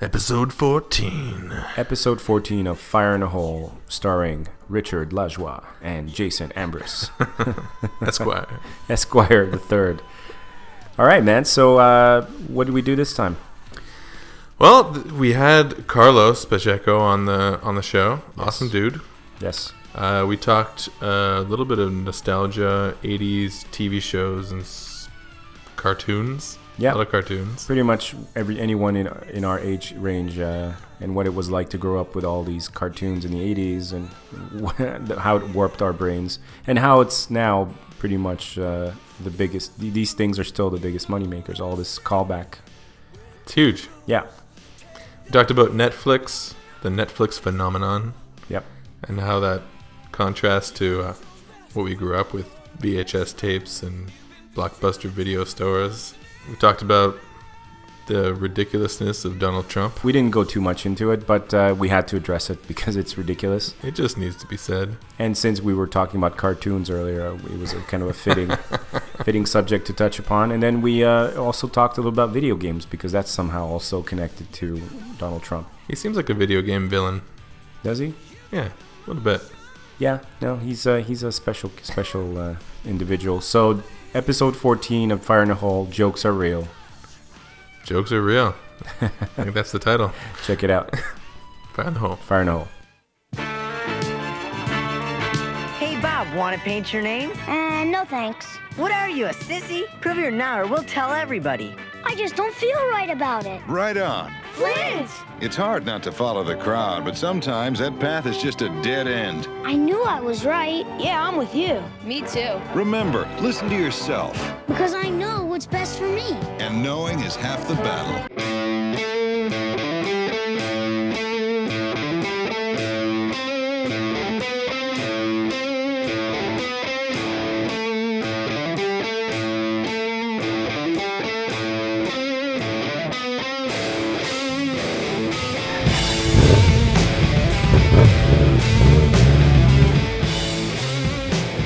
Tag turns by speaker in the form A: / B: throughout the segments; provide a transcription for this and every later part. A: Episode 14.
B: Episode 14 of Fire in a Hole, starring Richard Lajoie and Jason Ambrose,
A: Esquire.
B: Esquire the Third. All right, man. So, uh, what did we do this time?
A: well, th- we had Carlos Pacheco on the on the show. Awesome dude.
B: Yes.
A: Uh, we talked uh, a little bit of nostalgia, 80s TV shows and s- cartoons.
B: Yeah.
A: A lot of cartoons.
B: Pretty much every anyone in in our age range, uh, and what it was like to grow up with all these cartoons in the '80s, and how it warped our brains, and how it's now pretty much uh, the biggest. th- These things are still the biggest moneymakers. All this callback.
A: It's huge.
B: Yeah.
A: We talked about Netflix, the Netflix phenomenon,
B: Yep.
A: and how that contrasts to uh, what we grew up with VHS tapes and blockbuster video stores. We talked about the ridiculousness of Donald Trump.
B: We didn't go too much into it, but uh, we had to address it because it's ridiculous.
A: It just needs to be said.
B: And since we were talking about cartoons earlier, it was a kind of a fitting, fitting subject to touch upon. And then we uh, also talked a little about video games because that's somehow also connected to Donald Trump.
A: He seems like a video game villain.
B: Does he?
A: Yeah, a little bit.
B: Yeah. No, he's uh, he's a special special uh, individual. So episode 14 of Fire in a Hole, jokes are real.
A: Jokes are real. I think that's the title.
B: Check it out,
A: Fire in the hole.
B: Fire in a Hole.
C: Hey, Bob, want to paint your name?
D: Uh, no thanks.
C: What are you, a sissy? Prove you're not, or we'll tell everybody.
D: I just don't feel right about it.
E: Right on.
D: Flint!
E: It's hard not to follow the crowd, but sometimes that path is just a dead end.
D: I knew I was right. Yeah, I'm with you.
F: Me too.
E: Remember, listen to yourself,
D: Because I know what's best for me.
E: and knowing is half the battle.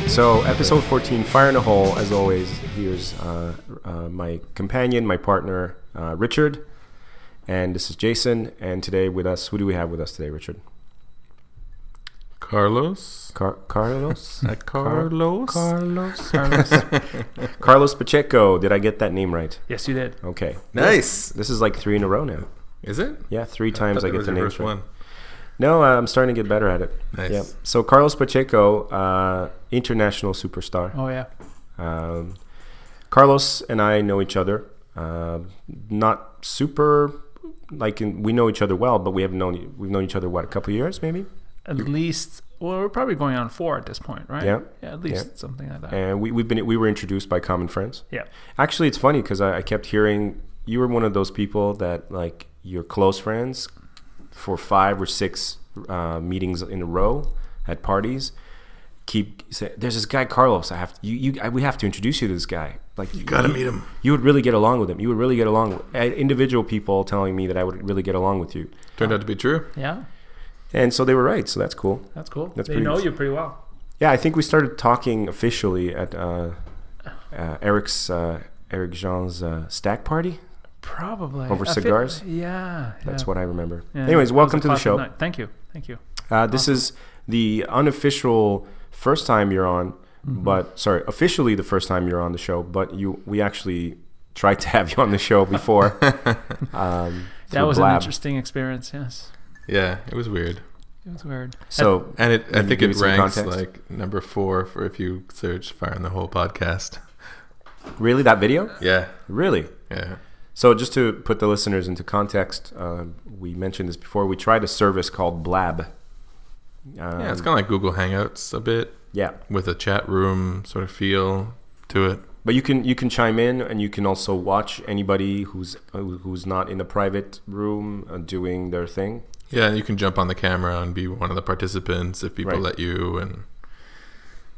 B: So, episode 14, Fire in a Hole. As always, here's uh, uh, my companion, my partner, uh, Richard. And this is Jason. And today with us, who do we have with us today, Richard?
A: Carlos?
B: Car- Carlos?
A: Uh, Carlos?
B: Carlos? Carlos? Carlos Pacheco. Did I get that name right?
G: Yes, you did.
B: Okay.
A: nice.
B: This is like three in a row now.
A: Is it?
B: Yeah, three times I,
A: thought that
B: get
A: was
B: the
A: your
B: name
A: first
B: right.
A: one.
B: No, I'm starting to get better at it.
A: Nice.
B: Yep. So, Carlos Pacheco, uh, international superstar.
G: Oh yeah.
B: Um, Carlos and I know each other. Uh, not super like in, we know each other well, but we have known we've known each other what a couple years maybe,
G: At least, well, we're probably going on four at this point, right?
B: Yeah.
G: Yeah, at least
B: Yeah.
G: something like that.
B: and we, we've been we were introduced by common friends.
G: yeah.
B: Actually, it's funny because I, I kept hearing you were one of those people that like your close friends for five or six uh, meetings in a row at parties keep say, there's this guy Carlos. I have you, you I, we have to introduce you to this guy. Like you
A: gotta meet him.
B: You would really get along with him. You would really get along. With, I had individual people telling me that I would really get along with you,
A: Turned out to be true.
G: Yeah.
B: and so they were right. So that's cool.
G: That's cool.
B: That's
G: they
B: pretty
G: know
B: good.
G: you pretty well.
B: Yeah, I think we started talking officially at uh, uh, Eric's uh, Eric Jean's uh, stack party.
G: Probably.
B: Over
G: I feel-
B: cigars?
G: yeah.
B: That's
G: yeah.
B: what I remember.
G: Yeah,
B: Anyways,
G: it was
B: welcome
G: a
B: to the
G: classic
B: show.
G: night. Thank you. Thank you.
B: Uh, this is the unofficial first time you're on,
G: Mm-hmm.
B: but sorry, officially the first time you're on the show. But you, we actually tried to have you on the show before. um,
G: That
B: through
G: was an
B: Blab.
G: interesting experience. Yes.
A: Yeah, it was weird.
G: It was weird.
B: So
A: And it, I
B: you
A: think
B: give
A: it
B: it some
A: ranks
B: context?
A: like number four for if you search "Fire in the Hole" podcast.
B: really, that video,
A: Yeah,
B: really.
A: yeah.
B: So just to put the listeners into context, uh, we mentioned this before. We tried a service called Blab. Um,
A: Yeah, it's kind of like Google Hangouts a bit
B: yeah,
A: with a chat room sort of feel to it.
B: But you can you can chime in, and you can also watch anybody who's who- who's not in a private room uh, doing their thing.
A: Yeah, and you can jump on the camera and be one of the participants if people
B: Right.
A: let you. And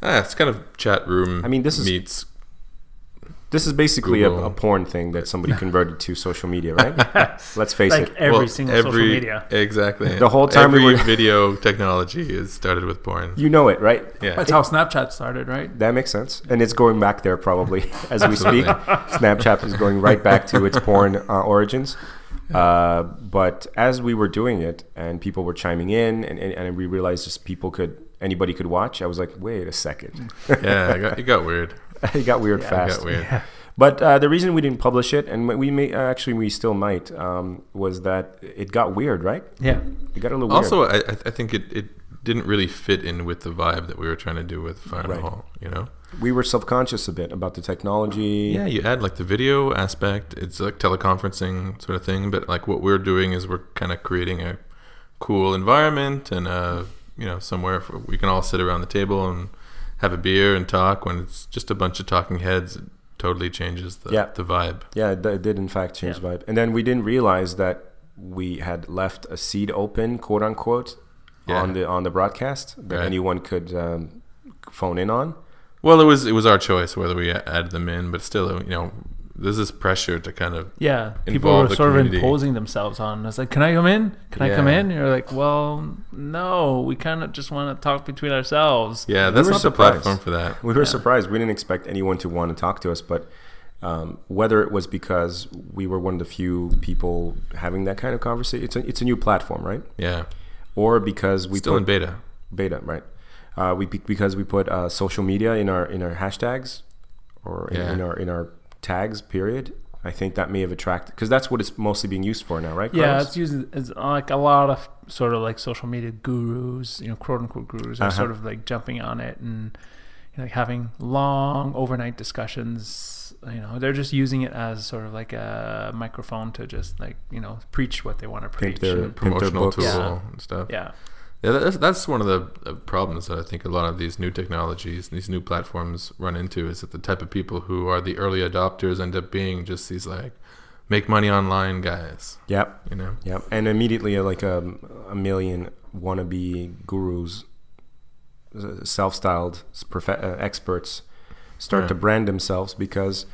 A: ah, it's kind of chat room.
B: I mean, this is-
A: meets.
B: This is basically a,
A: Google.
B: a porn thing that somebody converted to social media, right? Let's face
G: Like
B: it.
G: every
A: well,
G: single social
A: every-
G: media.
A: Exactly.
B: The whole time we
A: every
B: were-
A: video technology is started with porn.
B: You know it, right?
A: yeah,
G: That's how Snapchat started, right?
B: That makes sense, and it's going back there probably as we
A: Absolutely.
B: speak. Snapchat is going right back to its porn uh, origins. Uh, but as we were doing it and people were chiming in and, and, and we realized just people could anybody could watch, I was like, wait a second.
A: Yeah, it got, it got weird.
B: it got weird
A: It
B: fast.
A: got weird.
B: But uh, the reason we didn't publish it, and we may actually we still might, um, was that it got weird, right?
G: Yeah.
B: It got a little weird.
A: Also, I, I I think it, it didn't really fit in with the vibe that we were trying to do with Fire
B: Right.
A: and Hall, you know?
B: we were self-conscious a bit about the technology
A: Yeah, you add like the video aspect, it's like teleconferencing sort of thing, but like what we're doing is we're kind of creating a cool environment and, uh, you know, somewhere for, we can all sit around the table and have a beer and talk. When it's just a bunch of talking heads, it totally changes the,
B: Yeah.
A: the vibe.
B: Yeah, it, it did in fact change
G: Yeah.
B: vibe. And then we didn't realize that we had left a seed open, quote unquote,
A: Yeah.
B: on the on the broadcast that
A: Right.
B: anyone could um, phone in on.
A: Well, it was it was our choice whether we a- added them in, but still, you know, there's this pressure to kind of
G: Yeah. People
A: Involve
G: were
A: the
G: sort
A: community.
G: of imposing themselves on us. Like, can I come in? Can I come
A: Yeah.
G: in? And you're like, well, no. We kind of just want to talk between ourselves.
A: yeah, that's
B: were
A: not
B: surprised.
A: the platform for that.
B: We were surprised. We didn't expect anyone to want to talk to us, but um, whether it was because we were one of the few people having that kind of conversation, it's a, it's a new platform, right?
A: Yeah,
B: Or because we
A: still
B: put
A: in beta.
B: beta, right? Uh, we be- because we put uh, social media in our in our hashtags or in,
A: Yeah.
B: in our in our tags. Period. I think that may have attracted because that's what it's mostly being used for now, right?
G: Yeah,
B: Carlos?
G: it's using it's like a lot of sort of like social media gurus, you know, quote unquote gurus are
B: Uh-huh.
G: sort of like jumping on it and you know, like having long overnight discussions. You know, they're just using it as sort of like a microphone to just like you know preach what they want to
B: pimp
G: preach.
B: their
G: and-
B: pimp their
A: Promotional
B: books.
A: tool
G: Yeah.
A: and stuff.
G: yeah,
A: Yeah, that's, that's one of the uh, problems that I think a lot of these new technologies, these new platforms run into is that the type of people who are the early adopters end up being just these like make money online guys,
B: Yep,
A: you know?
B: yep. And immediately, uh, like um, a million wannabe gurus, uh, self-styled s- profe- uh, experts, start
A: Yeah.
B: to brand themselves because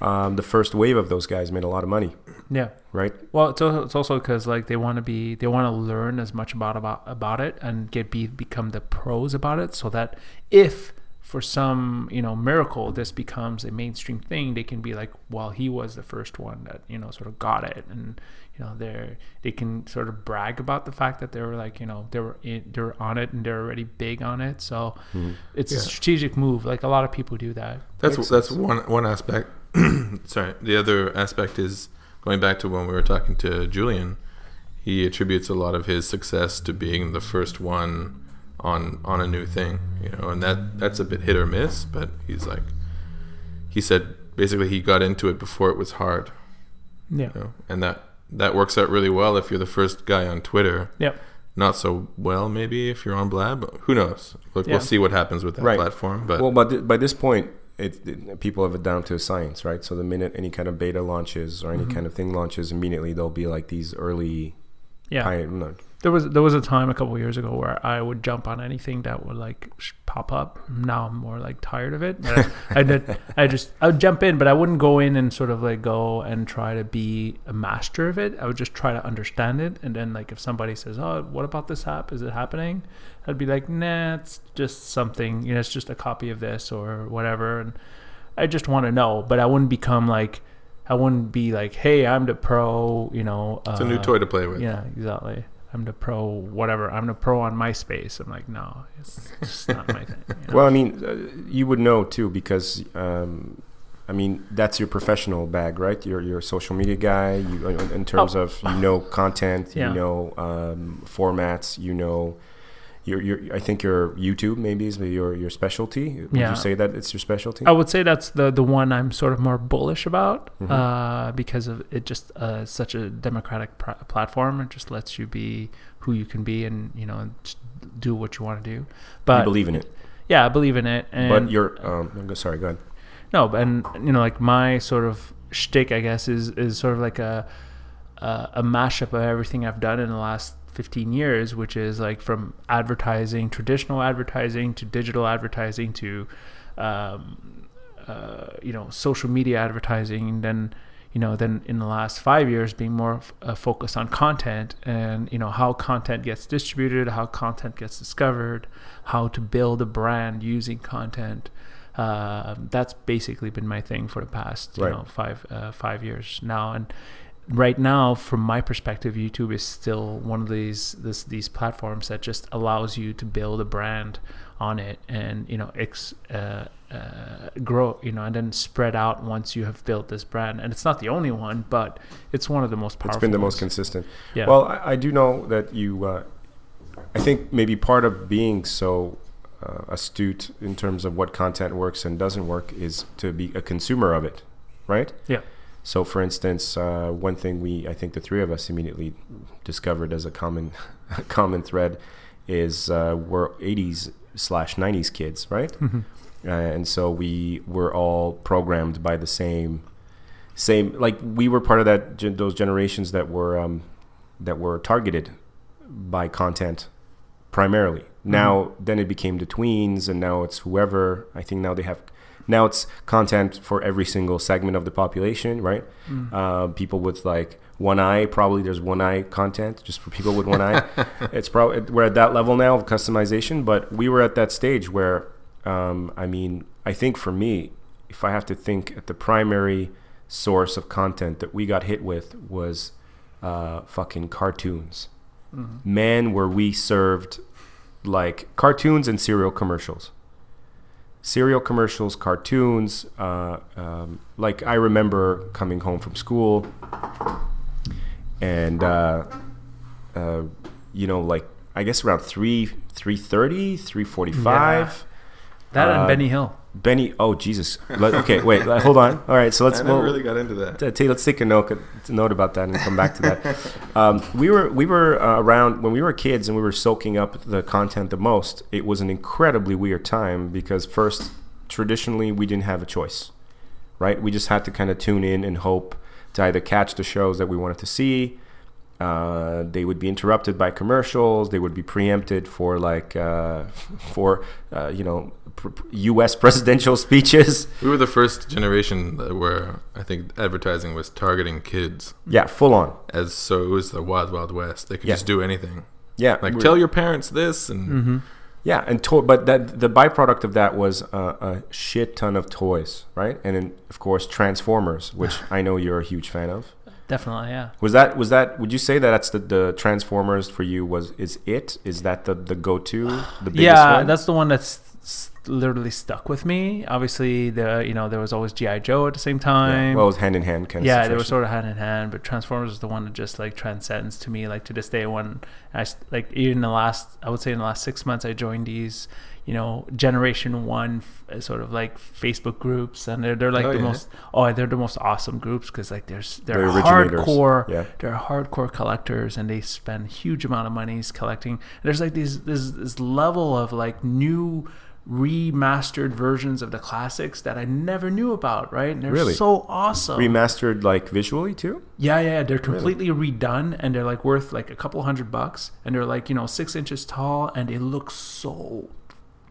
B: um, the first wave of those guys made a lot of money,
G: yeah.
B: right?
G: Well, it's also, it's also because like they want to be they want to learn as much about about about it and get be become the pros about it, so that if for some you know miracle this becomes a mainstream thing, they can be like, well, he was the first one that you know sort of got it, and you know they're they can sort of brag about the fact that they were like you know they were in, they were on it and they're already big on it, so it's a strategic move. Like a lot of people do that.
A: That's that's one one aspect. Sorry, the other aspect is going back to when we were talking to Julian. He attributes a lot of his success to being the first one on on a new thing, you know, and that that's a bit hit or miss. But he's like, he said basically he got into it before it was hard,
G: Yeah.
A: you know, and that that works out really well if you're the first guy on Twitter.
G: Yep.
A: Not so well maybe if you're on Blab. Who knows? Like
G: Yeah.
A: we'll see what happens with that
B: Right.
A: platform. But
B: Well, but th- by this point, it, it- people have it down to a science, right? So the minute any kind of beta launches or any
G: Mm-hmm.
B: kind of thing launches, immediately there'll be like these early.
G: Yeah.
B: I don't know.
G: There was there was a time a couple years ago where I would jump on anything that would like sh- pop up. Now I'm more like tired of it. But I, I did I just I would jump in, but I wouldn't go in and sort of like go and try to be a master of it. I would just try to understand it, and then like if somebody says, "Oh, what about this app? Is it happening?" I'd be like, "Nah, it's just something. You know, it's just a copy of this or whatever." And I just want to know, but I wouldn't become like I wouldn't be like, "Hey, I'm the pro." You know, uh,
A: it's a new toy to play with.
G: yeah, exactly. I'm the pro, whatever. I'm the pro on MySpace. I'm like, no, it's just not my thing. you know?
B: Well, I mean, uh, you would know too because, um, I mean, that's your professional bag, right? You're you're a social media guy. You in- in terms of you know content,
G: Oh. Yeah.
B: you know um, formats, you know. Your, your, I think your YouTube maybe is your your specialty. Would
G: Yeah.
B: you say that it's your specialty?
G: I would say that's the the one I'm sort of more bullish about
B: Mm-hmm.
G: uh, because of it just uh, is such a democratic pr- platform. It just lets you be who you can be and you know just do what you want to do. But
B: you believe in it,
G: yeah, I believe in it. And
B: but you're. Um, I'm go- sorry, go ahead.
G: No, but- and you know, like my sort of shtick, I guess, is is sort of like a a, a mashup of everything I've done in the last. 15 years which is like from advertising traditional advertising to digital advertising to um, uh, you know social media advertising and then you know then in the last five years being more f- uh, focused on content and you know how content gets distributed how content gets discovered how to build a brand using content Um, uh, that's basically been my thing for the past you
B: Right.
G: know five uh, five years now and right now, from my perspective, YouTube is still one of these this, these platforms that just allows you to build a brand on it and you know ex, uh, uh, grow you know and then spread out once you have built this brand. And it's not the only one, but it's one of the most powerful.
B: It's been the most
G: ones.
B: consistent.
G: Yeah.
B: Well, I, I do know that you. Uh, I think maybe part of being so uh, astute in terms of what content works and doesn't work is to be a consumer of it, right?
G: yeah.
B: So, for instance, uh, one thing we I think the three of us immediately discovered as a common a common thread is uh, we're 80s slash 90s kids, right?
G: Mm-hmm.
B: Uh, and so we were all programmed by the same same like we were part of that gen- those generations that were um, that were targeted by content primarily. Now, then it became the tweens, and now it's whoever. I think now they have, now it's content for every single segment of the population, right? Uh, people with like one eye, probably there's one eye content just for people with one eye. It's probably we're at that level now of customization, but we were at that stage where, um, I mean, I think for me, if I have to think at the primary source of content that we got hit with was uh, fucking cartoons man were we served like cartoons and cereal commercials cereal commercials cartoons uh, um, like i remember coming home from school and uh, uh, you know like i guess around 3 3.30 3.45
G: That
B: Uh,
G: and Benny Hill.
B: benny oh jesus Let- okay wait let- hold on all right so let's
A: I never
B: well-
A: really got into that.
B: uh, Tay, let's take a note, note about that and come back to that. um, we were we were uh, around when we were kids and we were soaking up the content the most. It was an incredibly weird time because first, traditionally, we didn't have a choice, right? We just had to kind of tune in and hope to either catch the shows that we wanted to see. Uh, they would be interrupted by commercials. They would be preempted for like uh, for uh, you know pr- pr- U.S. presidential speeches.
A: We were the first generation that where I think advertising was targeting kids,
B: yeah, full on.
A: as so it was the wild wild west. They could
B: Yeah.
A: just do anything,
B: Yeah,
A: like
B: we're-
A: tell your parents this, and
G: Mm-hmm.
B: Yeah, and to- but that the byproduct of that was uh, a shit ton of toys, right? And then of course Transformers, which I know you're a huge fan of.
G: Definitely, yeah.
B: Was that was that? Would you say that that's the, the Transformers for you? Was is it? Is that the the go to? The biggest
G: yeah,
B: one?
G: that's the one that's s- literally stuck with me. Obviously, the you know there was always GI Joe at the same time.
B: well, it was hand in hand kind of.
G: yeah, they were
B: situation.
G: sort of hand in hand, but Transformers is the one that just like transcends to me. Like to this day, when I s- like even the last, I would say in the last six months, I joined these, you know, Generation One f- uh, sort of like Facebook groups, and they're they're like
A: Oh,
G: the
A: yeah.
G: most oh they're the most awesome groups because like there's they're
B: They're originators.
G: hardcore
B: Yeah.
G: they're hardcore collectors and they spend huge amount of monies collecting. There's like these this this level of like new remastered versions of the classics that I never knew about, right? And they're
B: Really?
G: so awesome.
B: remastered like visually too.
G: Yeah, yeah, yeah, they're completely redone and they're like worth like a couple hundred bucks and they're like, you know, six inches tall and they look so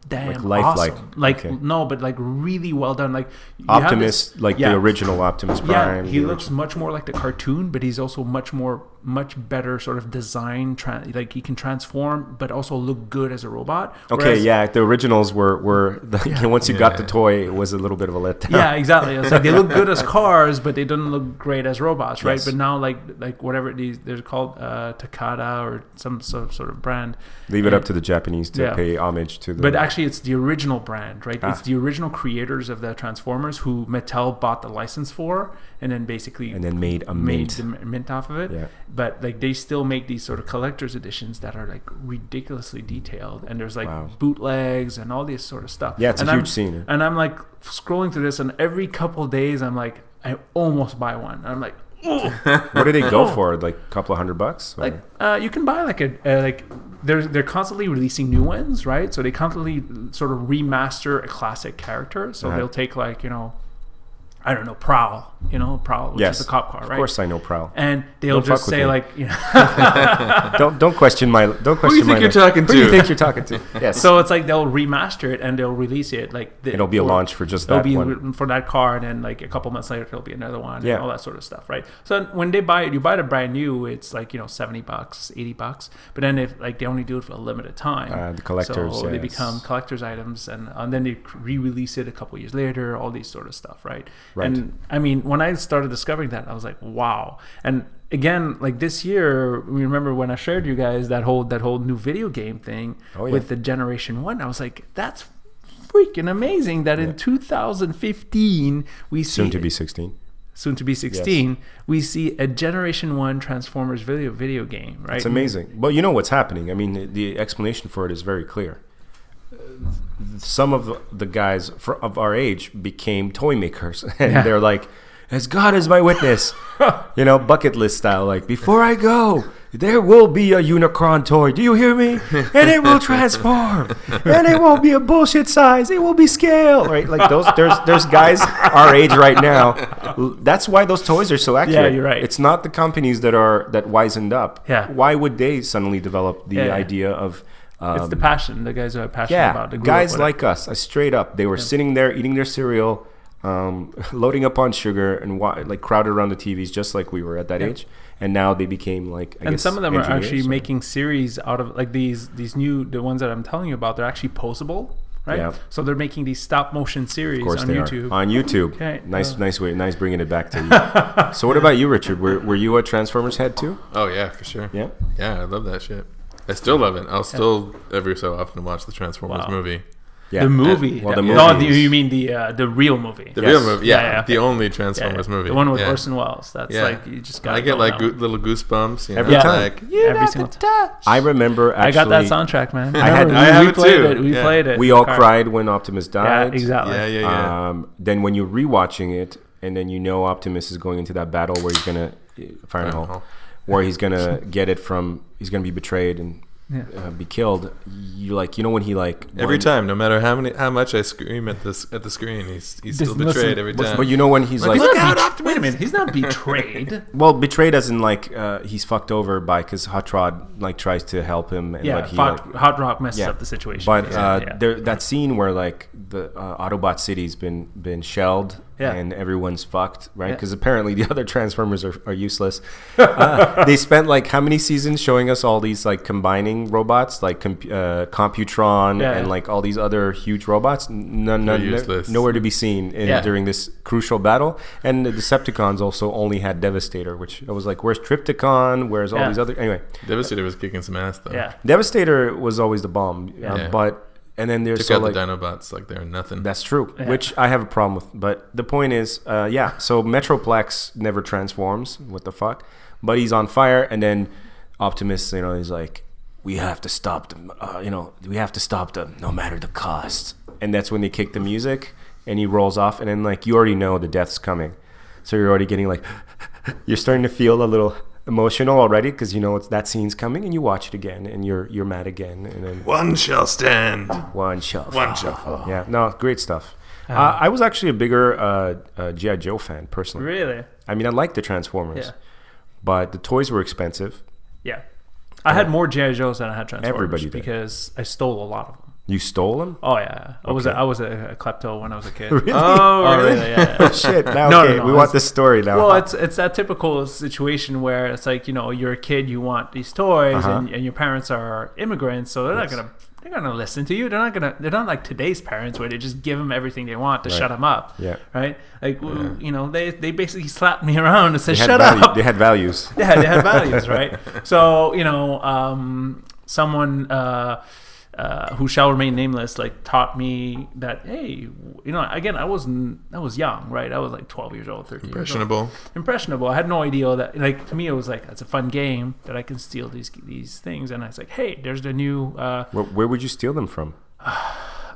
G: damn
B: lifelike.
G: awesome. Like
B: Okay.
G: no, but like really well done. Like you have
B: Optimus,
G: this-
B: like
G: yeah.
B: the original Optimus Prime.
G: Yeah, he
B: the
G: looks much more like the cartoon, but he's also much more, much better sort of design. Tra- like he can transform, but also look good as a robot.
B: Okay,
G: Whereas-
B: yeah, the originals were were. once you got the toy, it was a little bit of a letdown.
G: yeah, exactly. It's like they look good as cars, but they don't look great as robots, right?
B: Yes.
G: But now, like like whatever these they're called, uh, Takata or some so, sort of brand.
B: Leave it up to the Japanese to
G: Yeah.
B: pay homage to the.
G: But actually, it's the original brand, right? It's
B: Ah.
G: the original creators of the Transformers who Mattel bought the license for, and then basically
B: and then made a
G: made
B: mint.
G: the m- mint off of it.
B: Yeah.
G: But like they still make these sort of collector's editions that are like ridiculously detailed, and there's like
B: Wow.
G: bootlegs and all this sort of stuff.
B: Yeah, it's a
G: and
B: huge
G: I'm,
B: scene.
G: And I'm like scrolling through this, and every couple days I'm like, I almost buy one. And I'm like,
B: what do they go for? Like a couple of hundred bucks? Or-
G: Oh. like uh, you can buy like a uh, like they're they're constantly releasing new ones, right? So they constantly sort of remaster a classic character. So
B: Uh-huh.
G: they'll take like you know, I don't know, Prowl, you know, Prowl, which
B: yes,
G: is a cop car, right?
B: Of course, I know Prowl.
G: And they'll
B: Don't
G: just
B: fuck with
G: say
B: me.
G: like, you know,
B: don't don't question my don't
A: who
B: question
A: do you
B: my
A: think you're
B: life.
A: talking
B: Who do you
A: to?
B: think you're talking to? Yes.
G: so it's like they'll remaster it and they'll release it like the,
B: it'll be a launch for just
G: It'll
B: that
G: be
B: one.
G: for that car, and then like a couple months later, there'll be another one,
B: Yeah.
G: and all that sort of stuff, right? So when they buy it, you buy the brand new, it's like you know seventy bucks, eighty bucks. But then if like they only do it for a limited time,
B: Ah, the collectors,
G: so they
B: yes.
G: become collectors items, and, and then they re-release it a couple years later, all these sort of stuff, right?
B: Right.
G: And I mean, when I started discovering that, I was like, wow. And again, like this year, we remember when I shared you guys that whole that whole new video game thing
B: Oh, yeah.
G: with the Generation One. I was like, that's freaking amazing that in 2015 we see
B: Soon to be 16.
G: soon to be 16 we see a generation 1 transformers video video game right
B: It's amazing. But you know what's happening. I mean, the explanation for it is very clear. Some of the guys fr- of our age became toy makers, and
G: Yeah.
B: they're like, "As God is my witness," you know, bucket list style. Like, before I go, there will be a unicorn toy. Do you hear me? And it will transform, and it won't be a bullshit size. It will be scale, right? Like those. There's there's guys our age right now. That's why those toys are so accurate.
G: you're right.
B: It's not the companies that are that wizened up.
G: Yeah.
B: Why would they suddenly develop the
G: Yeah, yeah.
B: idea of? Um,
G: it's the passion the guys who are passionate
B: yeah,
G: about the
B: guys like us, uh, straight up, they were sitting there eating their cereal, um, loading up on sugar, and wa- like crowded around the TVs, just like we were at that age. And now they became like, I
G: and
B: guess,
G: some of them are
B: engineers
G: actually
B: or-
G: making series out of like these these new the ones that i'm telling you about they're actually postable right
B: Yeah.
G: so they're making these stop motion series
B: Of course
G: on
B: they
G: youtube
B: are on YouTube.
G: Okay,
B: Nice,
G: uh,
B: nice way, nice bringing it back to you. so, what about you, Richard? Were, were you a Transformers head too?
A: Oh yeah, for sure.
B: Yeah.
A: Yeah, I love that shit. I still love it. I'll still every so often watch the Transformers
G: Wow.
A: movie.
B: Yeah.
G: the movie
B: Well, the
G: no
B: movie
G: the,
B: is-
G: you mean the uh, the real movie
A: The
B: Yes.
A: real movie, yeah,
G: Yeah, yeah,
A: the
G: okay.
A: only
G: Yeah,
A: Transformers
G: yeah.
A: movie,
G: the one with
A: yeah.
G: Orson Welles that's
A: Yeah.
G: like you just got
A: I get like goo- little goosebumps you know?
B: Every
G: Yeah.
B: time.
A: Like,
G: every single time
B: I remember. Actually,
G: i got that soundtrack man
B: I had-
G: Remember,
B: I
G: we,
A: have
G: we
A: it
G: played
A: too.
G: it we
A: Yeah.
G: played it
B: We all
G: Car-
B: cried when Optimus
G: yeah
B: died.
G: exactly
A: yeah, yeah,
G: Uh,
A: yeah.
B: Um, then when you're rewatching it, and then you know Optimus is going into that battle where he's gonna eh, fire hole,
A: hole.
B: where he's gonna get it from, he's gonna be betrayed and uh, be killed. You like, you know when he like
A: every
B: when-
A: time, no matter how many, how much I scream at this at the screen, he's he's still
G: Just listen-
A: betrayed every
G: listen-
A: time.
B: but you know when he's like,
G: He's not bet- Wait a minute, he's not betrayed.
B: well, betrayed as in like uh, he's fucked over by because Hot Rod like tries to help him, and
G: yeah,
B: but he
G: Hot,
B: like,
G: Hot Rock messes
B: yeah.
G: up the situation.
B: But
G: Yeah,
B: uh,
G: yeah.
B: There, that scene where like the uh, Autobot City's been been shelled
G: Yeah.
B: and everyone's fucked, right?
G: Yeah.
B: Because apparently the other Transformers are, are useless. uh, they spent like how many seasons showing us all these like combining robots, like comp- uh, Computron
G: Yeah,
B: and
G: yeah.
B: like all these other huge robots. None, none,
A: useless.
B: nowhere to be seen in,
G: Yeah.
B: during this crucial battle. And the Decepticons also only had Devastator, which I was like, where's Tripticon? Where's all
G: Yeah.
B: these other? Anyway.
A: Devastator was kicking some ass though.
G: yeah.
B: Devastator was always the bomb, uh,
A: Yeah.
B: but and then there's
A: took
B: so
A: out
B: like
A: the Dinobots like they're nothing.
B: that's true, which I have a problem with. But the point is, uh, yeah. So Metroplex never transforms. What the fuck? But he's on fire, and then Optimus, you know, he's like, "We have to stop them. Uh, you know, we have to stop them, no matter the cost." And that's when they kick the music, and he rolls off, and then like you already know the death's coming, so you're already getting like, you're starting to feel a little emotional already because you know it's that scene's coming, and you watch it again, and you're you're mad again, and then
A: One shall stand.
B: one shot.
A: One
G: Uh-huh.
A: shall.
B: Yeah, no, great stuff. uh, I was actually a bigger uh, uh, GI Joe fan personally.
G: Really?
B: I mean, I liked the Transformers,
G: Yeah.
B: but the toys were expensive.
G: Yeah. I had more GI Joes than I had Transformers
B: Everybody did.
G: because I stole a lot of them.
B: You stole them?
G: Oh yeah, I was a, I was a, a klepto when I was a kid.
A: Oh,
G: Oh,
A: really?
G: really? Yeah, yeah.
B: Shit! Now,
G: No, no,
B: okay,
G: no,
B: we want
G: it's-
B: this story now.
G: Well, it's it's that typical situation where it's like you know you're a kid, you want these toys,
B: Uh-huh.
G: and, and your parents are immigrants, so they're not gonna they're not gonna listen to you. They're not gonna they're not like today's parents where they just give them everything they want to shut 'em shut them up.
B: Yeah.
G: right. Like w you know they they basically slapped me around and said
B: They had
G: shut
B: value-
G: up.
B: They had values.
G: yeah, they had values, right? So you know, um, someone uh, uh, who shall remain nameless like taught me that hey, you know, again, I wasn't, I was young, right? I was like twelve years old, thirteen. years old.
A: Impressionable.
G: Impressionable. I had no idea that like to me it was like that's a fun game that I can steal these these things, and I was like, hey, there's the new uh,
B: Where, where would you steal them from?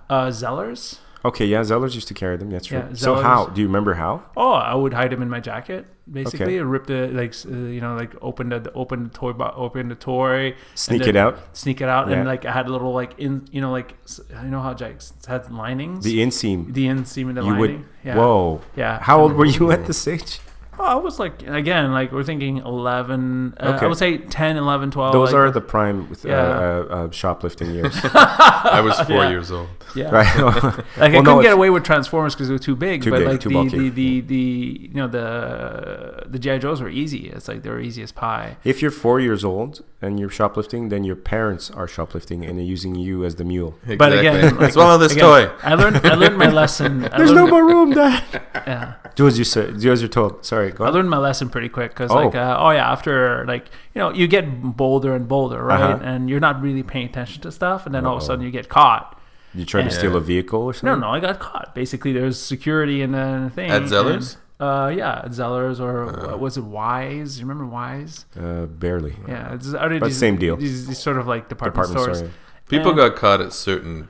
G: uh, Zellers.
B: Okay, yeah, Zellers used to carry them. That's true.
G: Yeah,
B: so
G: Zellers-
B: how? Do you remember how?
G: Oh, I would hide them in my jacket, basically.
B: Okay.
G: Rip the like, s- uh, you know, like open the open the toy, bo- open the toy, and
B: Sneak
G: then
B: it out?
G: sneak it out,
B: Yeah.
G: and like I had a little like in, you know, like s- you know how Jack's had linings,
B: The inseam.
G: the inseam and the
B: you
G: lining.
B: would. Whoa.
G: Yeah.
B: How old were you at this age?
G: Oh, I was like, again, like we're thinking 11, uh,
B: Okay.
G: I would say 10, 11, 12.
B: Those
G: Oh, like-
B: are the prime with,
G: Yeah.
B: uh, uh, uh, shoplifting years,
A: I was four
G: Yeah.
A: years old.
G: yeah.
B: right?
G: Like I
B: Well, no,
G: couldn't get
B: it's-
G: away with Transformers because they were too big,
B: Too
G: but
B: big,
G: like
B: too
G: the,
B: bulky.
G: the, the the you know the the GI Joes were easy. It's like they were easy as pie.
B: If you're four years old and you're shoplifting, then your parents are shoplifting and they're using you as the mule.
G: But again,
A: Exactly.
G: like,
A: swallow this
G: again,
A: toy.
G: I learned I learned my lesson. I learned,
B: more room, Dad.
G: yeah.
B: Do as you say. Do as you're told. Sorry. Go
G: I
B: on.
G: learned my lesson pretty quick because,
B: Oh.
G: like, uh, oh yeah, after like you know, you get bolder and bolder, right?
B: Uh-huh.
G: And you're not really paying attention to stuff, and then all of a
B: Uh-oh.
G: sudden you get caught.
B: You tried to
G: Yeah.
B: steal a vehicle or
G: No,
B: something?
G: no, I got caught. Basically, there's security in the thing.
A: At Zeller's?
G: and, uh, yeah, at Zeller's or what was it Wise? You remember Wise?
B: Uh, barely.
G: Yeah, it's out of
B: But
G: these,
B: same deal.
G: These, these sort of like department,
B: Department
G: stores.
B: store.
A: People
G: And-
A: got caught at certain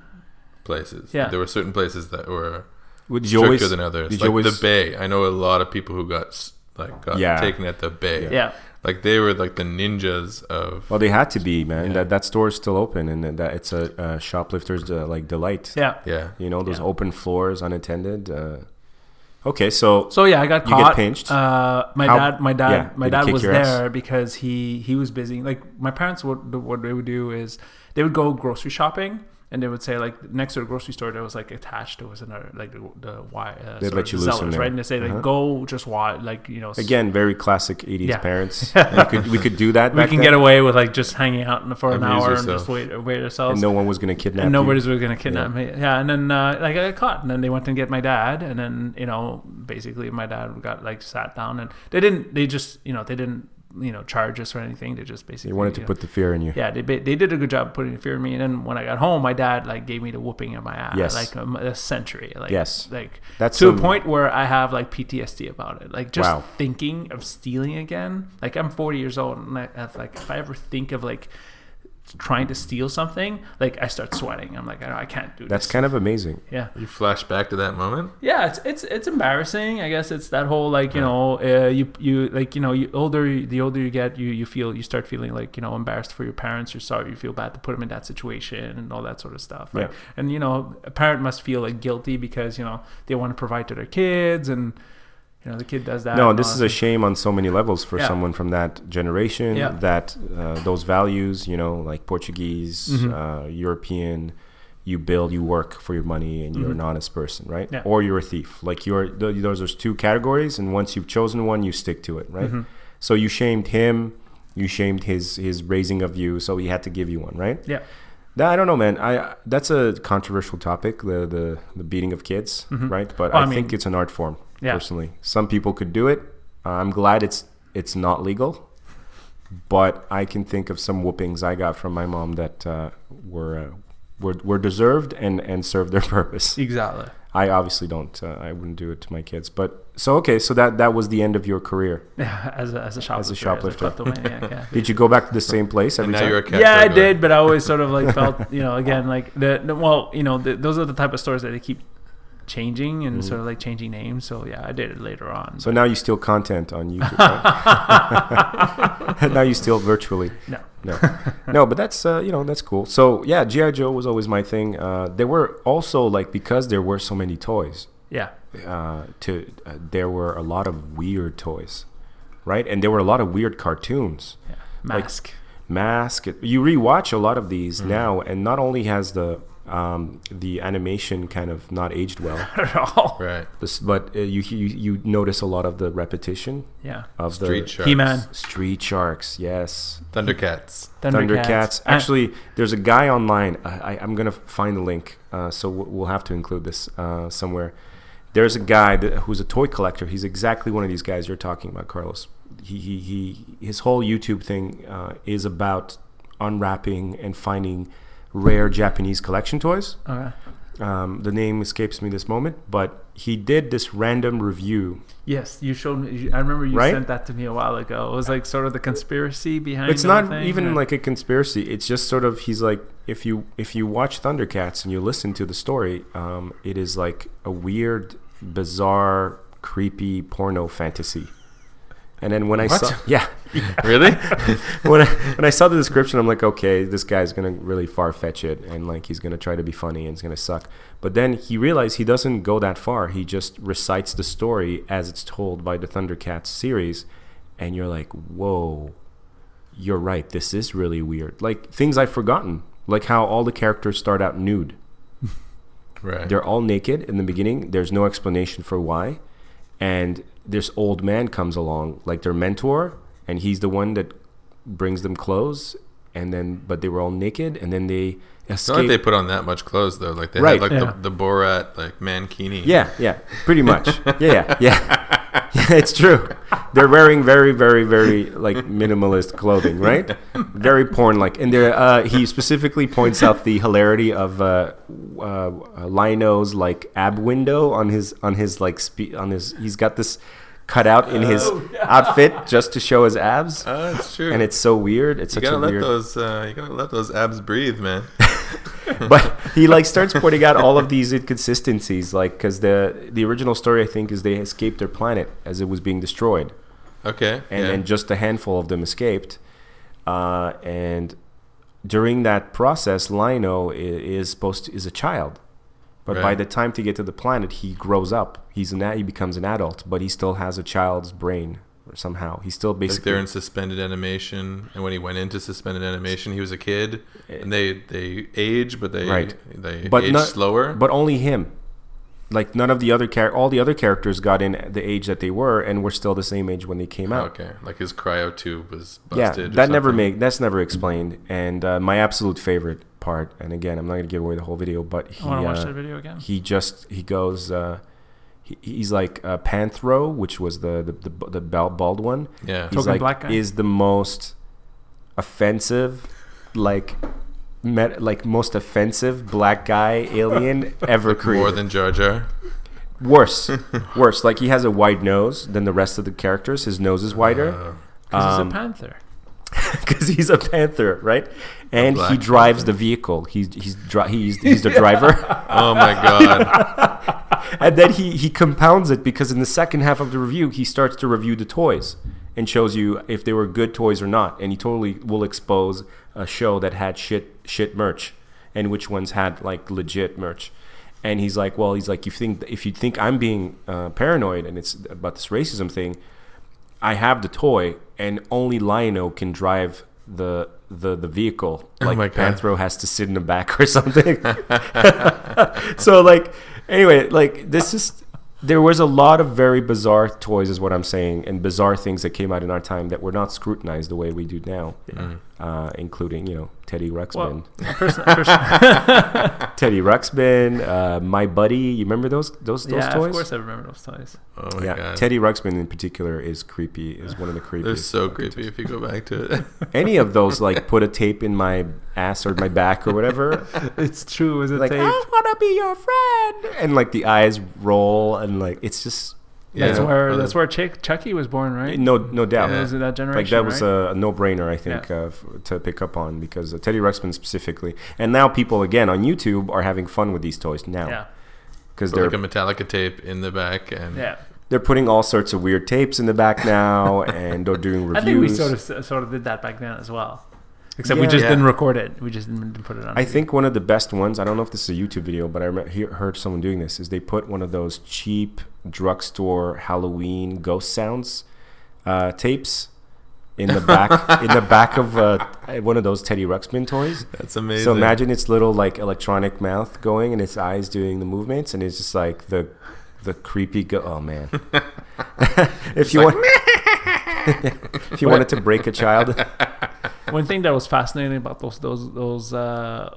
A: places.
G: Yeah.
A: There were certain places that were
B: Would you
A: stricter
B: always
A: than others.
B: Did
A: Like
B: you always
A: the Bay. I know a lot of people who got s- like got
B: Yeah.
A: taken at the Bay.
G: Yeah.
A: Like they were like the ninjas of
B: Well, they had to be, man. That that store is still open, and that- that it's a, uh shoplifter's uh, like delight.
G: Yeah.
A: yeah.
B: You know those
G: Yeah.
B: open floors, unattended. Uh, okay, so
G: So yeah, I got
B: You get
G: caught.
B: pinched?
G: Uh, my
B: How-
G: dad, my dad,
B: yeah,
G: my
B: did he
G: dad
B: kick
G: was
B: your
G: there
B: ass?
G: because he he was busy. Like my parents, would what they would do is they would go grocery shopping, and they would say like next to the grocery store that was like attached, there was another like the, the why uh,
B: They'd
G: sort
B: let
G: of
B: you loose in there.
G: right? And they say like
B: Uh-huh.
G: go just watch, like you know s-
B: again, very classic '80s
G: Yeah.
B: parents. we, could, we could do that.
G: we
B: back
G: can
B: then,
G: get away with like just hanging out in- for an
A: Amuse
G: hour and
A: yourself.
G: just wait wait ourselves.
B: And no one was gonna kidnap.
G: and
B: you.
G: nobody's really gonna kidnap me. Yeah, and then uh, like I got caught, and then they went and get my dad, and then you know basically my dad got like sat down, and they didn't. They just you know they didn't you know charge us or anything. They just basically uh,
B: They wanted to
G: you know-
B: put the fear in you.
G: yeah, they, ba- they did a good job putting the fear in me. And then when I got home, my dad like gave me the whooping in my ass,
B: Yes.
G: like a, a century, like
B: Yes.
G: like
B: That's
G: to a
B: some-
G: point where I have like PTSD about it. Like just
B: Wow.
G: thinking of stealing again. Like I'm 40 years old, and I, that's like if I ever think of like trying to steal something, like I start sweating. I'm like I, I can't do
B: That's
G: this.
B: kind of amazing.
G: yeah.
A: You flash back to that moment.
G: Yeah, it's it's it's embarrassing. I guess it's that whole like you know uh, you you like you know you older the older you get you you feel you start feeling like you know embarrassed for your parents. You're sorry. You feel bad to put them in that situation and all that sort of stuff. Right.
B: Yeah.
G: And you know a parent must feel like guilty because you know they want to provide to their kids and you know the kid does that.
B: No,
G: and
B: this
G: all
B: is
G: that.
B: a shame on so many levels for
G: Yeah.
B: someone from that generation.
G: Yeah.
B: That uh, those values, you know, like Portuguese,
G: Mm-hmm.
B: uh, European, you build, you work for your money, and you're an honest person, right?
G: Mm-hmm. Yeah.
B: Or you're a thief. Like you're th- those are two categories, and once you've chosen one, you stick to it, right?
G: Mm-hmm.
B: So you shamed him, you shamed his his raising of you, so he had to give you one, right?
G: yeah.
B: That, I don't know, man. I that's a controversial topic, the the, the beating of kids, right? But
G: Mm-hmm. Well,
B: I,
G: I mean-
B: think it's an art form.
G: Yeah.
B: Personally, some people could do it. I'm glad it's it's not legal, but I can think of some whoopings I got from my mom that uh, were. Uh, were, were deserved and, and served their purpose.
G: Exactly.
B: I obviously don't. Uh, I wouldn't do it to my kids. But so okay, so that that was the end of your career.
G: Yeah, as a, as a shoplifter.
B: shoplifter.
G: As a kleptomaniac, yeah.
B: Did you go back to the same place every
A: Now
B: time?
A: you're a cat.
G: yeah, I
A: burglar.
G: did, but I always sort of like felt, you know, again, like the, the well, you know, the, those are the type of stores that they keep changing and sort of like changing names. So yeah, I did it later on.
B: Mm. So now you steal content on YouTube. Right? now you steal virtually.
G: no,
B: No, no, but that's uh, you know that's cool. So yeah, GI Joe was always my thing. Uh, there were also like because there were so many toys.
G: yeah,
B: Uh, to uh, there were a lot of weird toys, right? And there were a lot of weird cartoons.
G: mask.
B: Mask. You rewatch a lot of these
A: Mm-hmm.
B: now, and not only has the um, the animation kind of not aged well,
G: at all.
A: Right.
B: this- but uh, you, you you notice a lot of the repetition
G: Yeah,
B: of
A: Street
B: the
A: sharks.
G: He Man,
B: Street Sharks, yes.
A: Thundercats.
G: Thundercats.
B: Thundercats. Actually, there's a guy online. I, I, I'm gonna find the link, uh, so we'll we'll have to include this uh, somewhere. There's a guy that, who's a toy collector. He's exactly one of these guys you're talking about, Carlos. He, he, he his whole YouTube thing uh, is about unwrapping and finding rare Japanese collection toys.
G: I- okay.
B: Um, the name escapes me this moment, but he did this random review
G: Yes, you showed me. you- I remember you
B: Right?
G: sent that to me a while ago. It was like sort of the conspiracy behind.
B: it's
G: the
B: not
G: thing,
B: even
G: or-
B: like a conspiracy it's just sort of he's like if you if you watch thundercats and you listen to the story um, it is like a weird bizarre creepy porno fantasy and then when i saw yeah
A: Really?
B: when I, when I saw the description, I'm like, okay, this guy's gonna really far fetch it, and like he's gonna try to be funny and it's gonna suck. But then he realized he doesn't go that far. He just recites the story as it's told by the Thundercats series, and you're like, whoa, you're right. This is really weird. Like things I've forgotten, like how all the characters start out nude.
A: right.
B: They're all naked in the beginning. There's no explanation for why. And this old man comes along, like their mentor, and he's the one that brings them clothes. and then but they were all naked, and then they
A: It's not like
B: escaped.
A: they put on that much clothes though. Like they
B: Right.
A: had like
G: Yeah.
A: the, the Borat like mankini.
B: yeah, yeah, pretty much. yeah, yeah, yeah. yeah, it's true. They're wearing very, very, very like minimalist clothing, right? Very porn-like, and they're, uh, he specifically points out the hilarity of uh, uh, Lino's like ab window on his on his like spe- on his. He's got this cut out in his outfit just to show his abs.
A: Oh, that's true.
B: and it's so weird. It's
A: you
B: such
A: gotta
B: a
A: let
B: weird.
A: those uh, you gotta let those abs breathe, man.
B: But he like starts pointing out all of these inconsistencies, like because the the original story I think is they escaped their planet as it was being destroyed,
A: Okay.
B: and
A: yeah.
B: and just a handful of them escaped, uh, and during that process, Lino i- is supposed to, is a child. But by
A: Right.
B: the time to get to the planet, he grows up. He's an, a- he becomes an adult, but he still has a child's brain somehow. He's still
A: like
B: basically
A: they're in suspended animation, and when he went into suspended animation, he was a kid, and they they age, but they
B: Eh. Right.
A: they
B: but
A: age
B: not-
A: slower.
B: But only him. Like none of the other char- all the other characters got in at the age that they were, and were still the same age when they came out.
A: Oh, okay, like his cryo tube was
B: Yeah,
A: busted. or
B: that never
A: something.
B: make that's never explained. And uh, my absolute favorite part, and again, I'm not gonna give away the whole video, but he
G: I want to watch
B: uh,
G: that video again.
B: he just he goes. Uh, he- He's like uh, Panthro, which was the the, the, the bal- bald one.
A: Yeah.
B: he's
G: Token
B: like
G: black guy.
B: is the most offensive, like, met, like most offensive black guy alien ever created.
A: more than Jar Jar.
B: Worse, worse. Like he has a wide nose than the rest of the characters. His nose is wider
G: 'Cause
B: Um,
G: he's a panther.
B: because he's a panther, right? And he
A: black
B: drives the vehicle. He's he's dri- he's he's the driver,
A: Oh my god.
B: and then he he compounds it because in the second half of the review he starts to review the toys and shows you if they were good toys or not, and he totally will expose a show that had shit shit merch and which ones had like legit merch. And he's like, well, he's like, you think if you think I'm being uh, paranoid and it's about this racism thing, I have the toy, and only Lionel can drive the the the vehicle. Like
A: Oh my God.
B: Panthro has to sit in the back or something. so like, anyway, like this is there was a lot of very bizarre toys, is what I'm saying, and bizarre things that came out in our time that were not scrutinized the way we do now,
A: Mm-hmm.
B: uh, including you know Teddy Ruxpin,
G: Person, person,
B: Teddy Ruxpin, uh, my buddy. You remember those those those
G: yeah,
B: toys?
G: of course I remember those toys.
A: Oh my
B: yeah,
A: god.
B: Teddy Ruxpin in particular is creepy. Is one of the creepiest.
A: They're so creepy if you go back to it.
B: any of those like put a tape in my ass or my back or whatever
G: It's true. It was a
B: like ah!
G: tape.
B: i want to be your friend and like the eyes roll and like it's just
G: That's
A: Yeah.
G: where
B: Uh,
A: Oh,
G: that's where Chuck, Chucky was born, right?
B: no no doubt
G: It was in that generation.
B: like that was uh,
G: right?
B: a no-brainer i think
G: Yeah.
B: uh, f- to pick up on because uh, teddy ruxpin specifically and now people again on youtube are having fun with these toys
G: yeah,
B: now because
A: Put
B: they're
A: like um, a Metallica tape in the back and
G: yeah.
B: they're putting all sorts of weird tapes in the back now and they're doing reviews
G: I think we sort of sort of did that back then as well. Except we
B: Yeah.
G: just
A: Yeah.
G: didn't record it. We just didn't, didn't put it on.
B: I
G: video.
B: think one of the best ones, I don't know if this is a YouTube video, but I remember, hear, heard someone doing this, is they put one of those cheap drugstore Halloween ghost sounds uh, tapes in the back in the back of uh, one of those Teddy Ruxpin toys.
A: that's amazing.
B: So imagine its little like electronic mouth going and its eyes doing the movements and it's just like the the creepy go- oh man. if you want if you wanted to break a child
G: One thing that was fascinating about those those those uh,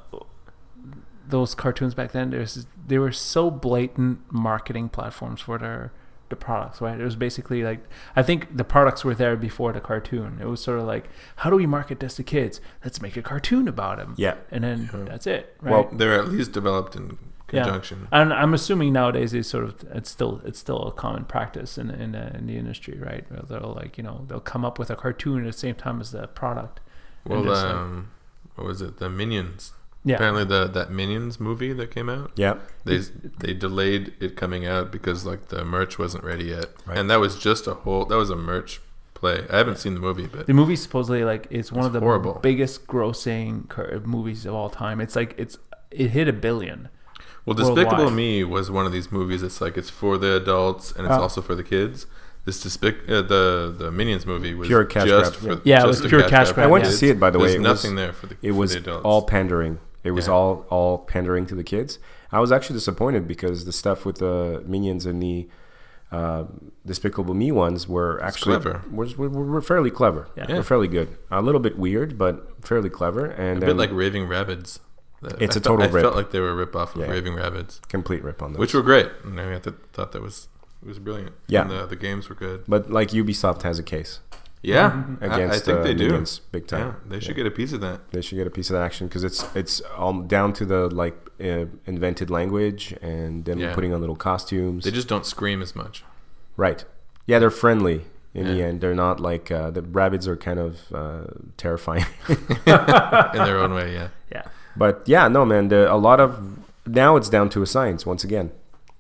G: those cartoons back then, there's they were so blatant marketing platforms for their the products, right? It was basically like I think the products were there before the cartoon. It was sort of like, how do we market this to kids? Let's make a cartoon about them.
B: Yeah.
G: and then that's it. Right?
B: Well,
A: they're at least developed in
G: Yeah.
A: conjunction.
G: And I'm assuming nowadays it's sort of it's still it's still a common practice in in, uh, in the industry, right? Where they'll like you know they'll come up with a cartoon at the same time as the product. And
A: Well,
G: just, like-
A: um, what was it? The Minions.
G: Yeah.
A: Apparently, the that Minions movie that came out.
B: Yeah.
A: They they delayed it coming out because like the merch wasn't ready yet,
B: Right.
A: and that was just a whole that was a merch play. I haven't seen the movie, but
G: The movie supposedly like it's one of the
A: horrible.
G: biggest grossing cur- movies of all time. It's like it's it hit a billion.
A: well, Despicable
G: worldwide.
A: Me was one of these movies. It's like it's for the adults and it's
G: Oh.
A: also for the kids. This Despic- uh, the the Minions movie was
B: Pure cash
A: just
B: grab, yeah.
A: for
G: Yeah, it
A: just
G: was
A: a
G: pure cash grab,
A: for
G: I went to
A: kids.
B: see it, by the way.
A: There's
B: It was-
A: nothing there for the
B: it
A: for
B: was
A: the adults.
B: all pandering. It was
A: Yeah.
B: all all pandering to the kids. I was actually disappointed because the stuff with the minions and the uh, Despicable Me ones were actually
A: clever.
B: Were, were, were fairly clever. Yeah.
A: Yeah.
B: were fairly good. A little bit weird, but fairly clever. And
A: A
B: then
A: bit like Raving Rabbids. That-
B: It's
A: I
B: a
A: felt-
B: total
A: I
B: rip.
A: felt like they were a ripoff of
B: Yeah.
A: Raving Rabbids,
B: complete rip on those.
A: which were great. And I th- thought that was it was brilliant.
B: Yeah.
A: and the, the games were good.
B: but like Ubisoft has a case
A: Yeah, I-
B: against
A: I, think
B: uh,
A: they do.
B: Newlands big time.
A: Yeah, they should get a piece of that.
B: they should get a piece of that action because it's it's all down to the like uh, invented language and them
A: Yeah.
B: putting on little costumes.
A: They just don't scream as much.
B: right. Yeah, they're friendly in the
A: Yeah.
B: end. They're not like uh, the rabbits are kind of uh, terrifying.
A: in their own way. Yeah,
G: Yeah.
B: but yeah, no man, the, a lot of now it's down to a science once again.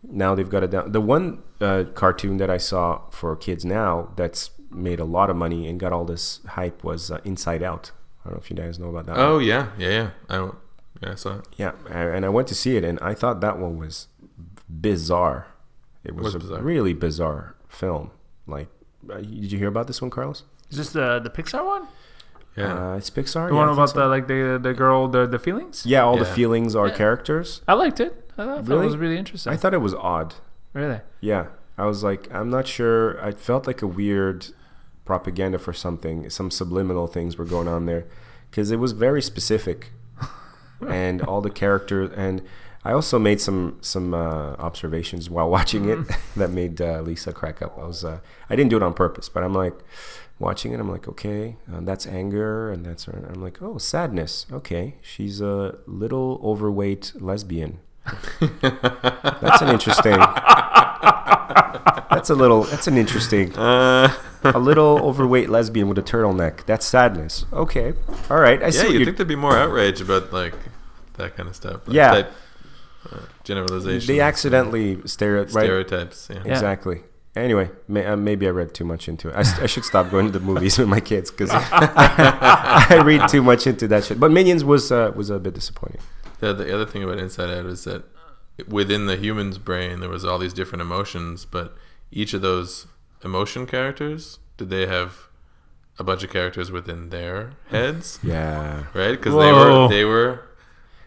B: Now they've got it down. The one uh, cartoon that I saw for kids now that's made a lot of money and got all this hype was uh, Inside Out. I don't know if you guys know about that.
A: Oh yeah, yeah, yeah. I, yeah, I saw it.
B: Yeah, a- and I went to see it, and I thought that one was bizarre. It was,
A: Was
B: a
A: bizarre.
B: really bizarre film. Like, uh, you- did you hear about this one, Carlos?
G: Is this the the Pixar one?
A: Yeah,
B: Uh, it's Pixar.
G: The
B: yeah,
G: one
B: I think
G: about
B: so.
G: the like the the girl the the feelings?
B: yeah, all the
A: Yeah.
B: feelings are characters.
G: I liked it. I thought
B: Really?
G: it was really interesting.
B: I thought it was odd.
G: really.
B: Yeah, I was like, I'm not sure. I felt like a weird propaganda for something. Some subliminal things were going on there because it was very specific, and all the characters. And I also made some some uh, observations while watching it
A: Mm-hmm.
B: that made uh, Lisa crack up. I was uh, I didn't do it on purpose, but I'm like watching it. I'm like, okay, uh, that's anger, and that's. I'm like, oh, sadness. Okay, she's a little overweight lesbian. That's an interesting. that's a little. That's an interesting.
A: Uh.
B: a little overweight lesbian with a turtleneck. That's sadness. Okay. All right. I see.
A: yeah.
B: what
A: You'd
B: you're-
A: think there'd be more outrage about like that kind of stuff. like
B: Yeah.
A: type, uh, generalizations.
B: they accidentally stare at right.
A: stereotypes. Yeah.
G: Yeah.
B: Exactly. Anyway, may, uh, maybe I read too much into it. I, st- I should stop going to the movies with my kids because I read too much into that shit. But Minions was uh, was a bit disappointing.
A: The, the other thing about Inside Out is that within the human's brain there was all these different emotions, but each of those emotion characters did they have a bunch of characters within their heads,
B: Yeah.
A: right? Because they
G: Whoa.
A: were they were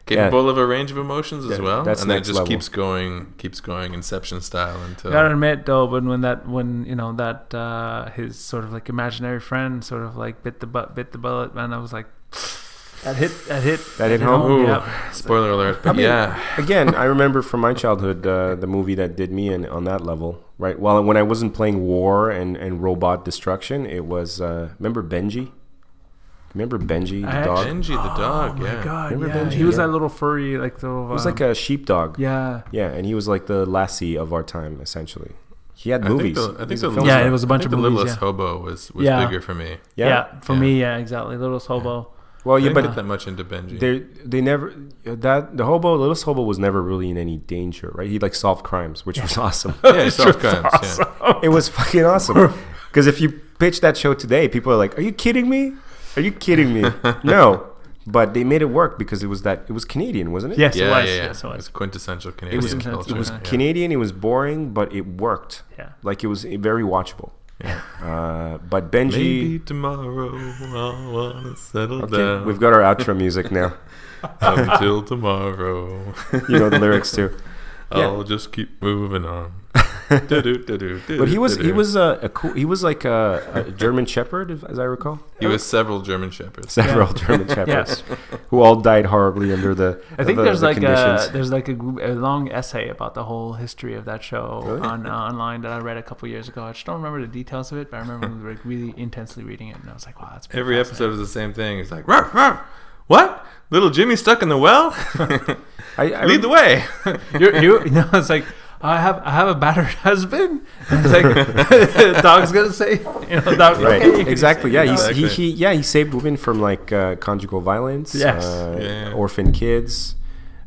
A: capable of a range of emotions as
B: Yeah,
A: well,
B: that's
A: and that
B: next
A: just
B: level.
A: keeps going, keeps going, Inception style until
G: Gotta admit though, when when that when you know that uh, his sort of like imaginary friend sort of like bit the butt bit the bullet, and I was like, that hit that hit
B: That hit
A: Ooh,
B: home?
G: Yeah.
A: spoiler alert! But yeah,
B: Again, I remember from my childhood uh, the movie that did me in on that level, right? Well, when I wasn't playing war and, and robot destruction, it was uh, remember Benji. Remember Benji the
G: I
B: dog?
G: actually-
A: Benji the dog.
G: Oh My
A: yeah,
G: God,
B: Remember
G: yeah.
B: Benji?
G: he was
B: Yeah.
G: that little furry like the.
B: It was like a sheepdog.
G: yeah.
B: yeah, and he was like the lassie of our time, essentially. He had
A: I
B: movies.
A: Think the, I think
B: He's
A: the
B: a film
A: Littlest-
G: Yeah, it was
A: I
G: a bunch
A: think
G: of
A: the
G: movies,
A: Littlest
G: yeah.
A: Hobo was was
G: Yeah.
A: bigger for me.
G: Yeah.
B: Yeah.
G: for
A: Yeah.
G: me, yeah, exactly. Little Sobo.
B: Well,
A: I
B: yeah,
A: didn't
B: but
A: get that much into Benji.
B: they they never that the hobo, little hobo, was never really in any danger, right? He like solved crimes, which was awesome.
A: yeah, soft crimes. Yeah.
B: It was fucking awesome. Because if you pitch that show today, people are like, "Are you kidding me? Are you kidding me?" no, but they made it work because it was that it was Canadian, wasn't it?
G: Yes,
A: Yeah,
G: it was.
A: yeah, yeah.
G: Yes, it
A: It's
G: was.
A: quintessential Canadian
B: was- it
A: culture.
B: It was
A: yeah.
B: Canadian. It was boring, but it worked.
G: Yeah.
B: like it was very watchable. Uh, but Benji,
A: Maybe tomorrow I wanna settle
B: Okay,
A: down.
B: we've got our outro music now.
A: until tomorrow.
B: You know the lyrics too.
A: I'll just keep moving on.
B: But
A: but
B: he was he was a, a cool he was like a, a German Shepherd, if- as I recall.
A: he was several German shepherds.
B: Several German Shepherds who all died horribly under the.
G: I think
B: the-
G: there's
B: the
G: like
B: conditions.
G: a there's like a, gr- a long essay about the whole history of that show on uh, online that I read a couple years ago. I just don't remember the details of it, but I remember we were like really intensely reading it, and I was like, wow, that's pretty
A: Every
G: fascinating.
A: episode was the same thing. He's like, "Ruff, ruff. what? Little Jimmy stuck in the well?
B: I, I
A: Lead the way.
G: You're, you you know it's like I have I have a battered husband. It's like dog's gonna say you know dog,
B: Right.
G: okay, you can
B: exactly.
G: say-
B: Yeah.
A: no.
B: he's- He,
A: Exactly.
B: he yeah he saved women from like uh, conjugal violence.
G: Yes.
B: Uh,
A: Yeah.
B: Orphan kids.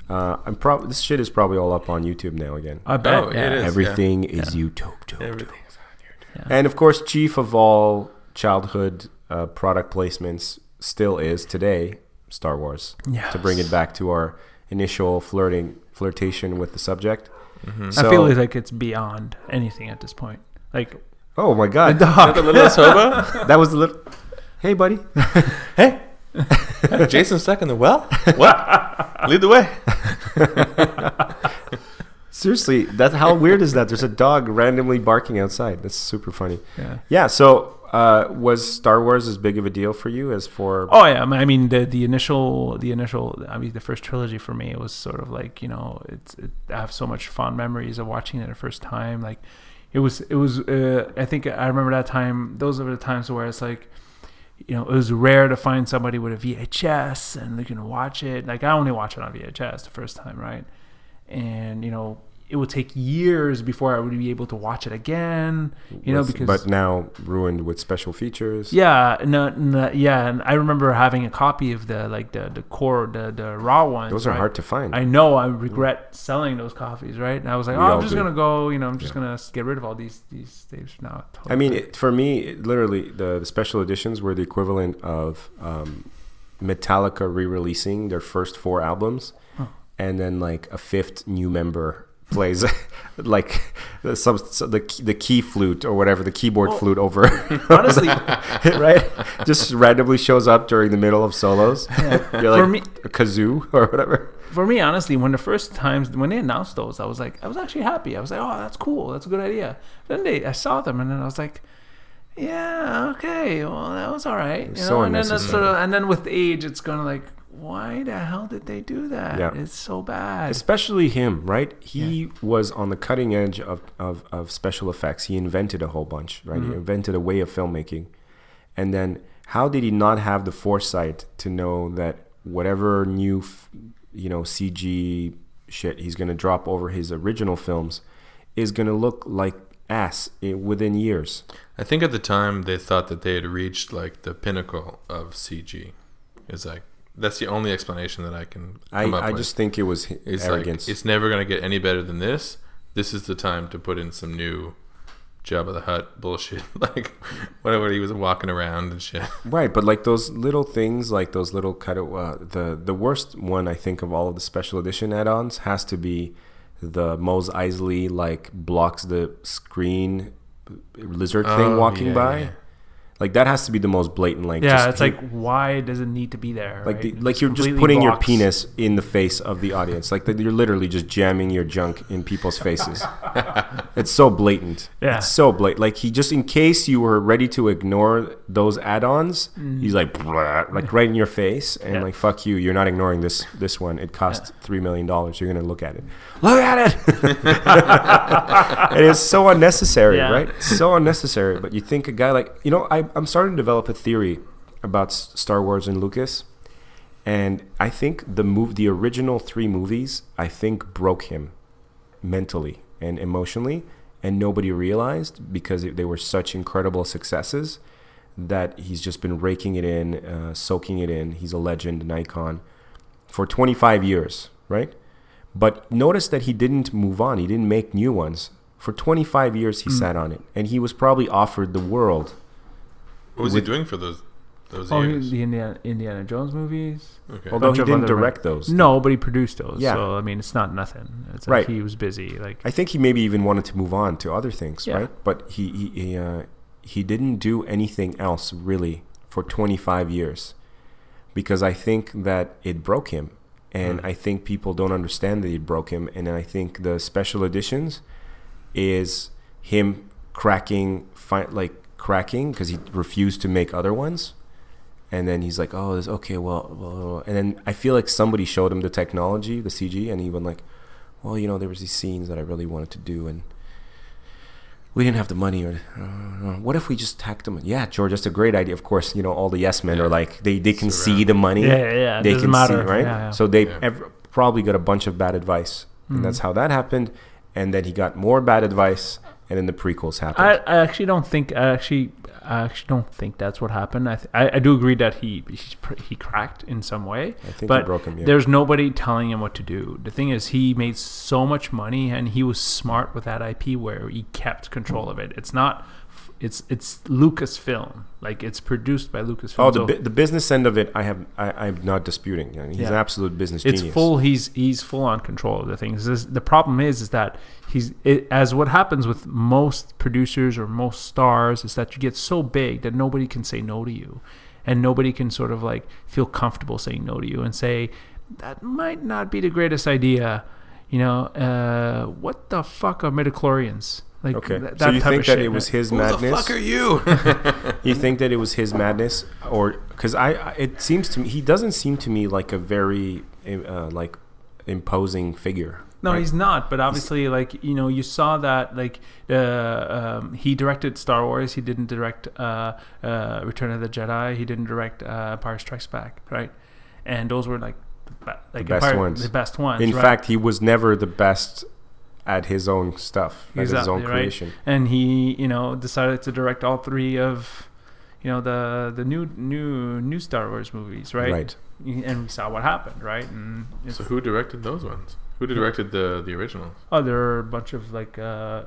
B: Uh, I'm probably this shit is probably all up on YouTube now again.
G: I bet.
A: Oh, it
G: yeah.
A: is. yeah.
B: Everything is YouTube. YouTube.
A: Everything is
B: And of course, chief of all childhood uh, product placements still is today Star Wars.
G: Yes.
B: To bring it back to our initial flirting flirtation with the subject.
A: Mm-hmm.
G: I feel like it's beyond anything at this point. Like
B: oh my god,
A: the littlest hobo?
B: that was a little. Hey, buddy.
A: hey. Jason stuck in the well? What? Lead the way.
B: Seriously, that's how weird is that? There's a dog randomly barking outside. That's super funny.
G: Yeah.
B: Yeah. So, uh, was Star Wars as big of a deal for you as for?
G: Oh yeah, I mean, I mean the the initial the initial I mean the first trilogy for me it was sort of like you know it's it, I have so much fond memories of watching it the first time like it was it was uh, I think I remember that time those are the times where it's like you know it was rare to find somebody with a VHS and they can watch it like I only watched it on VHS the first time right and you know it would take years before I would be able to watch it again you know
B: was-
G: because
B: but now ruined with special features.
G: yeah, no, no, yeah, and I remember having a copy of the like the the core the the raw ones.
B: Those are
G: right?
B: hard to find. Mm-hmm.
G: I know. I regret selling those copies, right? And I was like, oh, I'm
B: all
G: just
B: do.
G: gonna go. You know, I'm just gonna s- get rid of all these these tapes now.
B: I mean, it, for me, it, literally, the, the special editions were the equivalent of um, Metallica re-releasing their first four albums, and then like a fifth new member plays like the, sub, so the key- the key flute or whatever the keyboard flute over
G: honestly,
B: right just randomly shows up during the middle of solos you're like
G: For me-
B: a kazoo or whatever
G: for me, honestly, when the first times when they announced those, I was like, I was actually happy. I was like, oh, that's cool. That's a good idea. Then they, I saw them, and then I was like. Yeah. Okay. Well, that was all right. You know?
B: so
G: and then that's
B: unnecessary.
G: sort of, and then with age, it's kind of like, why the hell did they do that?
B: Yeah.
G: It's so bad.
B: especially him right he was on the cutting edge of, of, of special effects he invented a whole bunch right
A: Mm-hmm.
B: he invented a way of filmmaking and then how did he not have the foresight to know that whatever new f- you know cg shit he's going to drop over his original films is going to look like ass i- within years
A: I think at the time they thought that they had reached like the pinnacle of CG. It's like that's the only explanation that I can
B: i,
A: come up
B: I
A: with.
B: just think it was hi-
A: it's
B: arrogance
A: like it's never gonna get any better than this. This is the time to put in some new Jabba the Hutt bullshit, like whatever he was walking around and shit.
B: Right, but like those little things, like those little cut. Uh, the the worst one I think of all of the special edition add-ons has to be the Mose Eisley like blocks the screen lizard thing
A: Oh,
B: walking
A: yeah,
B: by.
A: yeah.
B: Like that has to be the most blatant. Like
G: Yeah,
B: just
G: it's
B: hit-
G: like why does it need to be there?
B: like
G: right?
B: the,
G: It
B: like you're just
G: completely
B: putting your
G: blocks-
B: penis in the face of the audience. Like that you're literally just jamming your junk in people's faces. it's so blatant.
G: Yeah.
B: It's so blatant. Like he just in case you were ready to ignore those add-ons, he's like "Blah," like right in your face and
G: Mm. Yeah.
B: like fuck you, you're not ignoring this this one. It cost 3 million dollars. You're going to look at it. Look at it. it is so unnecessary,
G: Yeah.
B: right? So unnecessary, but you think a guy like, you know, I I'm starting to develop a theory about S- Star Wars and Lucas. And I think the move, the original three movies, I think broke him mentally and emotionally, and nobody realized because they were such incredible successes that he's just been raking it in, uh, soaking it in. He's a legend, an icon for 25 years, right? But notice that he didn't move on. He didn't make new ones. For 25 years,
G: Hmm.
B: he sat on it, and he was probably offered the world.
A: What was he doing for those those
G: Oh,
A: years?
G: the Indiana, Indiana Jones movies.
A: Okay.
B: Although
G: Bunch
B: he
G: of
B: didn't
G: Oh, other-
B: direct those,
G: No, but he produced those.
B: Yeah.
G: So I mean, it's not nothing. It's like
B: Right.
G: He was busy. Like
B: I think he maybe even wanted to move on to other things,
G: Yeah.
B: right? But he he he, uh, he didn't do anything else really for 25 years because I think that it broke him, and I think people don't understand that it broke him, and I think the special editions is him cracking fi- like cracking because he refused to make other ones and then he's like oh this, okay well, well and then i feel like somebody showed him the technology the cg and he went like well you know there was these scenes that i really wanted to do and we didn't have the money or uh, what if we just hacked them yeah george that's a great idea of course you know all the yes men are like they, they can see the money
G: Yeah, yeah, yeah, it
B: they
G: doesn't
B: can
G: matter.
B: see right
G: Yeah, yeah.
B: so so they
A: Yeah.
B: ev- probably got a bunch of bad advice, and that's
G: Mm-hmm.
B: how that happened. And then he got more bad advice, and then the prequels happened.
G: I, I actually don't think. I actually, I actually don't think that's what happened. I, th- I, I do agree that he he's, pr- he cracked in some way. I
B: think he
G: but
B: broke him, yeah.
G: There's nobody telling him what to do. The thing is, he made so much money, and he was smart with that IP where he kept control of it. It's not. f- It's it's Lucasfilm. Like it's produced by Lucasfilm.
B: oh, the,
G: So
B: bu- the business end of it, I have I, I'm not disputing. You know, he's an
G: Yeah.
B: absolute business
G: it's
B: genius.
G: full he's he's full on control of the things this, the problem is is that he's it, as what happens with most producers or most stars is that you get so big that nobody can say no to you and nobody can sort of like feel comfortable saying no to you and say that might not be the greatest idea you know, uh, what the fuck are midichlorians? Like
B: Okay.
G: th-
B: so you
G: type
B: think
G: of
B: that
G: shit,
B: it was
G: right?
B: his
A: Who the
B: madness?
A: fuck are you?
B: You think that it was his madness, or because I, I- it seems to me he doesn't seem to me like a very uh, like imposing figure.
G: No,
B: right?
G: he's not. But obviously, like you know, you saw that like uh, um, he directed Star Wars. He didn't direct uh, uh, Return of the Jedi. He didn't direct uh, Empire Strikes Back. Right, and those were like the, be- like
B: best
G: Empire-
B: ones.
G: The best ones.
B: In
G: right?
B: fact, he was never the best at his own stuff, at his own
G: right?
B: creation.
G: And he, you know, decided to direct all three of, you know, the the new new new Star Wars movies, right?
B: Right.
G: And we saw what happened, right? And it's
A: so who directed those ones? Who directed the the originals?
G: Oh, there are a bunch of like uh,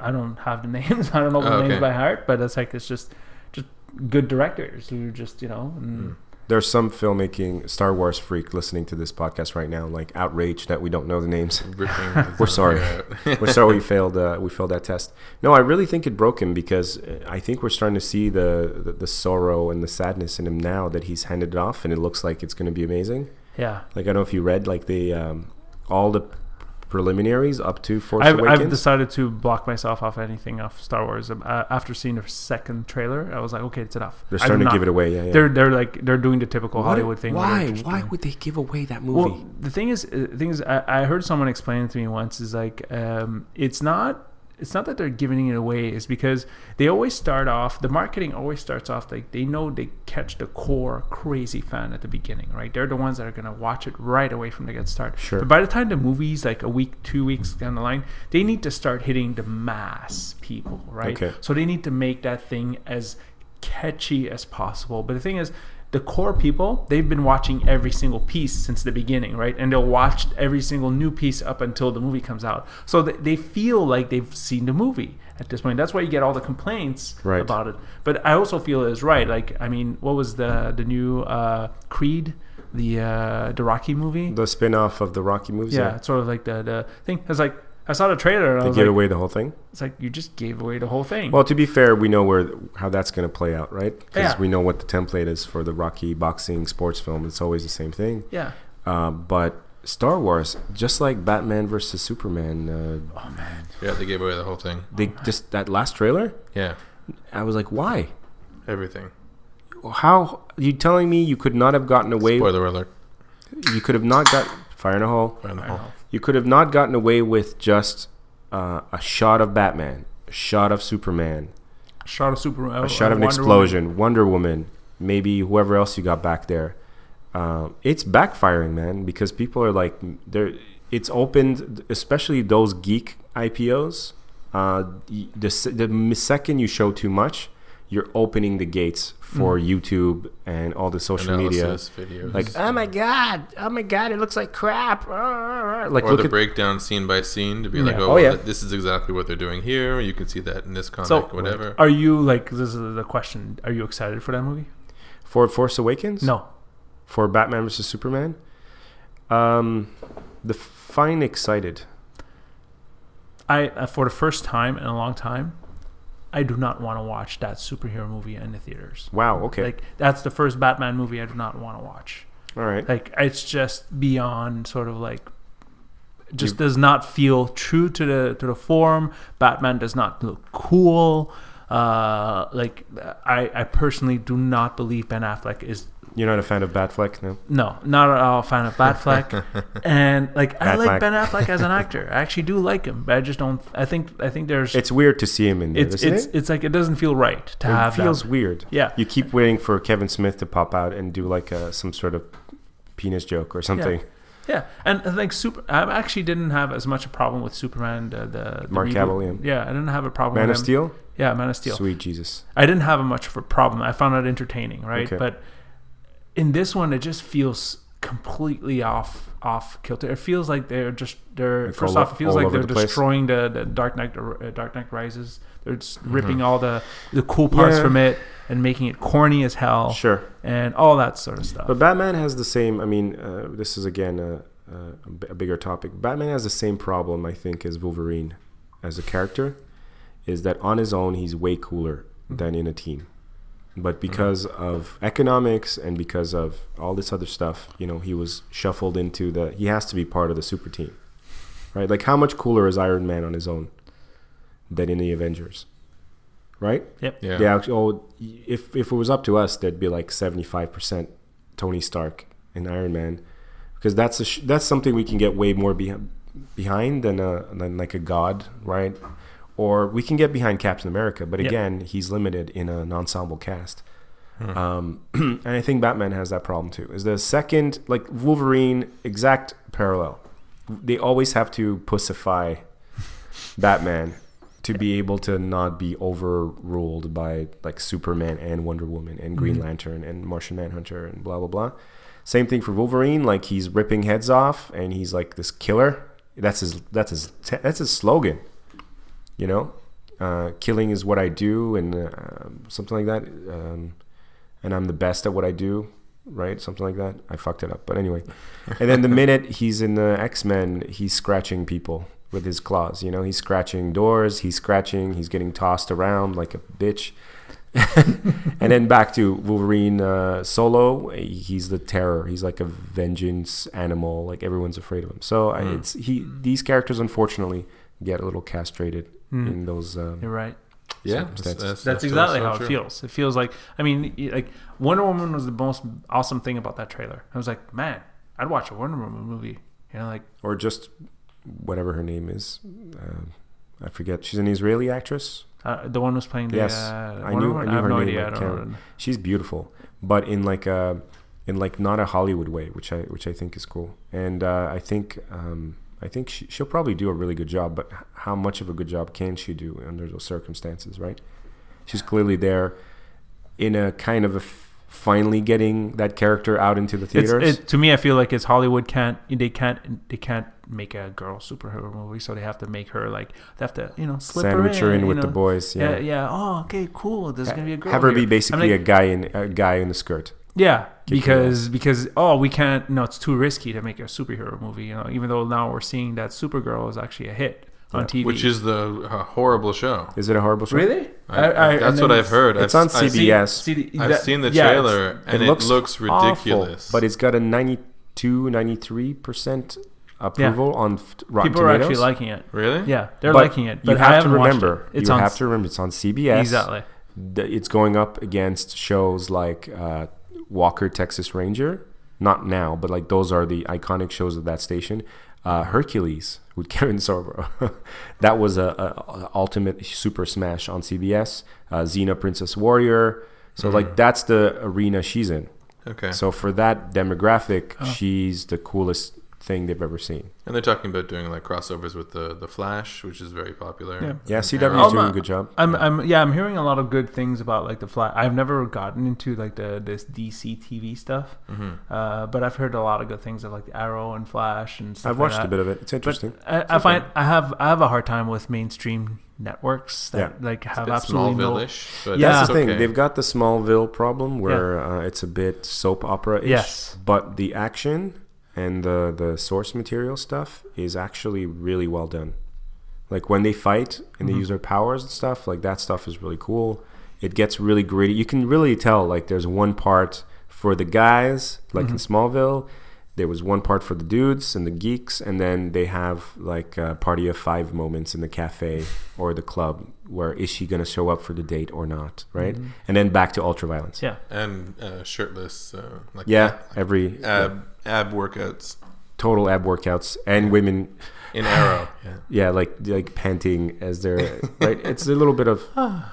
G: I don't have the names. I don't know the
A: Oh,
G: names
A: okay.
G: by heart, but it's like it's just just good directors who just you know.
B: Hmm.
G: And,
B: There's some filmmaking Star Wars freak listening to this podcast right now, like outraged that we don't know the names.
A: Ripping
B: We're
A: his
B: sorry.
A: own hair out.
B: we're sorry we failed. Uh, we failed that test. No, I really think it broke him because uh, I think we're starting to see the, the the sorrow and the sadness in him now that he's handed it off, and it looks like it's going to be amazing.
G: yeah,
B: Like I don't know if you read like the um, all the preliminaries up to Force
G: I've,
B: Awakens.
G: I've decided to block myself off anything off Star Wars. Um, Uh, after seeing the second trailer, I was like, okay, it's enough.
B: They're
G: I do
B: starting to
G: not-
B: give it away, yeah, yeah.
G: They're they're like they're doing the typical
B: What-
G: Hollywood thing. where they're
B: Why?
G: just
B: Why
G: doing-
B: would they give away that movie?
G: Well, the thing is, uh, the thing is, I, I heard someone explain it to me once. Is like, um, it's not, it's not that they're giving it away. It's because they always start off. The marketing always starts off like they know they catch the core crazy fan at the beginning, right? They're the ones that are gonna watch it right away from the get start.
B: Sure.
G: But by the time the movie's like a week, two weeks down the line, they need to start hitting the mass people, right?
B: Okay.
G: So they need to make that thing as catchy as possible. But the thing is, the core people, they've been watching every single piece since the beginning, right? And they'll watch every single new piece up until the movie comes out. So they, they feel like they've seen the movie at this point. That's why you get all the complaints
B: Right.
G: about it. But I also feel is right. Like, I mean, what was the the new uh, Creed, the uh, the Rocky movie?
B: the spin-off of the Rocky movies.
G: yeah, it's sort of like the, the thing. I was like, I saw the trailer and I
B: They
G: was
B: gave
G: like,
B: away the whole thing.
G: it's like you just gave away the whole thing.
B: Well, to be fair, we know where how that's going to play out, right? Because
G: Yeah.
B: we know what the template is for the Rocky boxing sports film. It's always the same thing.
G: yeah.
B: Uh, but Star Wars, just like Batman versus Superman, uh,
A: yeah, they gave away the whole thing.
B: they just that last trailer.
A: Yeah,
B: I was like, why?
A: everything.
B: How you telling me you could not have gotten away?
A: Spoiler alert.
B: You could have not got fire in a hole.
A: Around the hall.
B: You could have not gotten away with just uh, a shot of Batman, a shot of Superman,
G: shot of super
B: a shot of an explosion, Wonder Woman, maybe whoever else you got back there. Um, it's backfiring, man, because people are like, they're, it's opened, especially those geek IPOs. Uh, y- the, s- the m- second you show too much, you're opening the gates for YouTube and all the social
A: Analysis videos.
B: media. Like, oh my god, oh my god, it looks like crap. Ah, Like,
A: or
B: look
A: the
B: at
A: breakdown scene by scene to be like,
G: Yeah.
A: oh,
B: Oh, yeah.
A: th- this is exactly what they're doing here. You can see that in this comic,
G: So-
A: whatever.
G: Are you like this is the question? Are you excited for that movie?
B: for Force Awakens.
G: No.
B: for Batman versus Superman. Um, the fine excited.
G: I uh, for the first time in a long time, I do not want to watch that superhero movie in the theaters.
B: Wow. Okay.
G: Like that's the first Batman movie I do not want to watch.
B: All right.
G: Like it's just beyond sort of like just does not feel true to the to the form. Batman does not look cool. Uh, like I, I personally do not believe Ben Affleck is
B: You're not a fan of Batfleck, no?
G: No, not at all a fan of Batfleck. and like I
B: Batfleck.
G: like Ben Affleck as an actor. I actually do like him, but I just don't I think I think there's
B: It's weird to see him in there,
G: it's
B: isn't
G: it's,
B: it?
G: it's like it doesn't feel right to
B: It
G: have
B: feels
G: that.
B: weird.
G: Yeah.
B: You keep waiting for Kevin Smith to pop out and do like a, some sort of penis joke or something.
G: Yeah, and I think super. I actually didn't have as much a problem with Superman. The, the, the
B: Mark
G: reboot.
B: Hamill, yeah.
G: Yeah, I didn't have a problem.
B: Man
G: with
B: of
G: him.
B: Steel?
G: Yeah, Man of Um, Steel.
B: Sweet Jesus.
G: I didn't have much of a problem. I found it entertaining, right?
B: Okay.
G: But in this one, it just feels completely off off kilter. It feels like they're just they're
B: Like
G: first
B: all
G: off, it
B: o-
G: feels
B: all
G: like
B: over
G: they're
B: the place.
G: destroying the, the Dark Knight uh, Dark Knight Rises. They're just ripping all the the cool
B: Mm-hmm.
G: parts
B: Yeah.
G: from it and making it corny as hell.
B: Sure.
G: and all that sort of stuff.
B: But Batman has the same. I mean, uh, this is again a, a, a b- a bigger topic. Batman has the same problem, I think, as Wolverine, as a character, is that on his own he's way cooler than in a team. But because of economics and because of all this other stuff, you know, he was shuffled into the. He has to be part of the super team. right? Like, how much cooler is Iron Man on his own than in the Avengers, right?
G: Yep.
A: Yeah.
B: They actually, oh, if if it was up to us, there'd be like seventy five percent Tony Stark and Iron Man, because that's a sh- that's something we can get way more beh- behind than a than like a god, right? Or we can get behind Captain America, but
G: Yeah.
B: again, he's limited in an ensemble cast. Um, and I think Batman has that problem too. Is the second like Wolverine exact parallel? They always have to pussify Batman to be able to not be overruled by like Superman and Wonder Woman and Green Lantern and Martian Manhunter and blah blah blah. Same thing for Wolverine. Like he's ripping heads off and he's like this killer. That's his. That's his. That's his slogan. You know, uh, killing is what I do, and uh, something like that. Um, and I'm the best at what I do, right? Something like that. I fucked it up, but anyway. And then the minute he's in the X Men, he's scratching people with his claws. You know, he's scratching doors. He's scratching. He's getting tossed around like a bitch. and then back to Wolverine uh, solo. He's the terror. He's like a vengeance animal. Like everyone's afraid of him. So I it's he. These characters, unfortunately, get a little castrated in those. Um,
G: You're right.
A: Yeah,
B: That's-
G: That's exactly how it feels. It feels like I mean, y- like Wonder Woman was the most awesome thing about that trailer. I was like, man, I'd watch a Wonder Woman movie. You know, like
B: or just whatever her name is. Um I forget. She's an Israeli actress.
G: uh, the one who's playing the
B: Yes,
G: uh,
B: I
G: Wonder
B: knew. I
G: Woman.
B: knew
G: I, have
B: her
G: no
B: name.
G: idea.
B: I
G: I
B: can't-
G: don't know.
B: She's beautiful, but in like a, in like not a Hollywood way, which I which I think is cool. And uh, I think um, I think she, she'll probably do a really good job. But h- how much of a good job can she do under those circumstances, right? She's clearly there, in a kind of a f- finally getting that character out into the
G: It's,
B: theaters.
G: it, to me, I feel like it's Hollywood can't they can't they can't make a girl superhero movie, so they have to make her like they have to you know slip
B: Sandwich
G: her in, you
B: with the
G: know.
B: boys.
G: Yeah. yeah, Oh, okay, cool. There's gonna be a girl.
B: Have her be
G: here.
B: basically
G: I'm like,
B: a guy in a guy in a skirt.
G: Yeah, because because oh, we can't. No, it's too risky to make a superhero movie. You know, even though now we're seeing that Supergirl is actually a hit on TV.
A: Which is the uh, horrible show.
B: Is it a horrible show?
G: really?
A: I- that's what I've heard.
B: it's
A: I've,
B: on
A: I've-
B: CBS. Yes.
A: I've seen the trailer and it looks,
B: awful,
A: ridiculous.
B: but it's got a 92, 93% approval on f- Rotten Tomatoes.
G: people are actually liking it.
A: really?
G: Yeah, they're
B: But
G: liking it. But
B: you
G: I
B: have to
G: haven't watched
B: remember.
G: it. It's
B: you
G: on
B: have to remember it's on CBS.
G: exactly.
B: The- It's going up against shows like uh, Walker Texas Ranger. Not now, but like those are the iconic shows of that station. Uh, Hercules with Kevin Sorbo. that was a, a, a ultimate super smash on CBS. Uh, Xena Princess Warrior. So like that's the arena she's in.
A: Mm. Okay.
B: So for that demographic, she's the coolest thing they've ever seen.
A: and they're talking about doing like crossovers with the the Flash, which is very popular.
G: Yeah. Oh,
B: Yeah, CW is
A: Arrow.
B: doing
G: my-
B: a good job.
G: I'm, I'm, yeah, I'm hearing a lot of good things about like the flat. I've never gotten into like the this DC TV stuff,
B: Mm-hmm.
G: uh, but I've heard a lot of good things of like the Arrow and Flash and stuff.
B: I've watched
G: like
B: a
G: that.
B: bit of it. It's interesting.
G: I, I find I have I have a hard time with mainstream networks that
B: Yeah.
G: like have
A: It's
G: absolutely no.
A: Smallville-ish, but
G: Yeah.
A: that's
B: That's the thing.
A: okay.
B: They've got the Smallville problem where uh, it's a bit soap opera ish.
G: Yes.
B: But the action and the, the source material stuff is actually really well done. Like when they fight and
G: Mm-hmm.
B: they use their powers and stuff, like that stuff is really cool. It gets really gritty. You can really tell, like, there's one part for the guys, like in
G: Mm-hmm.
B: Smallville. There was one part for the dudes and the geeks, and then they have like a party of five moments in the cafe or the club where is she gonna show up for the date or not, right? And then back to ultraviolence.
G: Mm-hmm. Yeah,
A: and uh, shirtless, uh, like
B: Yeah, every
A: ab ab workouts
B: total ab workouts and women
A: in Arrow. yeah.
B: yeah like like panting as they're right it's a little bit of
G: Oh,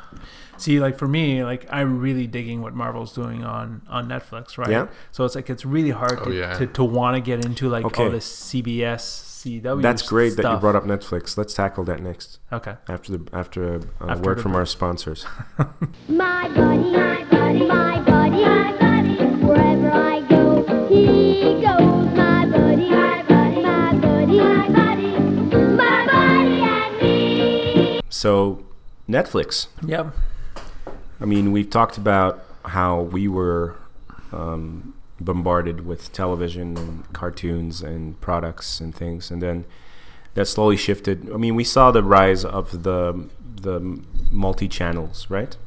G: see, like for me, like I'm really digging what Marvel's doing on on Netflix, right?
B: Yeah.
G: So it's like it's really hard to
A: Oh, yeah.
G: to, to want to get into like
B: Okay.
G: all this CBS CW.
B: that's great that you
G: stuff.
B: brought up netflix let's tackle that next
G: Okay.
B: after the after a, a
G: Oh. After
B: word
G: the
B: from
G: break.
B: our sponsors
D: My buddy, my buddy, my buddy, my buddy. Wherever I go, he goes. My buddy, my buddy, my buddy, my buddy, my buddy and me.
B: so netflix
G: Yep.
B: I mean, we've talked about how we were um, bombarded with television and cartoons and products and things, and then that slowly shifted. I mean, we saw the rise of the the multi channels, right?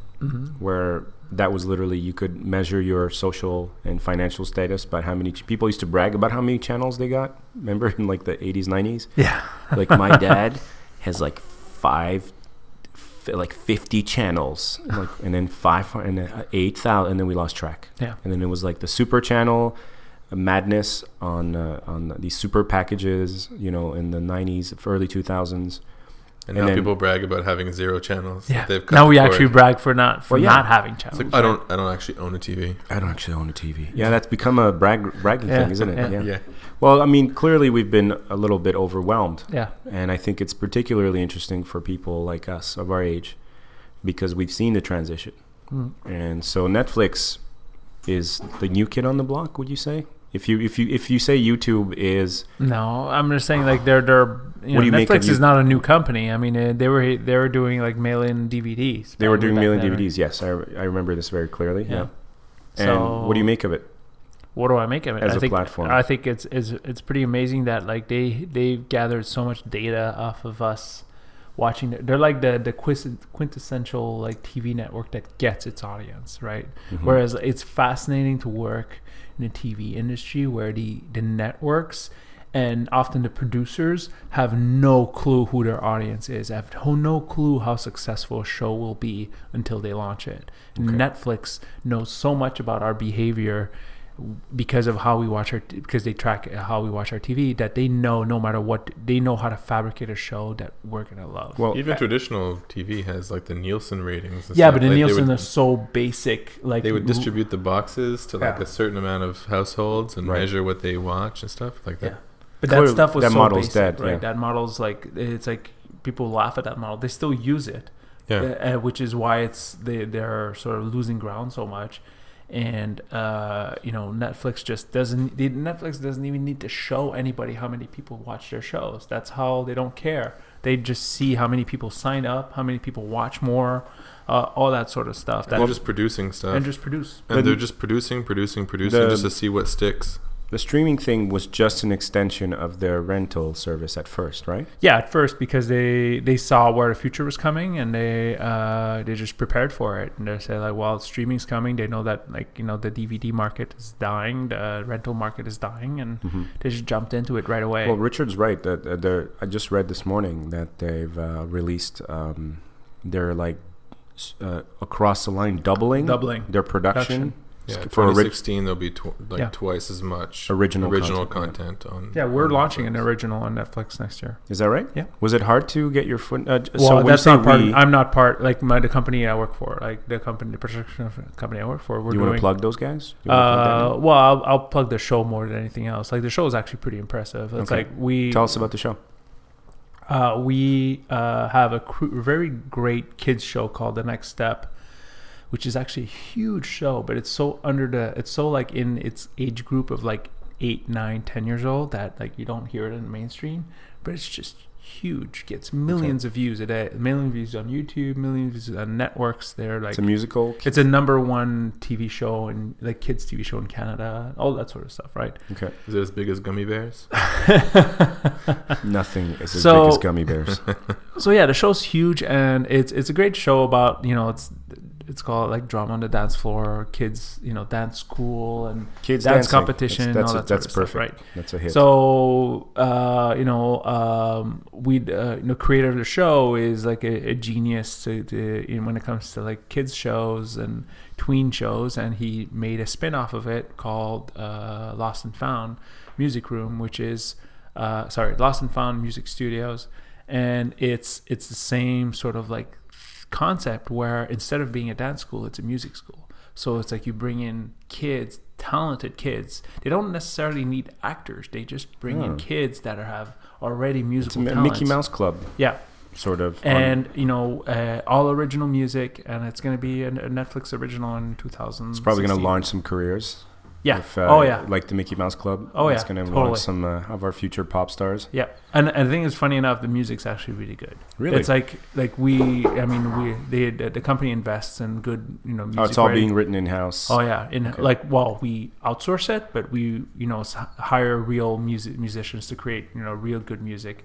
B: Where that was literally you could measure your social and financial status by how many ch- people used to brag about how many channels they got. Remember in like the 80s, 90s?
G: Yeah.
B: Like my dad has like five, f- like 50 channels, like, and then five and then 8,000, and then we lost track.
G: Yeah.
B: And then it was like the super channel uh, madness on uh, on these super packages, you know, in the 90s, early 2000s.
A: And, now
B: And then-
A: people brag about having zero channels. that
G: Yeah.
A: they've cut
G: Now we
A: before.
G: actually brag for not for
B: Well, yeah.
G: not having channels.
A: It's like, I don't. I don't actually own a TV.
B: I don't actually own a TV. Yeah, that's become a brag, bragging
G: Yeah,
B: thing, isn't it?
G: yeah.
A: Yeah.
B: Well, I mean, clearly we've been a little bit overwhelmed,
G: yeah.
B: and I think it's particularly interesting for people like us of our age because we've seen the transition.
G: Hmm.
B: And so Netflix is the new kid on the block, would you say? If you if you if you say YouTube is
G: No, I'm just saying like they're they're you know,
B: What do you make of
G: Netflix is
B: you-
G: not a new company. I mean uh, they were they were doing like mail-in DVDs.
B: they were
G: back-
B: doing
G: back
B: mailing
G: then, right?
B: DVDs, yes, I, I remember this very clearly. Yeah.
G: Yeah.
B: And what do you make of it?
G: what do I make of it?
B: As
G: I
B: a
G: think,
B: platform.
G: I think it's, it's it's pretty amazing that like they they've gathered so much data off of us watching. The, they're like the the quis- quintessential like TV network that gets its audience right.
B: Mm-hmm.
G: Whereas it's fascinating to work in the TV industry where the the networks. And often the producers have no clue who their audience is. Have ho- no clue how successful a show will be until they launch it. And Netflix knows so much about our behavior because of how we watch our because they track how we watch our TV that they know no matter what they know how to fabricate a show that we're gonna love.
B: Well,
A: Even traditional TV has like the Nielsen ratings. and
G: yeah,
A: stuff.
G: but in
A: Like, they
G: Nielsen
A: would-
G: are so basic. Like
A: they would distribute the boxes to like
G: Yeah.
A: a certain amount of households and measure what they watch and stuff like that.
G: Yeah. But
B: Clear-
G: that stuff was
B: that
G: so
B: model's
G: basic,
B: dead,
G: right?
B: yeah.
G: That model's like it's like people laugh at that model. They still use it,
A: Yeah.
G: uh, uh, which is why it's they they're sort of losing ground so much. And uh, you know, Netflix just doesn't. the- Netflix doesn't even need to show anybody how many people watch their shows. That's how they don't care. They just see how many people sign up, how many people watch more, uh, all that sort of stuff. That
A: They're just producing stuff.
G: and just produce.
A: and they're just producing, producing, producing
B: The-
A: just to see what sticks.
B: the streaming thing was just an extension of their rental service at first, right?
G: Yeah, at first because they they saw where the future was coming and they uh, they just prepared for it and they said like, well, streaming's coming. They know that like you know the DVD market is dying, the rental market is dying, and they just jumped into it right away.
B: Mm-hmm. Well, Richard's right. That uh, they're, I just read this morning that they've uh, released um, their like s- uh, across the line doubling,
G: Doubling.
B: their production,
A: Yeah,
B: s- for orig-
A: 2016 there'll be tw- like
G: Yeah.
A: twice as much
B: Original
A: original
B: content,
A: content, on.
G: yeah, we're
A: on
G: launching
A: Netflix.
G: an original on Netflix next year.
B: Is that right?
G: Yeah.
B: Was it hard to get your foot? Uh, j-
G: Well,
B: so when
G: that's
B: you say
G: not part.
B: we,
G: I'm not part. Like my the company I work for, like the company, the production company I work for. We're
B: you
G: doing.
B: want to plug those guys? You wanna plug that
G: Uh,
B: in?
G: well, I'll, I'll plug the show more than anything else. Like the show is actually pretty impressive. It's
B: Okay.
G: like we
B: Tell us about the show.
G: uh, we uh, have a cr- very great kids show called The Next Step, which is actually a huge show, but it's so under the it's so like in its age group of like eight, nine, ten years old that like you don't hear it in the mainstream, but it's just huge. Gets millions of views a day, million views on YouTube, million views on networks. They're like
B: It's a musical.
G: it's a number one TV show and like kids TV show in Canada, all that sort of stuff, right?
B: Okay.
A: Is it as big as Gummy Bears?
B: Nothing is as
G: So-
B: big as gummy bears.
G: so yeah, the show's huge, and it's it's a great show about you know it's it's called like drama on the dance floor, kids you know dance school and
B: Kids
G: dance
B: dancing.
G: competition. and
B: That's-
G: all
B: that's-
G: that sort
B: that's
G: of stuff,
B: perfect.
G: right?
B: That's a hit.
G: So uh, you know, um, we uh, you know, creator of the show is like a, a genius to, to in, when it comes to like kids shows and tween shows, and he made a spin off of it called uh, Lost and Found Music Room, which is uh, sorry, Lost and Found Music Studios, and it's it's the same sort of like concept where instead of being a dance school, it's a music school. So it's like you bring in kids, talented kids. They don't necessarily need actors. They just bring in kids that are, have already
B: Hmm. it's a
G: musical
B: Mi-
G: talents.
B: Mickey Mouse Club
G: Yeah.
B: sort of. on-
G: And you know, uh, all original music, and it's going to be a, a Netflix original in 2000. It's
B: probably going to launch some careers.
G: Yeah.
B: If, uh,
G: oh yeah.
B: Like the Mickey Mouse Club.
G: Oh,
B: It's
G: yeah,
B: going to
G: totally.
B: launch some uh, of our future pop stars.
G: Yeah, and and I think it's funny enough. The music's actually really good.
B: Really?
G: it's like like we. I mean, we they, the the company invests in good you know. Music
B: Oh, it's all
G: writing.
B: being written in house.
G: Oh yeah, in like well, we outsource it, but we you know s- hire real music musicians to create you know real good music,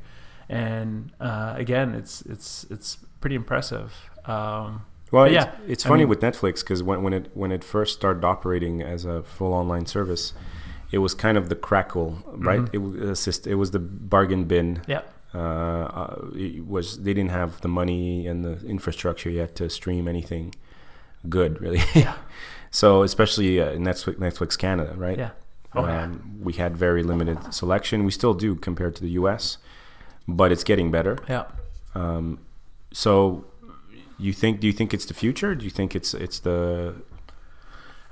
G: and uh, again, it's it's it's pretty impressive. Um,
B: Well,
G: But
B: yeah,
G: yeah,
B: it's, it's
G: I
B: funny
G: mean-
B: with Netflix because when, when it when it first started operating as a full online service, it was kind of the crackle, right? It was a syst- it was the bargain bin.
G: Mm-hmm. Yeah.
B: Uh, uh, it was they didn't have the money and the infrastructure yet to stream anything good, really. Yeah. so especially uh, Netflix, Netflix Canada, right?
G: Yeah. Oh, yeah.
B: um, we had very limited selection. We still do compared to the U.S., but it's getting better.
G: Yeah.
B: So, you think? Do you think it's the future? Do you think it's it's the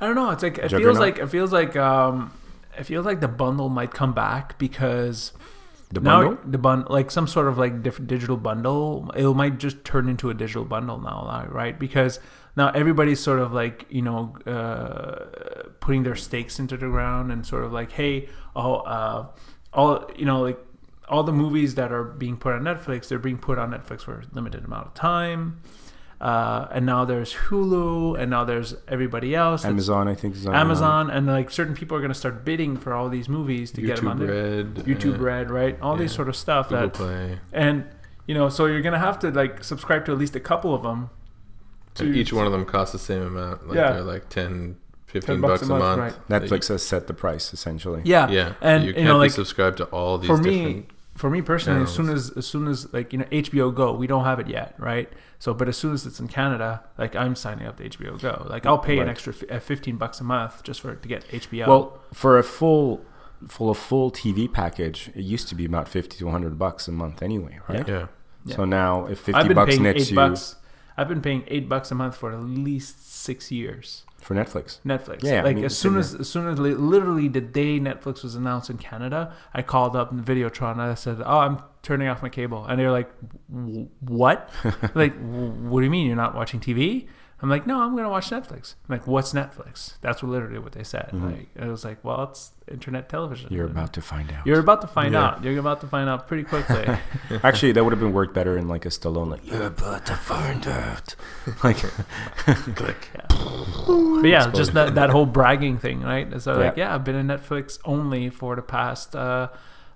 G: I don't know. It's like it feels
B: Juggernaut?
G: like it feels like um, it feels like the bundle might come back because
B: the
G: now
B: bundle?
G: the bun like some sort of like different digital bundle. It might just turn into a digital bundle now, like, right? Because now everybody's sort of like you know uh, putting their stakes into the ground and sort of like, hey, oh, uh, all you know like. All the movies that are being put on Netflix, they're being put on Netflix for a limited amount of time, uh, and now there's Hulu, and now there's everybody else. that's
B: Amazon, I think. Is on-
G: Amazon, and like certain people are going to start bidding for all these movies to get them on
A: YouTube
G: there.
A: Red,
G: YouTube
A: uh,
G: Red, right? All these
A: yeah.
G: sort of stuff
A: Google
G: that,
A: Play.
G: and you know, so you're going to have to like subscribe to at least a couple of them.
A: And each one of them costs the same amount. Like
G: Yeah.
A: they're like 10, 15
G: bucks
A: bucks,
G: a
A: a
G: month,
A: month.
G: right.
A: that
B: Netflix has set the price essentially.
G: Yeah,
A: You, yeah,
G: and
A: you
G: you,
A: can't
G: know,
A: be
G: like
A: subscribed to all these
G: for
A: different.
G: me, for me personally, as soon
A: channels.
G: as as soon as like you know HBO Go, we don't have it yet, right? So, but as soon as it's in Canada, like I'm signing up to HBO Go. Like I'll pay an
B: Right.
G: extra fi- uh, fifteen bucks a month just for to get HBO.
B: Well, for a full for a full TV package, it used to be about fifty to hundred bucks a month anyway, right?
A: yeah,
B: So now, if
G: I've
B: fifty
G: been
B: bucks
G: paying
B: nets
G: eight
B: you
G: bucks. I've been paying eight bucks a month for at least six years.
B: for Netflix,
G: Netflix.
B: Yeah, I
G: like
B: mean,
G: as
B: it's
G: soon
B: in
G: as as soon as li- literally the day Netflix was announced in Canada, I called up Videotron and I said, "Oh, I'm turning off my cable," and they're like, "W- "What? like, w- what do you mean you're not watching TV?" I'm like, "No, I'm gonna watch Netflix." I'm like, "What's Netflix?" That's what literally what they said. Like, I was like, "Well, it's internet television."
B: Mm-hmm. you're about to find out.
G: You're about to find
A: Yeah.
G: out. You're about to find out pretty quickly.
B: Actually, that would have been worked better in like a Stallone, like you're about to find out. Like,
A: click.
G: But yeah, just that, that whole bragging thing, right? So like,
B: Yeah.
G: yeah, I've been in Netflix only for the past uh,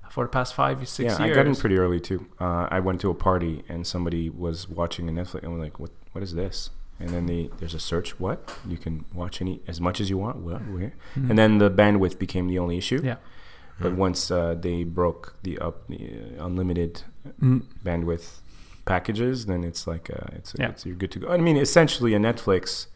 G: for the past five six
B: yeah, I
G: years.
B: got in pretty early too. Uh, I went to a party and somebody was watching a Netflix, and I'm like, what? What is this? And then they, there's a search. What you can watch any as much as you want. What? Where? And then the bandwidth became the only issue.
G: Hmm. yeah,
B: But once uh, they broke the up the uh, unlimited
G: Mm.
B: bandwidth packages, then it's like uh, it's,
G: Yeah.
B: it's you're good to go. I mean, essentially, a Netflix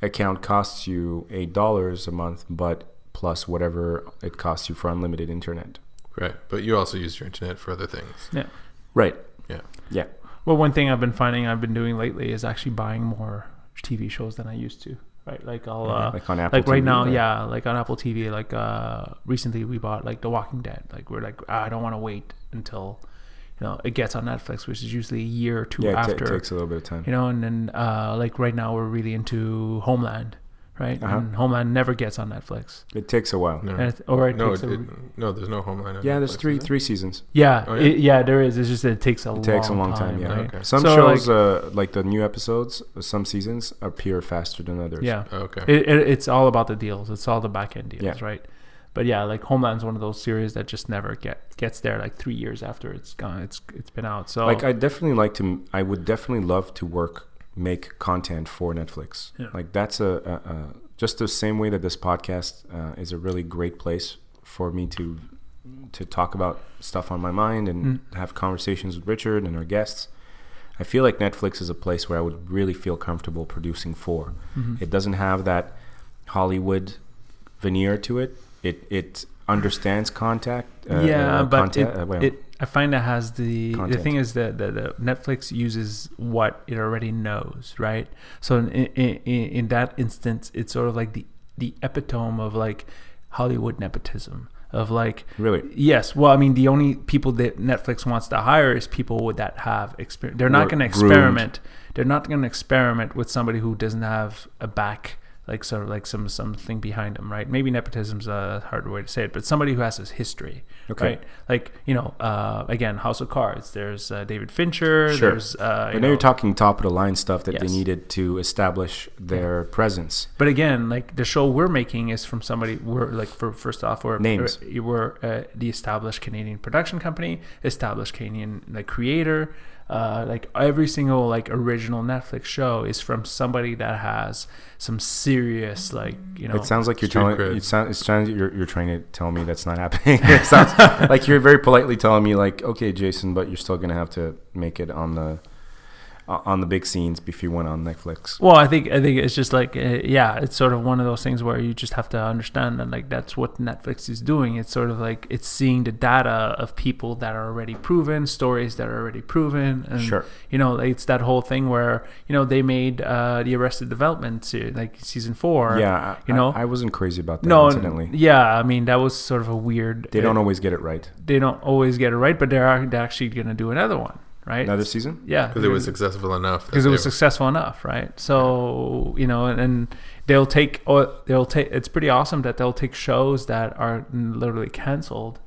B: account costs you eight dollars a month, but plus whatever it costs you for unlimited internet.
A: Right, but you also use your internet for other things.
G: yeah.
B: Right.
A: Yeah,
B: Yeah.
G: Well, one thing I've been finding I've been doing lately is actually buying more TV shows than I used to. Right, like I'll uh,
B: Like on Apple
G: like right
B: TV,
G: now,
B: right?
G: yeah, like on Apple TV. Like uh, recently, we bought like The Walking Dead. Like we're like, "Ah, I don't want to wait until you know it gets on Netflix, which is usually a year or two
B: Yeah. It ta-
G: after.
B: takes a little bit of time.
G: you know and then uh, like right now we're really into homeland right
B: Uh-huh.
G: and homeland never gets on netflix
B: It takes a while.
A: no,
G: and it, or it
A: no,
G: takes
A: it,
G: a,
A: it, no, there's no Homeland. on
B: Yeah, there's
A: Netflix,
B: three
A: is it?
B: three seasons.
G: yeah
A: Oh, yeah?
G: it, yeah there is it's just that it takes a long
B: It takes a long time. yeah.
G: right?
A: Okay.
B: Some
G: So,
B: shows,
G: like-
B: uh, like the new episodes, some seasons appear faster than others.
G: yeah
A: Okay.
G: it, it, it's all about the deals it's all the back end deals
B: oh, Yeah.
G: right but yeah like homeland's one of those series that just never get gets there like three years after it's gone it's it's been out so
B: Like I definitely like to. I would definitely love to work, make content for Netflix.
G: Yeah.
B: Like that's a, a, a just the same way that this podcast uh, is a really great place for me to to talk about stuff on my mind
G: Mm.
B: and have conversations with Richard and our guests. I feel like Netflix is a place where I would really feel comfortable producing for.
G: Mm-hmm.
B: It doesn't have that Hollywood veneer to it. It it understands contact. Uh,
G: yeah,
B: uh,
G: but
B: content-
G: it,
B: uh, well,
G: it, I find it has the the
B: Content.
G: thing is that the, the Netflix uses what it already knows, right? So in, in, in in that instance, it's sort of like the the epitome of like Hollywood nepotism of like
B: Really?
G: yes well i mean the only people that netflix wants to hire is people with that have experience they're not
B: Were
G: going to
B: groomed.
G: experiment they're not going to experiment with somebody who doesn't have a back like sort of like some something behind them right maybe nepotism's a hard way to say it but somebody who has his history
B: Okay.
G: right like you know uh, again house of cards there's uh, david fincher
B: Sure.
G: there's
B: I
G: uh, you
B: know
G: know-
B: you're talking top of the line stuff that they
G: Yes.
B: needed to establish their presence.
G: But again, like the show we're making is from somebody we're like for first off we're eh,
B: Names.
G: we're uh, the established Canadian production company, established Canadian like creator, uh, like every single like original Netflix show is from somebody that has some serious like you know
B: It sounds like you're
A: Street
B: telling.
A: cred.
B: It sounds. It's trying. You're, you're trying to tell me that's not happening. it sounds like you're very politely telling me, like, okay, Jason, but you're still gonna have to make it on the uh, on the big scenes if you went on Netflix.
G: Well, I think I think it's just like uh, yeah, it's sort of one of those things where you just have to understand that like that's what Netflix is doing. It's sort of like it's seeing the data of people that are already proven, stories that are already proven, and
B: Sure.
G: you know like, it's that whole thing where you know they made uh, the Arrested Development series, like season four.
B: Yeah, I,
G: you know
B: I, I wasn't crazy about that.
G: no,
B: incidentally,
G: yeah, I mean that was sort of a weird. eh,
B: they don't always get it right.
G: they don't always get it right, but they're ac- they're actually going to do another one, right?
B: Another season.
G: yeah,
A: because it was successful enough. that
G: because it
A: they
G: was
A: were-
G: successful enough, right? So you know, and, and they'll take or they'll take. It's pretty awesome that they'll take shows that are literally canceled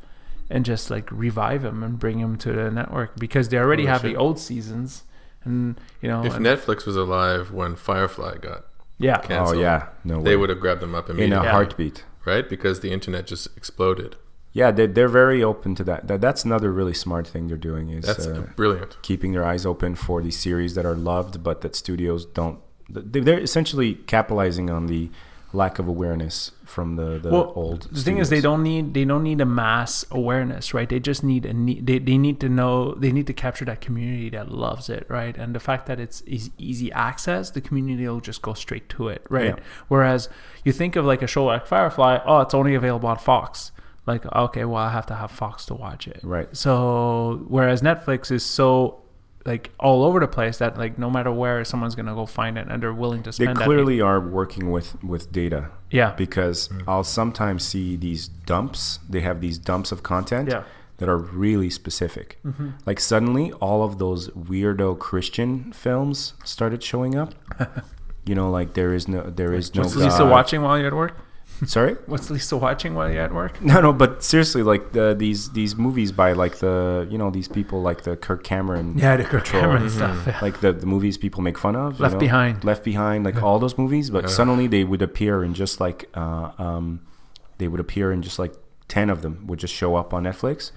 G: and just like revive them and bring them to the network because they already
A: Holy
G: have
A: shit.
G: the old seasons, and you know,
A: if
G: and-
A: Netflix was alive when Firefly got
G: yeah,
A: canceled,
B: Oh yeah, no way.
A: they would have grabbed them up
B: in
A: immediately,
B: a
G: Yeah.
B: heartbeat.
A: right? Because the internet just exploded.
B: Yeah, they, they're very open to that. that. That's another really smart thing they're doing is
A: That's
B: uh,
A: brilliant.
B: keeping their eyes open for these series that are loved, but that studios don't. they- They're essentially capitalizing on the lack of awareness from the, the
G: well,
B: old.
G: The thing is, they
B: studios.
G: don't need they don't need a mass awareness, right? They just need a need, they they need to know they need to capture that community that loves it, right? And the fact that it's is easy access, the community will just go straight to it, right?
B: Yeah.
G: Whereas you think of like a show like Firefly, oh, it's only available on Fox. Like, okay, well, I have to have Fox to watch it,
B: Right.
G: So whereas Netflix is so like all over the place that like no matter where someone's gonna go find it and they're willing to
B: They
G: spend that-
B: clearly are working with with data.
G: Yeah.
B: Because I'll sometimes see these dumps. They have these dumps of content.
G: Yeah. Mm-hmm.
B: That are really specific. Like suddenly, all of those weirdo Christian films started showing up. you know, like there is no, there is no.
G: What's Lisa
B: God.
G: watching while you're at work?
B: Sorry.
G: What's Lisa watching while you're at work?
B: No, no, but seriously, like the, these these movies by like the you know these people like the Kirk Cameron,
G: Yeah, the Kirk Cameron stuff. yeah.
B: like the, the movies people make fun of, you
G: Left
B: know?
G: Behind.
B: Left Behind, like all those movies, but suddenly they would appear in just like uh, um, they would appear in just like ten of them would just show up on Netflix,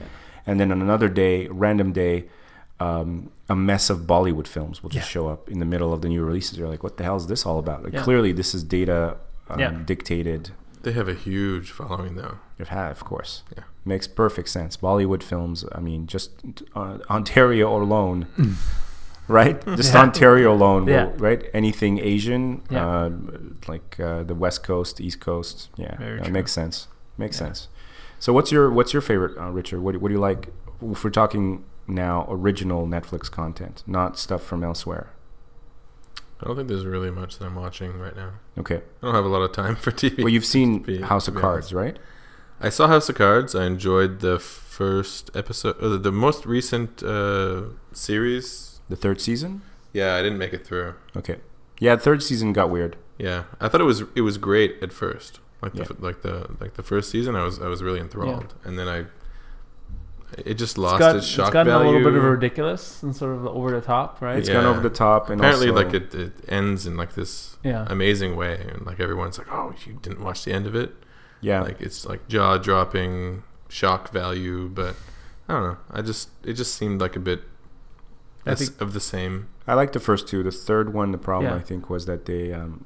B: and then on another day, random day, um, a mess of Bollywood films will just
G: Yeah.
B: show up in the middle of the new releases. You're like, what the hell is this all about? Like
G: Yeah.
B: clearly this is data um,
G: Yeah.
B: dictated
A: They have a huge following though.
B: it had, of course.
A: Yeah.
B: Makes perfect sense. Bollywood films, I mean, just uh, Ontario alone, right? Just Ontario alone,
G: Yeah.
B: will- right? Anything Asian,
G: Yeah.
B: uh, like uh, the West Coast, East Coast, yeah,
G: Very
B: that
G: true.
B: makes sense. Makes sense. So, what's your what's your favorite, uh, Richard? What, do- what do you like? If we're talking now, original Netflix content, not stuff from elsewhere.
A: I don't think there's really much that I'm watching right now.
B: Okay.
A: I don't have a lot of time for TV.
B: Well, you've seen
A: be-
B: House
A: to
B: of
A: be
B: Cards, right?
A: I saw House of Cards. I enjoyed the first episode, uh, the most recent uh, series.
B: The third season.
A: Yeah, I didn't make it through.
B: Okay. Yeah, third season got weird.
A: Yeah, I thought it was it was great at first. Like the
B: Yeah.
A: f like the like the first season, I was I was really enthralled, and then I it just lost
G: It's,
A: its,
G: got, it's
A: shock
G: gotten
A: value.
G: a little bit of ridiculous and sort of over the top, right?
B: It's
A: Yeah.
B: gone over the top, and
A: Apparently,
B: also,
A: like it, it ends in like this
G: Yeah.
A: amazing way, and like everyone's like, "Oh, you didn't watch the end of it."
B: yeah,
A: Like it's like jaw dropping shock value, but I don't know. I just it just seemed like a bit
G: I
A: as-
G: think-
A: of the same.
B: I like the first two. The third one, the problem
G: Yeah.
B: I think was that they um,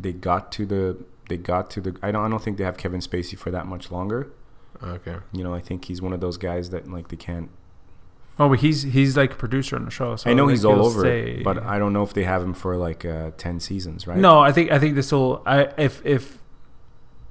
B: they got to the they got to the. I don't I don't think they have Kevin Spacey for that much longer.
A: Okay,
B: You know, I think he's one of those guys that like they can't.
G: Oh, but he's he's like a producer on the show. So
B: I know
G: like
B: he's all
G: Oh, he'll
B: over
G: say-
B: it, but I don't know if they have him for like uh, ten seasons, right?
G: no, I think I think this will. I if if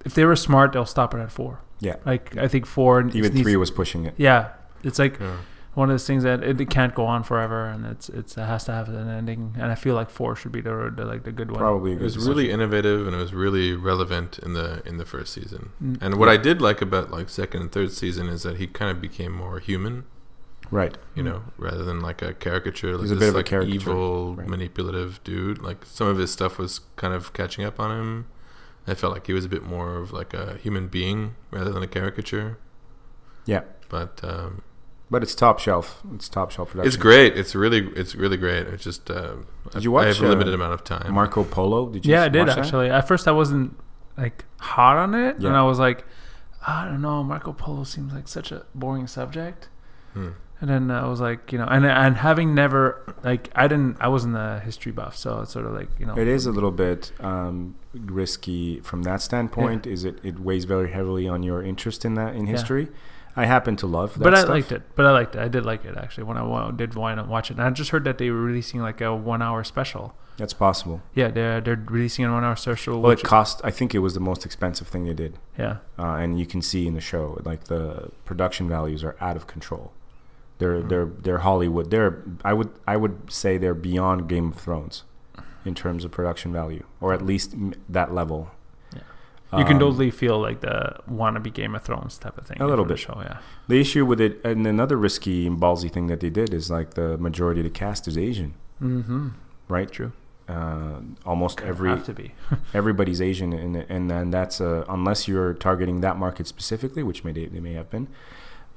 G: if they were smart, they'll stop it at four.
B: Yeah.
G: Like I think four.
B: even
G: needs-
B: three was pushing it.
G: Yeah, it's like
A: Yeah.
G: one of those things that it, it can't go on forever, and it's it's it has to have an ending. And I feel like four should be the, the like the good one.
B: Probably a
A: it
B: good
A: was
B: decision.
A: really innovative and it was really relevant in the in the first season. And what I did like about like second and third season is that he kind of became more human,
B: right.
A: you know, rather than like Mm. a caricature, like
B: He's a
A: this
B: bit of a
A: like
B: caricature,
A: evil,
B: right.
A: manipulative dude. Like some of his stuff was kind of catching up on him. I felt like he was a bit more of like a human being rather than a caricature.
B: Yeah,
A: But um,
B: but it's top shelf. It's top shelf production.
A: it's great. It's really it's really great. It's just uh, I-
B: you watch,
A: I have a limited
B: uh,
A: amount of time.
B: Marco Polo. Did you?
G: Yeah, I did
B: watch that?
G: actually. At first, I wasn't like hot on
B: Yeah.
G: it,
B: Hmm.
G: and I was like, I don't know. Marco Polo seems like such a boring subject. And then I was like, you know, and and having never like I didn't I wasn't a history buff, so it's sort of like you know
B: It is a little bit um, risky from that standpoint. Is it? It weighs very heavily on your interest in that in history. I happen to love that
G: but I
B: stuff.
G: liked it. But I liked it. I did like it actually when I wa- did wind up watch it. And I just heard that they were releasing like a one hour special.
B: That's possible.
G: Yeah, they're they're releasing a one hour special.
B: Well,
G: which,
B: it cost. I think it was the most expensive thing they did,
G: yeah,
B: uh, and you can see in the show like the production values are out of control. They're
G: Mm-hmm.
B: they're they're Hollywood. They're I would I would say they're beyond Game of Thrones in terms of production value, or at least m- that level.
G: you can
B: Um,
G: totally feel like the wannabe Game of Thrones type of thing.
B: A little
G: from the
B: bit.
G: show, yeah.
B: The issue with it, and another risky and ballsy thing that they did is like the majority of the cast is Asian,
G: Mm-hmm.
B: right?
G: True.
B: Uh, almost every
G: have to be.
B: everybody's Asian, and and then that's uh, unless you're targeting that market specifically, which may they, they may have been.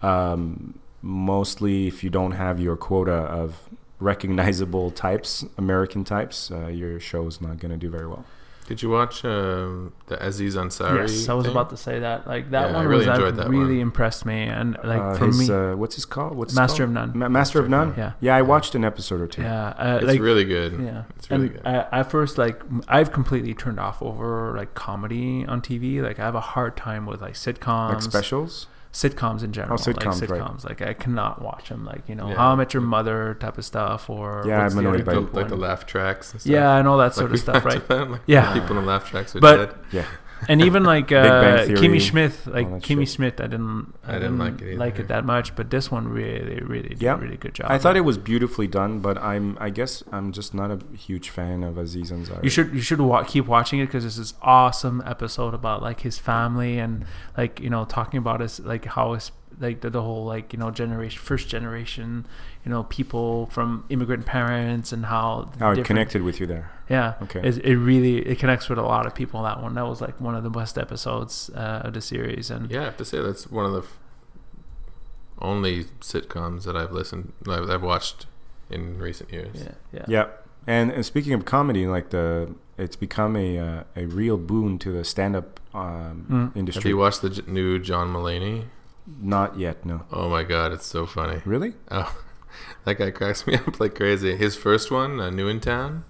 B: Um, mostly, if you don't have your quota of recognizable types, American types, uh, your show is not going to do very well.
A: Did you watch um, the Aziz Ansari?
G: yes, I was
A: thing?
G: about to say that. Like that
A: Yeah, I
G: one
A: really
G: was that
A: enjoyed that
G: really
A: one.
G: impressed me, and like
B: Uh,
G: for
B: his,
G: me,
B: uh, what's his call? What's his
G: Master
B: call?
G: of None.
B: Ma- Master of None.
G: Yeah.
B: yeah. I watched an episode or two.
G: yeah, uh,
A: It's
G: like
A: really good.
G: Yeah,
A: it's really
G: and
A: good.
G: I, I first like m- I've completely turned off over like comedy on TV. Like I have a hard time with like sitcoms,
B: Like specials.
G: sitcoms in general.
B: sitcoms,
G: like
B: right.
G: sitcoms. Like I cannot watch them. Like you know,
A: Yeah.
G: How I Met Your Mother type of stuff, or
B: Yeah,
G: what's
B: I'm
G: the
B: annoyed
G: other
B: by-
A: the,
G: good
A: like the
G: one?
A: laugh tracks. And stuff.
G: Yeah, and all that
A: Like
G: sort
A: we
G: of stuff,
A: talked
G: right?
A: about, like,
G: Yeah.
A: people in the laugh tracks are
G: But-
A: dead.
B: Yeah.
G: and even like
B: Bang
G: uh,
B: Theory,
G: Kimmy Schmidt, like
B: all that
G: Kimmy
B: shit.
G: Schmidt, I didn't, I, didn't, like, it
A: either.
G: that much, but this one really, really did
B: Yeah.
G: a really good job.
B: I thought it was beautifully done, but I'm I guess I'm just not a huge fan of Aziz Ansari.
G: You should you should wa- keep watching it because this is awesome episode about like his family and like you know talking about his like how his like the, the whole like you know generation first generation you know people from immigrant parents and how
B: How it
G: different-
B: connected with you there.
G: yeah
B: Okay.
G: it, it really it connects with a lot of people that one that was like one of the best episodes uh, of the series and
A: Yeah, I have to say that's one of the f- only sitcoms that I've listened, I've, I've watched in recent years.
G: yeah yeah,
B: Yeah, and, and speaking of comedy, like the it's become a uh, a real boon to the stand up um,
G: Mm.
A: Have
B: industry.
A: you watched the j- new John Mulaney?
B: Not yet, no.
A: Oh my God, it's so funny.
B: Really?
A: Oh, that guy cracks me up like crazy. His first one, uh, New in Town,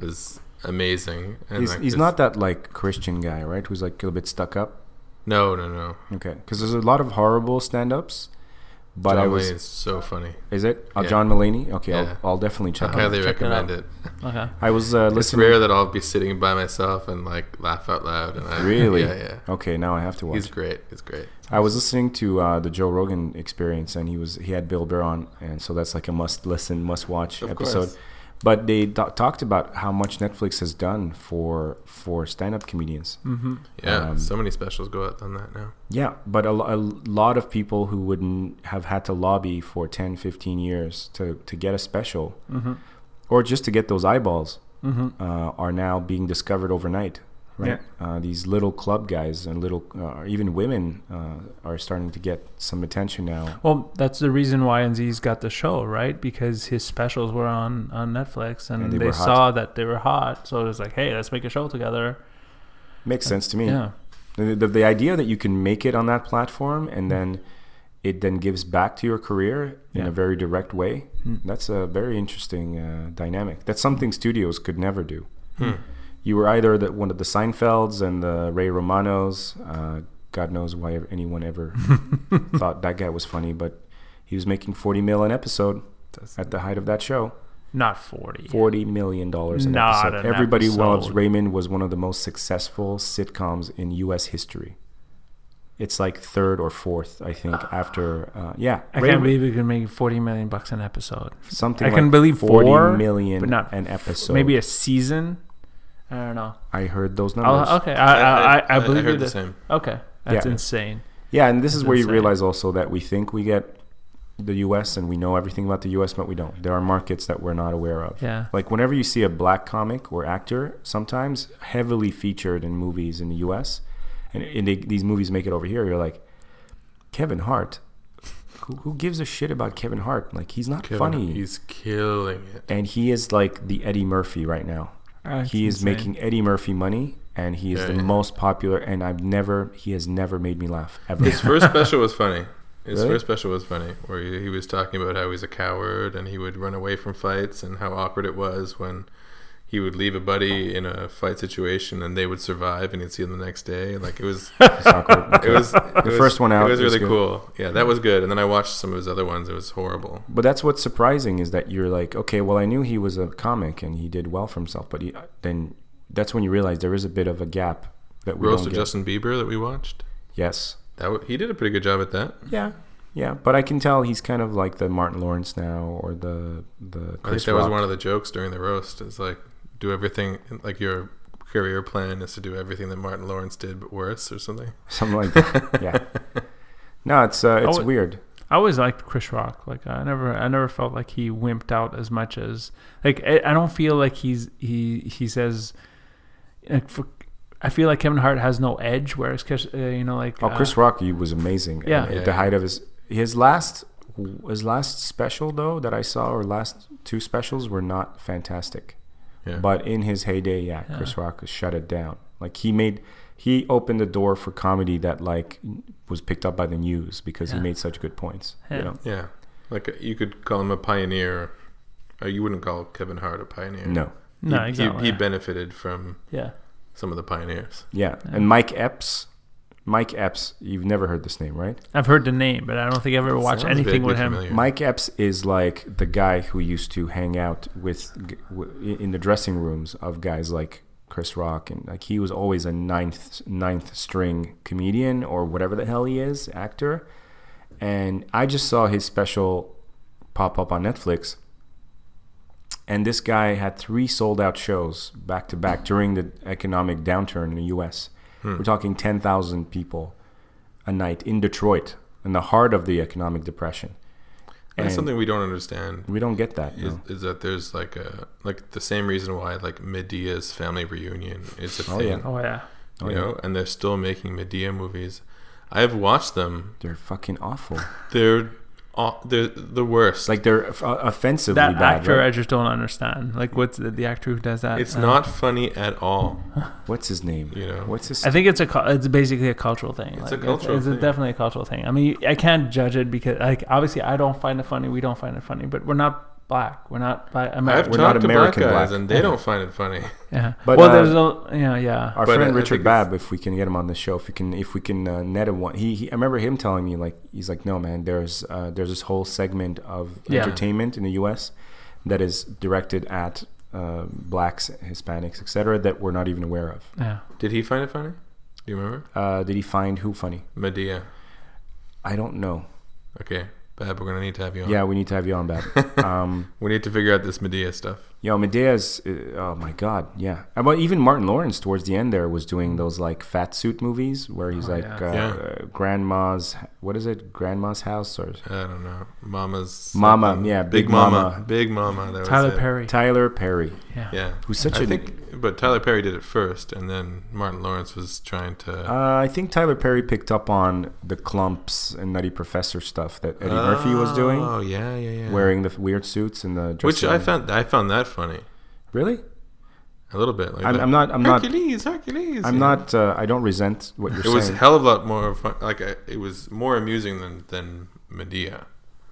A: was amazing. And
B: He's,
A: like
B: he's
A: this-
B: not that like Christian guy, right? Who's like a little bit stuck up.
A: No, no, no.
B: Okay, because there's a lot of horrible stand ups. But
A: John
B: I was
A: Mulaney is so funny.
B: is it uh,
A: Yeah.
B: John Mulaney? Okay,
A: Yeah.
B: I'll, I'll definitely
A: I
B: check. it
A: highly
B: out.
G: check it out.
A: recommend it.
G: okay
B: I was uh,
A: It's
B: listening.
A: rare that I'll be sitting by myself and like laugh out loud. And I,
B: Really?
A: Yeah, yeah.
B: Okay, now I have to watch.
A: He's great. He's great.
B: I was listening to uh, the Joe Rogan Experience, and he was he had Bill Burr on, and so that's like a must listen, must watch
A: Of
B: episode.
A: course.
B: But they do- talked about how much Netflix has done for for stand up comedians.
A: Hmm. Yeah,
B: Um,
A: so many specials go out on that now.
B: Yeah, but a, lo- a lot of people who wouldn't have had to lobby for 10, 15 years to to get a special,
A: Mm-hmm.
B: or just to get those eyeballs, uh, are now being discovered overnight. Right? Uh, these little club guys and little, uh, even women, uh, are starting to get some attention now.
G: Well, that's the reason why NZ's got the show, right? Because his specials were on on Netflix, and,
B: And they
G: they,
B: were hot.
G: saw that they were hot, so it was like, hey, let's make a show together.
B: Makes sense to me.
G: Yeah,
B: The, the, the idea that you can make it on that platform and then it then gives back to your career in
G: Yeah. Hmm.
B: a very direct way. That's a very interesting uh, dynamic. That's something studios could never do. You were either the, one of the Seinfelds and the Ray Romanos. Uh, God knows why anyone ever thought that guy was funny, but he was making 40 mil an episode at the height of that show.
G: not forty.
B: Forty million dollars an
G: Not
B: episode.
G: an
B: Everybody
G: episode.
B: loves Raymond was one of the most successful sitcoms in U.S. history. It's like third or fourth, I think, after uh, yeah.
G: I
B: Raymond-
G: can't believe we can make forty million bucks an episode.
B: something.
G: I can
B: like
G: believe
B: forty
G: four,
B: million
G: but not
B: an
G: f-
B: episode.
G: Maybe
B: Maybe
G: a season. I don't know.
B: I heard those numbers.
G: I'll, okay, I I, I, I
A: I
G: believe
A: heard
G: you
A: the
G: did-
A: same.
G: Okay, that's
B: Yeah.
G: insane.
B: Yeah, and this is
G: That's
B: where you
G: insane.
B: realize also that we think we get the U.S. and we know everything about the U.S., but we don't. There are markets that we're not aware of.
G: Yeah.
B: Like whenever you see a black comic or actor, sometimes heavily featured in movies in the U.S., and, and they, these movies make it over here, you're like, Kevin Hart. Who, who gives a shit about Kevin Hart? Like he's not
A: Kevin,
B: funny,
A: He's killing it.
B: and he is like the Eddie Murphy right now.
G: Ah, That's
B: he is
G: insane.
B: making Eddie Murphy money, and he is
A: Yeah,
B: the
A: yeah.
B: most popular. And I've never, he has never made me laugh ever.
A: His first special was funny. His
B: Really?
A: first special was funny, where he, he was talking about how he's a coward and he would run away from fights and how awkward it was when he would leave a buddy in a fight situation and they would survive and he'd see them the next day. Like it was, it
B: It's awkward. Okay.
A: was the
B: first one out
A: It was
B: was
A: really
B: good.
A: cool. Yeah, that was good. And then I watched some of his other ones. It was horrible.
B: But that's what's surprising is that you're like, okay, well, I knew he was a comic and he did well for himself, but he, uh, then that's when you realize there is a bit of a gap that we
A: Roast
B: don't
A: of
B: get.
A: Justin Bieber that we watched.
B: yes.
A: That w- he did a pretty good job at that.
B: Yeah. Yeah, but I can tell he's kind of like the Martin Lawrence now or the
A: I
B: the
A: think
B: Chris
A: that was
B: Rock.
A: one of the jokes during the roast. Is like do everything like your career plan is to do everything that Martin Lawrence did but worse or something.
B: something like that. yeah. No, it's uh, it's
G: Oh, it-
B: weird.
G: I always liked Chris Rock. Like I never, I never felt like he wimped out as much as like I, I don't feel like he's he he says. Like for, I feel like Kevin Hart has no edge, whereas Chris, uh, you know, like
B: Oh, Chris Rock he was amazing.
G: Yeah.
B: at
A: Yeah,
B: the
A: yeah.
B: height of his his last his last special though that I saw or last two specials were not fantastic.
A: Yeah.
B: But in his heyday, yeah, Chris Rock shut it down. Like he made he opened the door for comedy that like was picked up by the news because he made such good points. You
G: Yeah.
B: know?
A: Yeah, like uh, you could call him a pioneer. Or you wouldn't call Kevin Hart a pioneer.
B: No.
A: He-
G: no,
A: he,
G: exactly.
A: He, benefited from
G: yeah,
A: some of the pioneers.
B: Yeah. And Mike Epps Mike Epps, you've never heard this name, right?
G: I've heard the name, but I don't think I've ever watched
A: Sounds
G: anything
A: vaguely
G: with him.
A: familiar.
B: Mike Epps is like the guy who used to hang out with g- w- in the dressing rooms of guys like Chris Rock, and like he was always a ninth ninth string comedian or whatever the hell he is, actor. And I just saw his special pop up on Netflix, and this guy had three sold out shows back to back during the economic downturn in the U.S. We're talking ten thousand people a night in Detroit, in the heart of the economic depression.
A: That's
B: And-
A: something we don't understand.
B: we don't get that.
A: Is,
B: no.
A: is that there's like a like the same reason why like Medea's family reunion is a
B: Oh,
A: thing,
B: yeah.
G: Oh yeah,
A: you know, and they're still making Medea movies. I have watched them.
B: They're fucking awful.
A: They're aw- they're the worst.
B: Like they're f- offensively
G: that
B: bad.
G: actor I
B: right?
G: just don't understand. Like what's the, the actor who does that?
A: it's
G: Uh,
A: not funny at all.
B: What's his name?
A: You know.
B: What's his?
G: I think it's a cul- it's basically a cultural thing.
A: It's a cultural
G: it's,
A: thing.
G: It's definitely a cultural thing. I mean, I can't judge it because like obviously I don't find it funny. We don't find it funny, but we're not black. We're not black.
A: I've
B: We're
A: talked
B: not
A: to
B: American
A: black guys
B: black.
A: and they don't find it funny.
G: Yeah.
B: But,
G: well,
B: uh,
G: there's a yeah yeah.
B: Our
A: But I-
B: friend
A: I
B: Richard
A: think it's-
B: Babb, if we can get him on the show, if we can, if we can uh, net him one, he, he, I remember him telling me like he's like, no man, there's uh, there's this whole segment of
G: Yeah.
B: entertainment in the U.S. that is directed at uh, blacks, Hispanics, etc. That we're not even aware of.
G: yeah.
A: Did he find it funny? Do you remember?
B: Uh, did he find who funny?
A: Medea.
B: I don't know.
A: Okay. Bab, we're gonna need to have you on.
B: Yeah, we need to have you on, Babb. um,
A: We need to figure out this Medea stuff.
B: Yo, Medea's. Uh, oh my God, yeah. Uh, But even Martin Lawrence towards the end there was doing those like fat suit movies where he's like
G: Oh, yeah.
B: Uh,
A: Yeah.
B: uh, grandma's. What is it? Grandma's house or
A: I don't know. Mama's
B: Mama,
A: something.
B: yeah,
A: Big,
B: Big
A: Mama.
B: Mama.
A: Big Mama. That was
G: Tyler
A: it.
G: Perry.
B: Tyler Perry.
G: yeah.
A: Yeah,
B: Who's such
A: I
B: a-
A: think, but Tyler Perry did it first, and then Martin Lawrence was trying to.
B: Uh, I think Tyler Perry picked up on the clumps and Nutty Professor stuff that Eddie Murphy was doing,
A: Oh yeah, yeah, yeah.
B: wearing the weird suits and the
A: which
B: dressing-
A: I found I found that funny
B: really.
A: a little bit. Like
B: I'm,
A: that.
B: I'm not. I'm not.
A: Hercules, Hercules.
B: I'm
A: Yeah.
B: not. Uh, I don't resent what you're
A: It was a
B: saying.
A: hell of a lot more fun. Like I, it was more amusing than than Medea.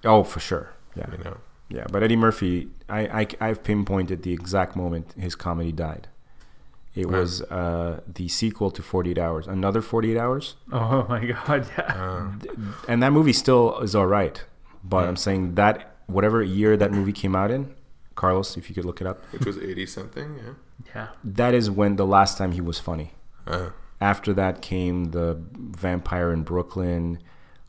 B: oh, for sure. Yeah.
A: You know.
B: Yeah, but Eddie Murphy, I, I have pinpointed the exact moment his comedy died. It was uh, the sequel to Forty Eight Hours, another Forty Eight Hours,
G: Oh my God. Yeah.
B: and that movie still is all right. But I'm saying that whatever year that movie came out in, Carlos, if you could look it up,
A: Which was eighty something. Yeah.
B: uh,
G: yeah.
B: that is when the last time he was funny.
A: Uh,
B: After that came the Vampire in Brooklyn,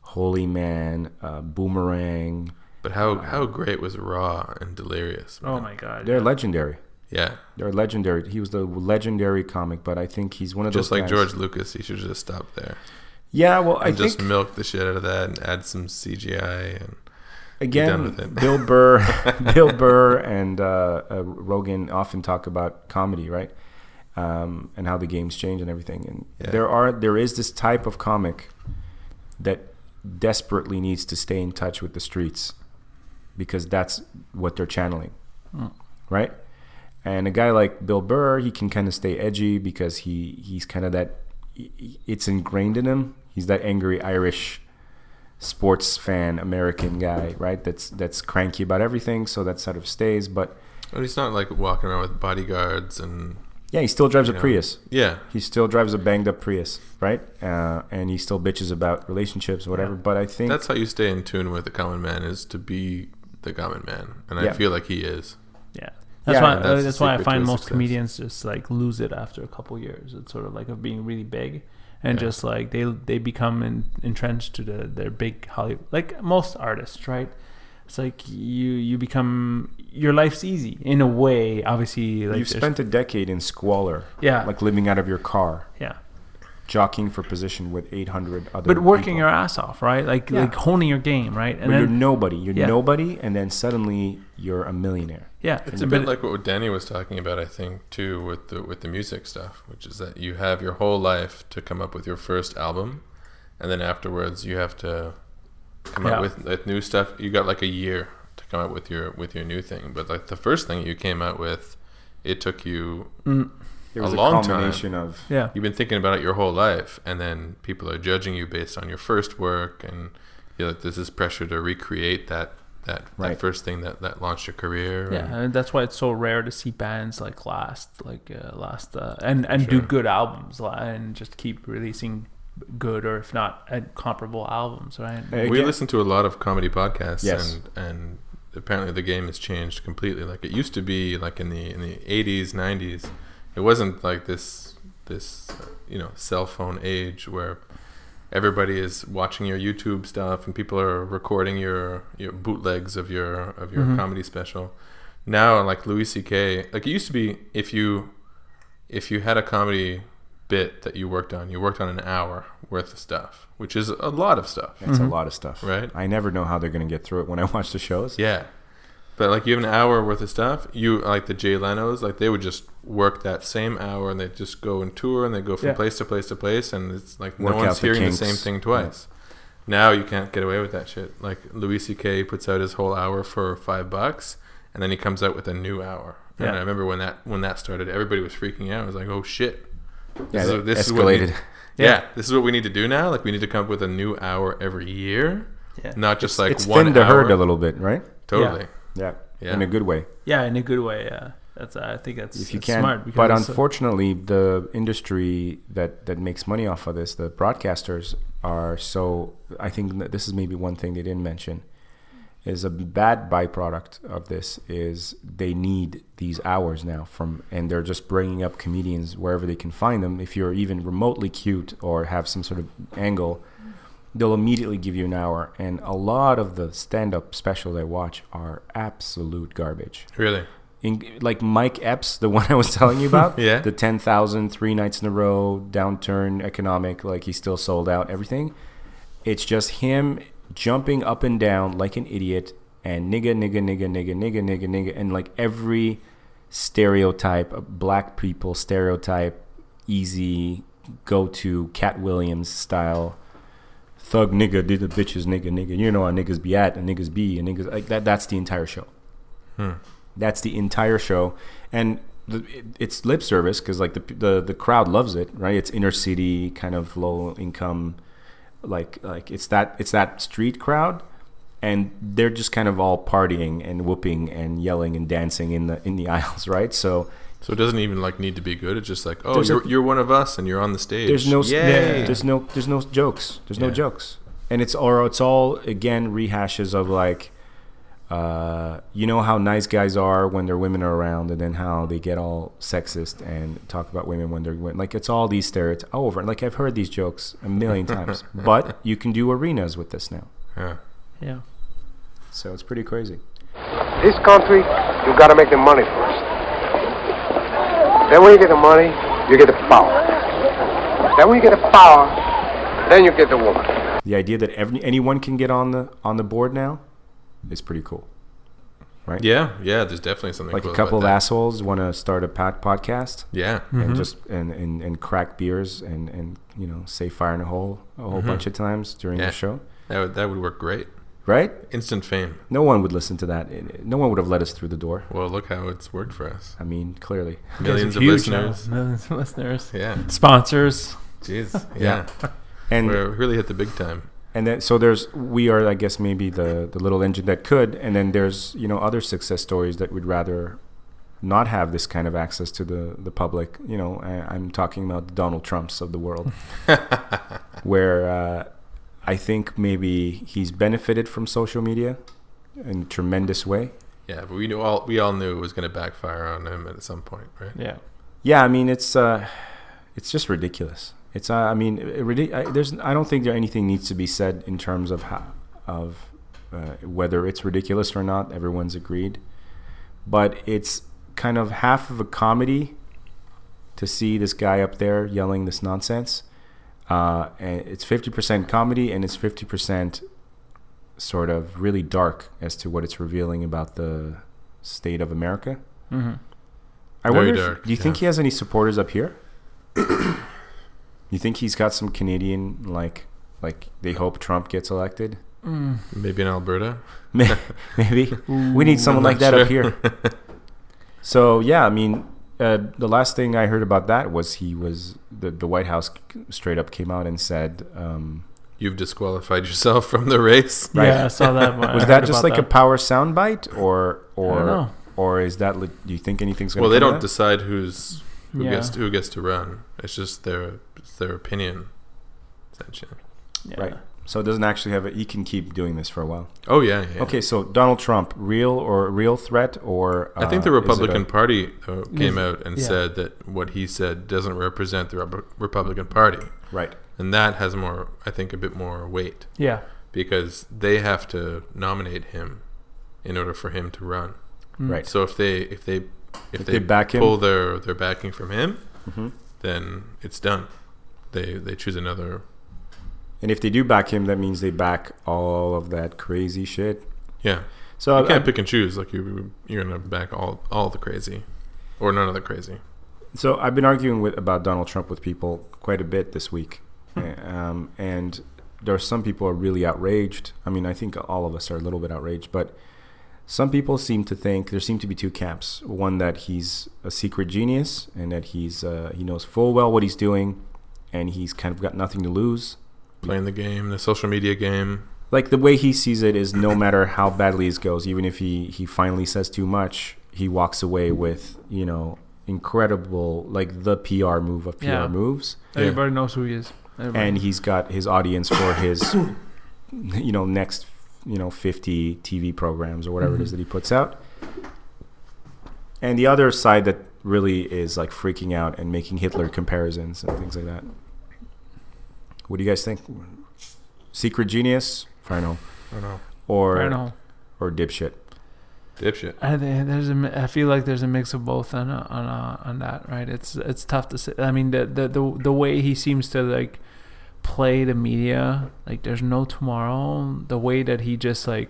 B: Holy Man, uh, Boomerang.
A: but how how great was Raw and Delirious?
G: Oh my God.
B: They're legendary.
A: Yeah.
B: They're legendary. He was the legendary comic, but I think he's one of
A: Just
B: those
A: like
B: guys-
A: George Lucas, he should just stop there.
B: Yeah, well, I
A: and just
B: think
A: milk the shit out of that and add some CGI and done with
B: again,
A: it.
B: Bill Burr, Bill Burr, and uh, uh, Rogan often talk about comedy, right? Um, and how the games change and everything. And
A: Yeah.
B: there are there is this type of comic that desperately needs to stay in touch with the streets because that's what they're channeling, right? And a guy like Bill Burr, he can kind of stay edgy because he he's kind of that. It's ingrained in him. He's that angry Irish sports fan American guy, right? That's that's cranky about everything, so that sort of stays. But
A: But he's not like walking around with bodyguards and
B: yeah, he still drives a
A: know.
B: Prius.
A: yeah.
B: He still drives a banged up Prius, right? Uh, and he still bitches about relationships, whatever. But I think
A: That's how you stay in tune with the common man is to be the common man, and I
B: Yeah.
A: feel like he is.
G: Yeah. That's
B: Yeah,
G: why
A: that's the
G: that's, why I
A: secret
G: find
A: to his
G: most
A: success.
G: comedians just like lose it after a couple years. It's sort of like of being really big and just like they they become in, entrenched to the, their big Hollywood like most artists, right? It's like you you become your life's easy in a way. Obviously, like
B: you've
G: there's-
B: spent a decade in squalor,
G: Yeah.
B: like living out of your car,
G: yeah,
B: jockeying for position with 800 other.
G: but working
B: people.
G: your ass off, right? Like
B: Yeah.
G: like honing your game, right? And
B: But you're
G: then
B: nobody. You're
G: Yeah.
B: nobody, and then suddenly you're a millionaire.
G: yeah,
A: It's a bit like what Danny was talking about, I think, too, with the with the music stuff, which is that you have your whole life to come up with your first album, and then afterwards you have to come
G: Yeah.
A: up with, with new stuff. You got like a year to come up with your with your new thing, but like the first thing you came out with, it took you.
B: There
A: A
B: was a,
A: long time.
B: combination of
G: yeah.
A: You've been thinking about it your whole life, and then people are judging you based on your first work, and you know, this is pressure to recreate that that, that
B: Right.
A: first thing that, that launched your career. and-
G: Yeah, and that's why it's so rare to see bands like last, like uh, last, uh, and and do good albums li- and just keep releasing good or if not uh, comparable albums, right?
B: Hey,
A: We
B: Again-
A: listen to a lot of comedy podcasts,
B: Yes.
A: and and apparently the game has changed completely. Like it used to be, like in the in the eighties, nineties, it wasn't like this this uh, you know cell phone age where everybody is watching your YouTube stuff and people are recording your your bootlegs of your of your
B: Mm-hmm.
A: comedy special. Now, like Louis C.K., like it used to be, if you if you had a comedy bit that you worked on, you worked on an hour worth of stuff, which is a lot of stuff.
B: That's
G: Mm-hmm.
B: a lot of stuff.
A: Right.
B: I never know how they're going to get through it when I watch the shows.
A: Yeah. But like you have an hour worth of stuff. You like the Jay Leno's, like they would just work that same hour and they just go and tour and they go from
G: Yeah.
A: place to place to place and it's like
B: Work
A: no
B: out
A: one's
B: the
A: hearing
B: kinks.
A: the same thing twice. Now you can't get away with that shit. Like Louis C.K. puts out his whole hour for five bucks and then he comes out with a new hour.
G: Yeah.
A: And I remember when that when that started, everybody was freaking out. It was like, oh shit.
B: Yeah,
A: This is-
B: that
A: this is what we-
B: escalated.
A: Yeah. this is what we need to do now. Like we need to come up with a new hour every year,
G: Yeah.
A: not just like
B: it's
A: one
B: thinned the
A: hour.
B: herd a little bit, right?
A: Totally.
B: Yeah.
A: Yeah.
B: In a good way.
G: Yeah, in a good way. Yeah, that's I think that's
B: If you
G: that's
B: can.
G: smart.
B: but
G: it's, uh,
B: unfortunately, the industry that, that makes money off of this, the broadcasters are so. I think that this is maybe one thing they didn't mention. Is a bad byproduct of this is they need these hours now from, and they're just bringing up comedians wherever they can find them. If you're even remotely cute or have some sort of angle, they'll immediately give you an hour. And a lot of the stand-up specials I watch are absolute garbage
A: Really.
B: in, like Mike Epps, the one I was telling you about,
A: Yeah.
B: the 10,000, three nights in a row, downturn, economic, like he still sold out, everything. It's just him jumping up and down like an idiot and nigga, nigga, nigga, nigga, nigga, nigga, nigga, and like every stereotype, of black people stereotype, easy go to Cat Williams style. Thug nigga, did the bitches nigga nigga. You know how niggas be at and niggas be and niggas like that. That's the entire show. That's the entire show, and the, it, it's lip service because like the, the the crowd loves it, right? It's inner city kind of low income, like like it's that it's that street crowd, and they're just kind of all partying and whooping and yelling and dancing in the in the aisles, right? So
A: So it doesn't even like need to be good. It's just like, oh,
B: There's a-
A: you're, you're one of us, and you're on the stage.
B: there's no
A: Yay.
B: there's no there's no jokes there's no
A: Yeah.
B: jokes and it's or it's all again rehashes of like uh, you know how nice guys are when their women are around and then how they get all sexist and talk about women when they're when, like it's all these stereotypes over like i've heard these jokes a million times but you can do arenas with this now
A: Yeah.
G: yeah.
B: so it's pretty crazy
F: This country, you gotta make the money first. Then when you get the money, you get the power. Then when you get the power, then you get the woman.
B: the idea that every, anyone can get on the on the board now is pretty cool
A: yeah, yeah. There's definitely something
B: like
A: cool
B: a couple of Hmm.
A: about
B: assholes want to start a pod- podcast
A: that. Yeah,
B: and just and, and, and crack beers and, and you know say fire in a hole a whole bunch of times during
A: Yeah.
B: the show,
A: that would that would work great.
B: right?
A: Instant fame.
B: No one would listen to that. It- No one would have let us through the door.
A: Well, look how it's worked for us.
B: I mean, clearly,
A: Millions of
G: Huge now.
A: listeners.
G: millions of listeners,
A: Yeah.
G: sponsors.
A: Jeez. Yeah.
B: Yeah. and
A: We're really hit the big time.
B: and then so there's we are I guess maybe the the little engine that could, and then there's you know other success stories that would rather not have this kind of access to the the public. You know, I, I'm talking about the Donald Trumps of the world, where uh, I think maybe he's benefited from social media in a tremendous way.
A: Yeah, but we knew all we all knew it was going to backfire on him at some point, right?
G: Yeah.
B: Yeah, I mean it's uh, it's just ridiculous. It's uh, I mean it, ridic- I, there's I don't think there anything needs to be said in terms of how, of uh, whether it's ridiculous or not. Everyone's agreed, but it's kind of half of a comedy to see this guy up there yelling this nonsense. Uh, and it's fifty percent comedy and it's fifty percent sort of really dark as to what it's revealing about the state of America.
G: hmm
A: Mm-hmm.
B: I
A: Very
B: wonder. if-
A: dark,
B: do you think
A: yeah.
B: he has any supporters up here? you think he's got some Canadian like like they hope Trump gets elected?
A: Maybe in Alberta.
B: May- Maybe we need someone
A: I'm
B: like
A: not
B: that up
A: sure.
B: here. So yeah, I mean, uh, the last thing I heard about that was he was the the White House straight up came out and said. Um,
A: You've disqualified yourself from the race.
G: Yeah, I saw that. one. I
B: was
G: heard
B: that just
G: about
B: like a power soundbite, or or
G: know.
B: or is that? li- Do you think anything's going?
A: Well, they
B: come of
A: don't
B: that?
A: decide who's who
G: Yeah.
A: gets to, who gets to run. It's just their it's their opinion, essentially.
G: Yeah.
B: right. So it doesn't actually have. A, he can keep doing this for a while.
A: Oh yeah. yeah.
B: Okay, so Donald Trump, real or real threat or
A: I think the
B: uh, is it
A: Republican
B: a-
A: Party uh, came out and
G: yeah.
A: said that what he said doesn't represent the Rep- Republican Party,
B: right?
A: and that has more, I think, a bit more weight
G: Yeah.
A: because they have to nominate him in order for him to run.
G: Hmm.
B: Right.
A: So if they if they if,
B: they back him? Mm-hmm.
A: pull their their backing from him, then it's done. They they choose another.
B: And if they do back him, that means they back all of that crazy shit.
A: Yeah,
B: So
A: you
B: I,
A: can't pick and choose. Like you you're gonna back all all the crazy, or none of the crazy.
B: so I've been arguing with about Donald Trump with people quite a bit this week, um, and there are some people are really outraged. I mean, I think all of us are a little bit outraged, but some people seem to think there seem to be two camps: one that he's a secret genius and that he's uh, he knows full well what he's doing, and he's kind of got nothing to lose.
A: Playing the game, the social media game.
B: like the way he sees it is no matter how badly this goes, even if he he finally says too much, he walks away with you know incredible like the PR move of PR
G: Yeah.
B: moves,
G: Everybody knows who he is. Everybody.
B: and he's got his audience for his you know next you know 50 TV programs or whatever it is that he puts out. And the other side that really is like freaking out and making Hitler comparisons and things like that. What do you guys think? Secret genius, Farno,
A: I don't know.
B: or
G: I don't know.
B: or dipshit.
A: Dipshit.
G: I think there's a mi- I feel like there's a mix of both on uh, on uh, on that right. It's it's tough to say. I mean the the the, the way he seems to like play the media like there's no tomorrow. The way that he just like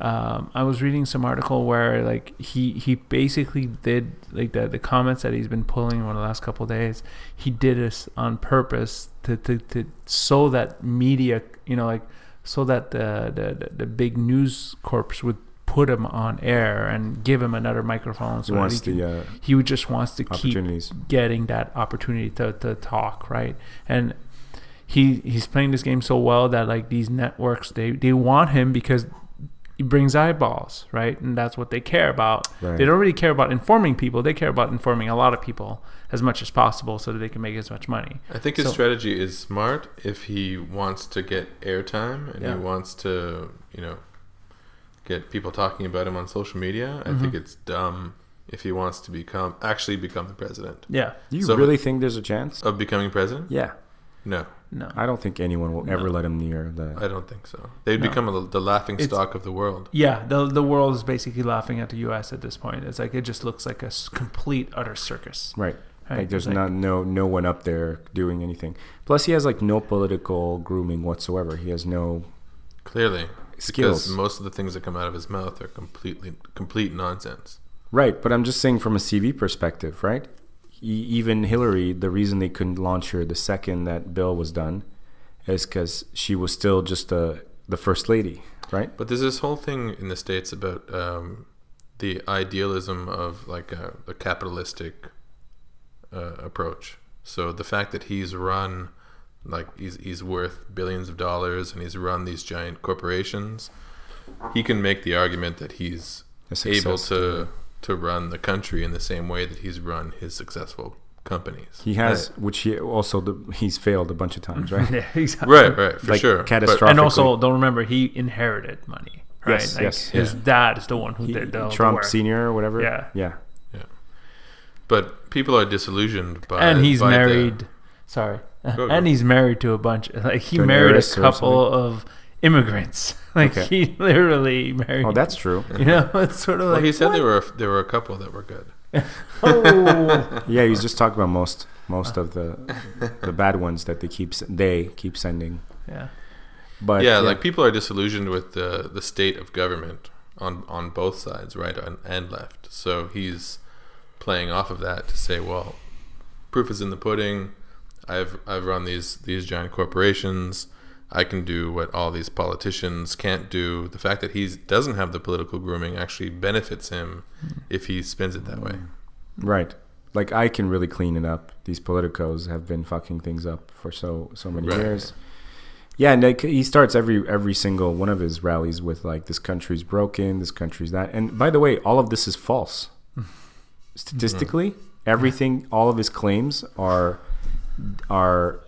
G: um, I was reading some article where like he he basically did like the the comments that he's been pulling over the last couple of days. He did this on purpose to, to, to so that media you know like so that the the, the, the big news corps would put him on air and give him another microphone.
B: He
G: So that
B: wants
G: he, can-
B: the uh,
G: he would just wants to keep
B: opportunities.
G: getting that opportunity to, to talk right and he he's playing this game so well that like these networks they they want him because he brings eyeballs right and that's what they care about
B: Right.
G: they don't really care about informing people they care about informing a lot of people as much as possible so that they can make as much money
A: I think his
G: So-
A: strategy is smart if he wants to get airtime and
G: Yeah.
A: he wants to, you know, get people talking about him on social media. I
G: Mm-hmm.
A: think it's dumb if he wants to become actually become the president.
G: yeah
B: Do you
A: So-
B: really think there's a chance?
A: Of becoming president?
B: Yeah,
A: No,
G: no
B: I don't think anyone will ever let him near the.
A: I don't think so. They'd become a, the laughing stock of the world.
G: yeah the, the world is basically laughing at the us at this point it's like it just looks like a s- complete utter circus
B: Right.
G: Right,
B: Like there's
G: like-
B: not no no one up there doing anything. Plus he has like no political grooming whatsoever. He has no
A: Clearly,
B: Skills.
A: because most of the things that come out of his mouth are completely complete nonsense.
B: Right, but I'm just saying from a CV perspective, right? E- even Hillary, the reason they couldn't launch her the second that bill was done is cuz she was still just the the first lady, right?
A: But there's this whole thing in the states about um, the idealism of like a, a capitalistic uh, approach. So the fact that he's run like he's he's worth billions of dollars and he's run these giant corporations. He can make the argument that he's
B: A success
A: able to to run the country in the same way that he's run his successful companies.
B: He has, which he also the, he's failed a bunch of times, right?
G: Yeah, exactly.
A: Right, right, for
B: Like
A: sure. But-
B: catastrophic-
G: And also, don't remember he inherited money. Right?
B: Yes,
G: like
B: yes.
G: His
A: Yeah.
G: dad is the one who
B: He-
G: did the, the
B: Trump
G: work.
B: Senior or whatever.
G: Yeah.
B: yeah.
A: But, people are disillusioned by
G: and he's
A: by the-
G: married. sorry,
A: go.
G: and he's married to a bunch. Like he
B: To an
G: married a
B: heiress or
G: couple of immigrants. Like
B: Okay.
G: he literally married.
B: Oh, that's true.
G: you know, it's sort of
A: well,
G: like
A: he said
G: what?
A: there were a, there were a couple that were good.
G: Oh.
B: Yeah, he's just talking about most most of the the bad ones that they keep s- they keep sending.
G: yeah.
B: But
A: yeah, like people are disillusioned with the the state of government on on both sides, right and, and left. So he's playing off of that to say, well, proof is in the pudding. I've I've run these these giant corporations. I can do what all these politicians can't do. The fact that he doesn't have the political grooming actually benefits him
G: Hmm.
A: if he spins it that way.
B: right, like I can really clean it up. These politicos have been fucking things up for so so many
A: Right.
B: years. Yeah, and like, he starts every every single one of his rallies with like this country's broken, this country's that. And by the way, all of this is false.
A: Mm-hmm.
B: Statistically, everything, all of his claims are are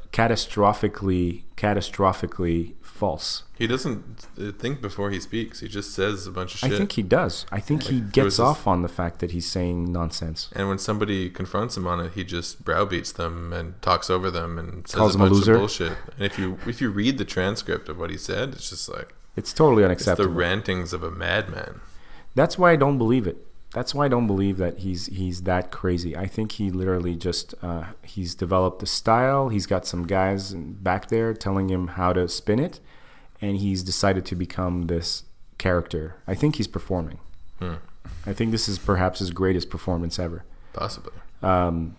B: catastrophically catastrophically false.
A: He doesn't uh, think before he speaks. He just says a bunch of shit.
B: I think he does. I think he
A: there was
B: gets
A: this-
B: off on the fact that he's saying nonsense.
A: And when somebody confronts him on it, he just browbeats them and talks over them and says
B: Calls
A: a
B: him a
A: bunch
B: loser.
A: of bullshit. And if you if you read the transcript of what he said, it's just like
B: It's totally
A: it's
B: unacceptable.
A: the rantings of a madman.
B: That's why I don't believe it. That's why I don't believe that he's he's that crazy. I think he literally just uh, he's developed a style. He's got some guys back there telling him how to spin it, and he's decided to become this character. I think he's performing. I think this is perhaps his greatest performance ever.
A: Possibly.
B: Um,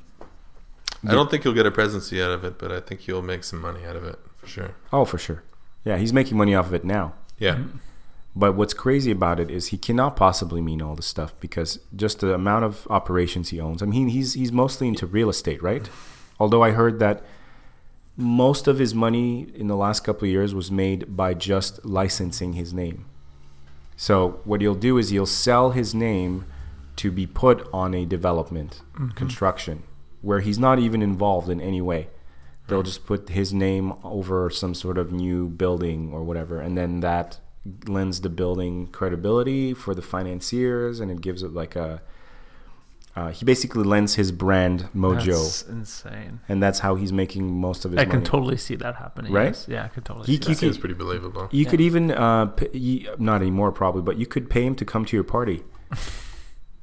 A: I don't think he'll get a presidency out of it, but I think he'll make some money out of it for sure.
B: oh, for sure. Yeah, he's making money off of it now.
A: Yeah.
B: Mm-hmm. But what's crazy about it is he cannot possibly mean all this stuff because just the amount of operations he owns. I mean, he's he's mostly into real estate, right? Although I heard that most of his money in the last couple of years was made by just licensing his name. So what he'll do is he'll sell his name to be put on a development construction where he's not even involved in any way. They'll just put his name over some sort of new building or whatever, and then that lends the building credibility for the financiers, and it gives it like a. Uh, he basically lends his brand mojo,
G: That's insane.
B: and that's how he's making most of Oh, his
G: I
B: money.
G: can totally see that happening.
B: Right?
G: Yes. Yeah, I can totally
B: He- he
G: see that.
B: can-
A: Seems pretty believable.
B: You could even uh, p- you, not anymore probably, but you could pay him to come to your party.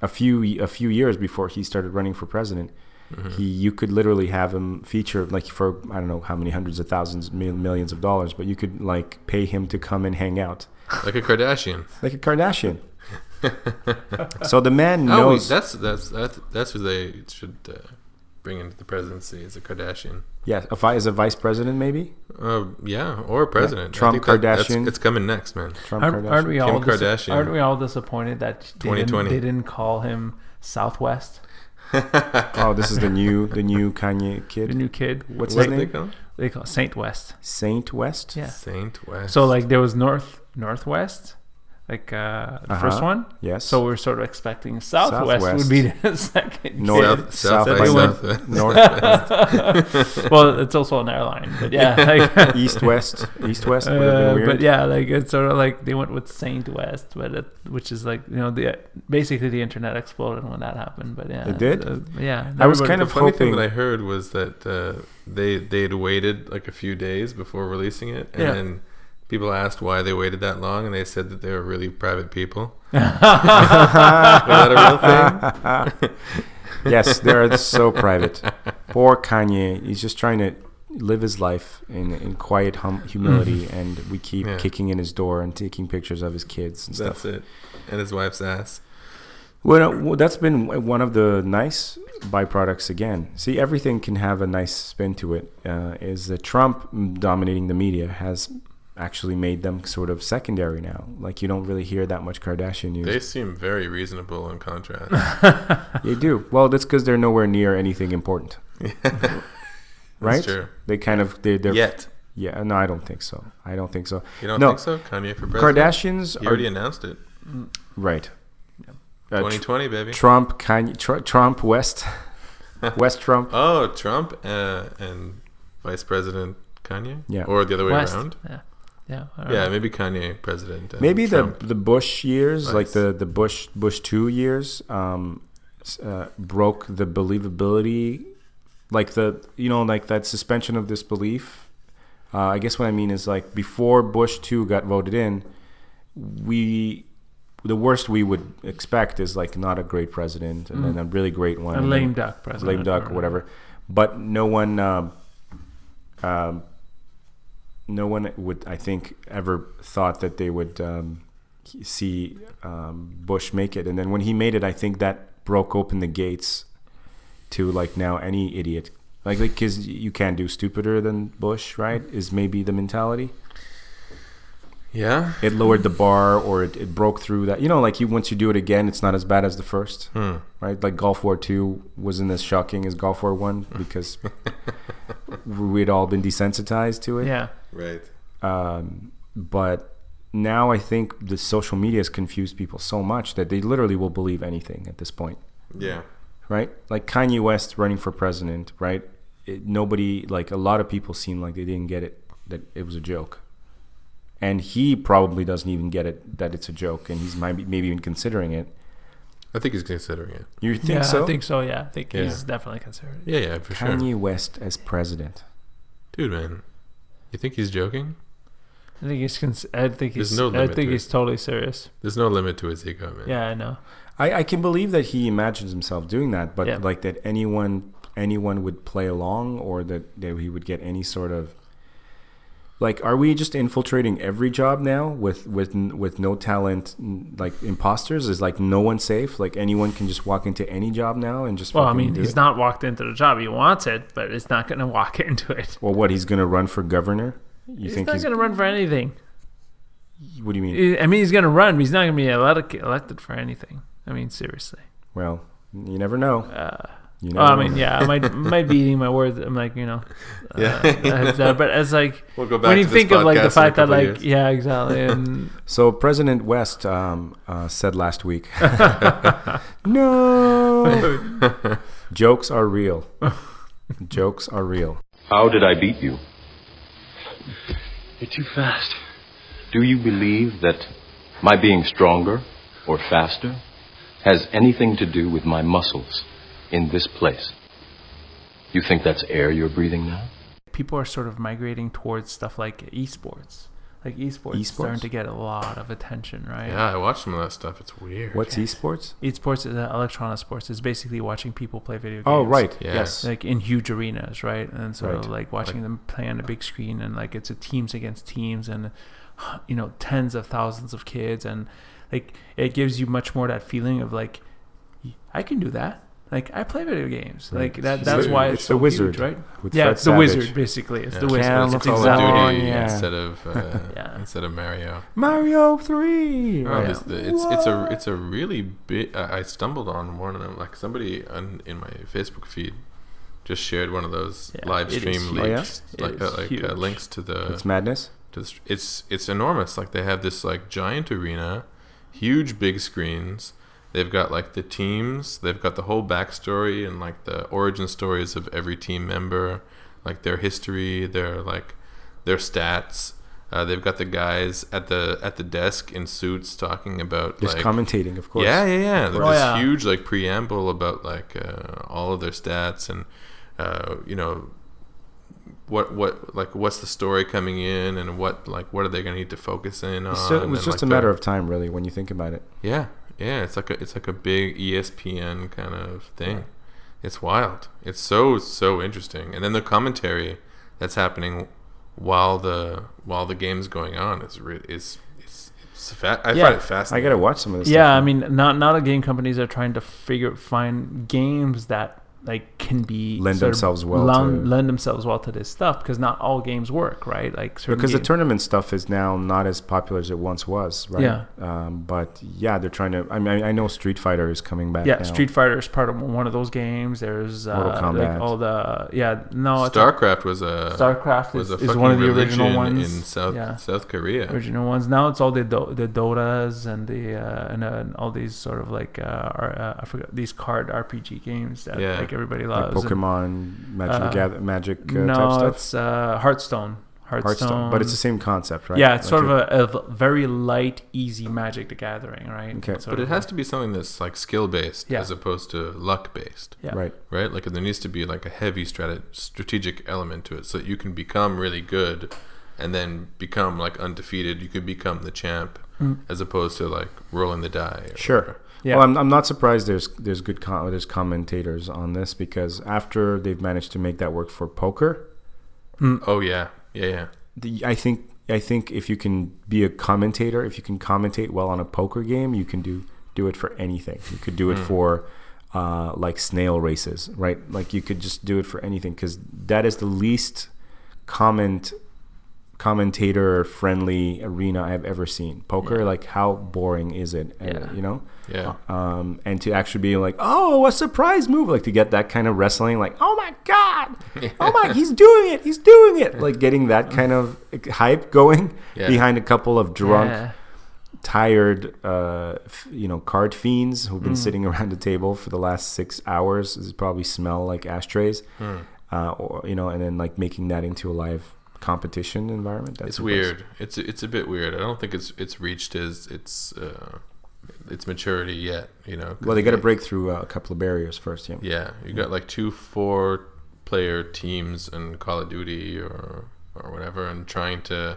B: a few a few years before he started running for president,
G: Mm-hmm.
B: he you could literally have him feature like for I don't know how many hundreds of thousands mil- millions of dollars, but you could like pay him to come and hang out
A: Like a Kardashian.
B: like a Kardashian. so the man
A: Oh, wait,
B: knows.
A: that's that's that's that's who they should uh, bring into the presidency as a Kardashian.
B: yeah, a vi- as a vice president maybe.
A: Uh, yeah, or president. I
B: Trump,
A: think that- that's-
B: Kardashian.
A: It's coming next, man.
B: Trump
G: Aren't, aren't we all dis-
A: Kardashian.
G: aren't we all disappointed that they didn't,
A: 2020.
G: they didn't call him Southwest,
B: oh, this is the new the new Kanye
G: the
B: kid.
G: new kid?
B: What's
A: What
B: his
A: do they
B: name?
A: call him?
G: They call it Saint West.
B: Saint West.
G: Yeah.
A: Saint West.
G: So like there was North Northwest, like uh, the first
B: Uh-huh.
G: one.
B: Yes.
G: So we are sort of expecting Southwest,
B: Southwest.
G: would be the second.
B: North,
A: South-
B: south,
A: South by
B: by north,
A: Southwest.
B: north,
G: kid. well, it's also an airline, but yeah, like,
B: east, west, east, west. would have
G: uh,
B: been weird.
G: but yeah, like it's sort of like they went with Saint West, but it, which is like you know the basically the internet exploded when that happened. But yeah,
B: It did?
G: uh, yeah,
B: I was
G: everybody-
B: kind
A: the
B: of
A: funny thing
B: hoping-
A: that I heard was that uh, they they'd waited like a few days before releasing it, and
G: Yeah.
A: then people asked why they waited that long, and they said that they were really private people. Is that a real thing?
B: yes, they're so private. Poor Kanye. He's just trying to live his life in, in quiet hum-
G: Mm.
B: humility, and we keep
A: Yeah.
B: kicking in his door and taking pictures of his kids and
A: That's
B: stuff.
A: it, and his wife's ass.
B: Well, no, well, that's been one of the nice byproducts again. See, everything can have a nice spin to it. Uh, is that Trump mm, dominating the media has actually made them sort of secondary now. Like you don't really hear that much Kardashian news.
A: They seem very reasonable in contrast.
B: They do. Well, that's because they're nowhere near anything important. right?
A: true.
B: They kind of they they're
A: Yet.
B: Yeah, no, I don't think so. I don't think so.
A: You don't
B: no,
A: think so? Kanye for president?
B: Kardashians
A: He
B: are
A: already announced it.
B: right. Uh, Tr-
A: 2020, baby.
B: Trump, Kanye, Tr- Trump, West, West Trump.
A: Oh, Trump uh, and Vice President Kanye?
B: Yeah.
A: Or the other way
G: West.
A: around?
G: Yeah. Yeah. I don't
A: Yeah,
G: know.
A: maybe Kanye President. and
B: Maybe
A: Trump.
B: the the Bush years, like
A: Nice.
B: the the Bush Bush two years, um, s- uh, broke the believability, like the you know like that suspension of disbelief. Uh, I guess what I mean is like before Bush two got voted in, we the worst we would expect is like not a great president and then a really great one,
G: Mm. A
B: and then-
G: lame duck president.
B: lame duck,
G: or-
B: whatever. But no one, um, um, no one would, I think, ever thought that they would um, see um, Bush make it. And then when he made it, I think that broke open the gates to like now any idiot, like because you can't do stupider than Bush, right? Is maybe the mentality
A: Yeah?
B: it lowered the bar or it, it broke through that you know like you once you do it again it's not as bad as the first right like gulf war two wasn't as shocking as gulf war one because we'd all been desensitized to it
G: Yeah.
A: Right.
B: um, but now i think the social media has confused people so much that they literally will believe anything at this point
A: Yeah.
B: right? Like Kanye West running for president, right? It, nobody, like a lot of people, seem like they didn't get it that it was a joke, and he probably doesn't even get it that it's a joke, and he's maybe maybe even considering it.
A: I think he's considering it.
B: You think
G: yeah,
B: so?
G: I think so. Yeah, I think
A: Yeah.
G: he's definitely conservative.
A: Yeah, yeah, for sure.
B: Kanye West as president.
A: Dude, man. You think he's joking?
G: I think he's. Cons- I think
A: There's
G: he's.
A: no
G: I
A: limit
G: think
A: to
G: he's totally serious.
A: There's no limit to his ego, man.
G: Yeah, I know.
B: I, I can believe that he imagines himself doing that, but
G: Yeah.
B: like that anyone anyone would play along or that, that he would get any sort of like are we just infiltrating every job now with with n- with no talent n- like imposters is like no one safe like anyone can just walk into any job now and just
G: Well, I
B: fucking
G: mean,
B: do
G: he's
B: it?
G: not walked into the job. He wants it, but it's not going to walk into it.
B: well what he's gonna run for governor you
G: he's
B: think
G: not
B: he's
G: going to run for anything.
B: what do you mean
G: I I mean, he's going to run, but he's not going to be elec- elected for anything. I mean, seriously.
B: well you never know you never
G: Uh, Well,
B: know.
G: I mean, yeah, I might might be eating my words. I'm like, you know, uh, that- but it's like
A: We'll go back
G: when you
A: to this
G: think of
A: podcast
G: like
A: in
G: the
A: a
G: fact that
A: couple
G: like
A: years.
G: yeah, exactly. And
B: So President West um, uh, said last week, "No, jokes are real. jokes are real."
H: How did I beat you? You're too fast. Do you believe that my being stronger or faster has anything to do with my muscles in this place? You think that's air you're breathing now?
G: people are sort of migrating towards stuff like esports. Like esports, is starting
B: Esports?
G: to get a lot of attention, right?
A: Yeah, I watched some of that stuff. It's weird.
B: What's esports?
G: Esports is uh, electronic sports. It's basically watching people play video games.
B: Oh, right.
A: Yeah.
B: Yes.
G: Like in huge arenas, right? And so
B: Right.
G: like watching them play on a big screen and like it's a teams against teams and you know tens of thousands of kids and like it gives you much more that feeling of like I can do that. Like I play video games. Like that. That's
A: the-
G: why
B: it's
G: it's,
B: the
G: so
B: Wizard
G: huge, right?
B: with
G: Yeah,
B: Fred
G: it's the
B: Savage.
G: wizard basically. It's the wizard. It's
A: Call of
B: exactly-
A: Duty
B: Yeah.
A: instead of uh,
G: Yeah.
A: instead of Mario.
B: Mario Three.
A: Oh,
B: Right.
A: it's, the, it's it's a it's a really big. I I stumbled on one of them. Like somebody on, in my Facebook feed just shared one of those
G: Yeah,
A: live
G: it is
A: stream
G: huge.
B: Oh, yeah?
A: leaks,
G: It
A: like uh,
G: is
A: like uh,
G: huge.
A: links to the
B: It's madness.
A: just it's it's enormous. Like they have this like giant arena, huge big screens. They've got like the teams. They've got the whole backstory and like the origin stories of every team member, like their history, their like their stats. Uh, they've got the guys at the at the desk in suits talking about
B: There's
A: like
B: commentating, of course.
A: yeah, yeah, yeah. There's
G: Oh,
A: this
G: yeah.
A: huge like preamble about like uh, all of their stats and uh, you know what what like what's the story coming in and what like what are they going to need to focus in on.
B: So it was
A: and, like,
B: just a matter
A: the-
B: of time, really, when you think about it.
A: yeah, yeah. It's like a it's like a big E ESPN kind of thing. It's wild. It's so so interesting. And then the commentary that's happening while the while the game's going on is re- is it's, it's fa- I find it
B: I
A: fascinating.
B: gotta watch some of this.
G: Yeah,
B: stuff.
G: I mean, not not a game companies are trying to figure find games that like can be
B: Lend
G: sort of
B: themselves well
G: lend,
B: to-
G: lend themselves well to this stuff because not all games work, right? Like certain
B: because the
G: games-
B: tournament stuff is now not as popular as it once was, right?
G: Yeah.
B: Um, but yeah, they're trying to. I mean, I know Street Fighter is coming back.
G: yeah,
B: now.
G: Street Fighter is part of one of those games. There's uh,
B: Mortal Kombat.
G: like all the yeah no it's
A: StarCraft was a
G: StarCraft
A: was
G: is,
A: a
G: is
A: fucking
G: one of the
A: religion
G: original ones
A: in South
G: Yeah.
A: South Korea.
G: original ones. Now it's all the do- the Dotas and the uh, and, uh, and all these sort of like uh, are, uh, I forgot these card RPG games that
A: Yeah.
G: like everybody
B: like
G: loves. and-
B: Pokemon, Magic, the
G: uh,
B: Gather, Magic uh, type
G: no,
B: stuff.
G: it's uh, Hearthstone. Hearthstone.
B: Hearthstone, but it's the same concept, right?
G: Yeah, it's
B: Like
G: sort of a, a very light, easy Magic the Gathering, right?
B: Okay.
G: It's sort
A: But it
G: of
A: has to be something that's like skill based
G: Yeah.
A: as opposed to luck based,
G: yeah.
B: right.
A: right? Like there needs to be like a heavy strat- strategic element to it, so that you can become really good, and then become like undefeated. You could become the champ,
G: Mm.
A: as opposed to like rolling the die. or-
B: Sure.
G: Yeah.
B: Well, I'm, I'm not surprised there's there's good com- there's commentators on this because after they've managed to make that work for poker,
A: Oh yeah, yeah, yeah.
B: the, I think I think if you can be a commentator, if you can commentate well on a poker game, you can do do it for anything. You could do it for uh, like snail races, right? Like you could just do it for anything because that is the least comment commentator friendly arena I've ever seen. Poker, like how boring is it? Uh,
G: Yeah.
B: You know.
A: Yeah.
B: Um, and to actually be like, oh, a surprise move, like to get that kind of wrestling, like, oh my god, oh my, he's doing it, he's doing it, like getting that kind of hype going
A: Yeah.
B: behind a couple of drunk,
G: Yeah.
B: tired, uh, f- you know, card fiends who've been
A: Mm.
B: sitting around the table for the last six hours. This probably smell like ashtrays,
A: Mm.
B: uh, or you know, and then like making that into a live competition environment. That's
A: It's weird. It's it's a bit weird. I don't think it's it's reached as its uh, its maturity yet. You know. 'cause
B: Well, they got to break through uh, a couple of barriers first, yeah.
A: Yeah, you got like two four player teams in Call of Duty or or whatever, and trying to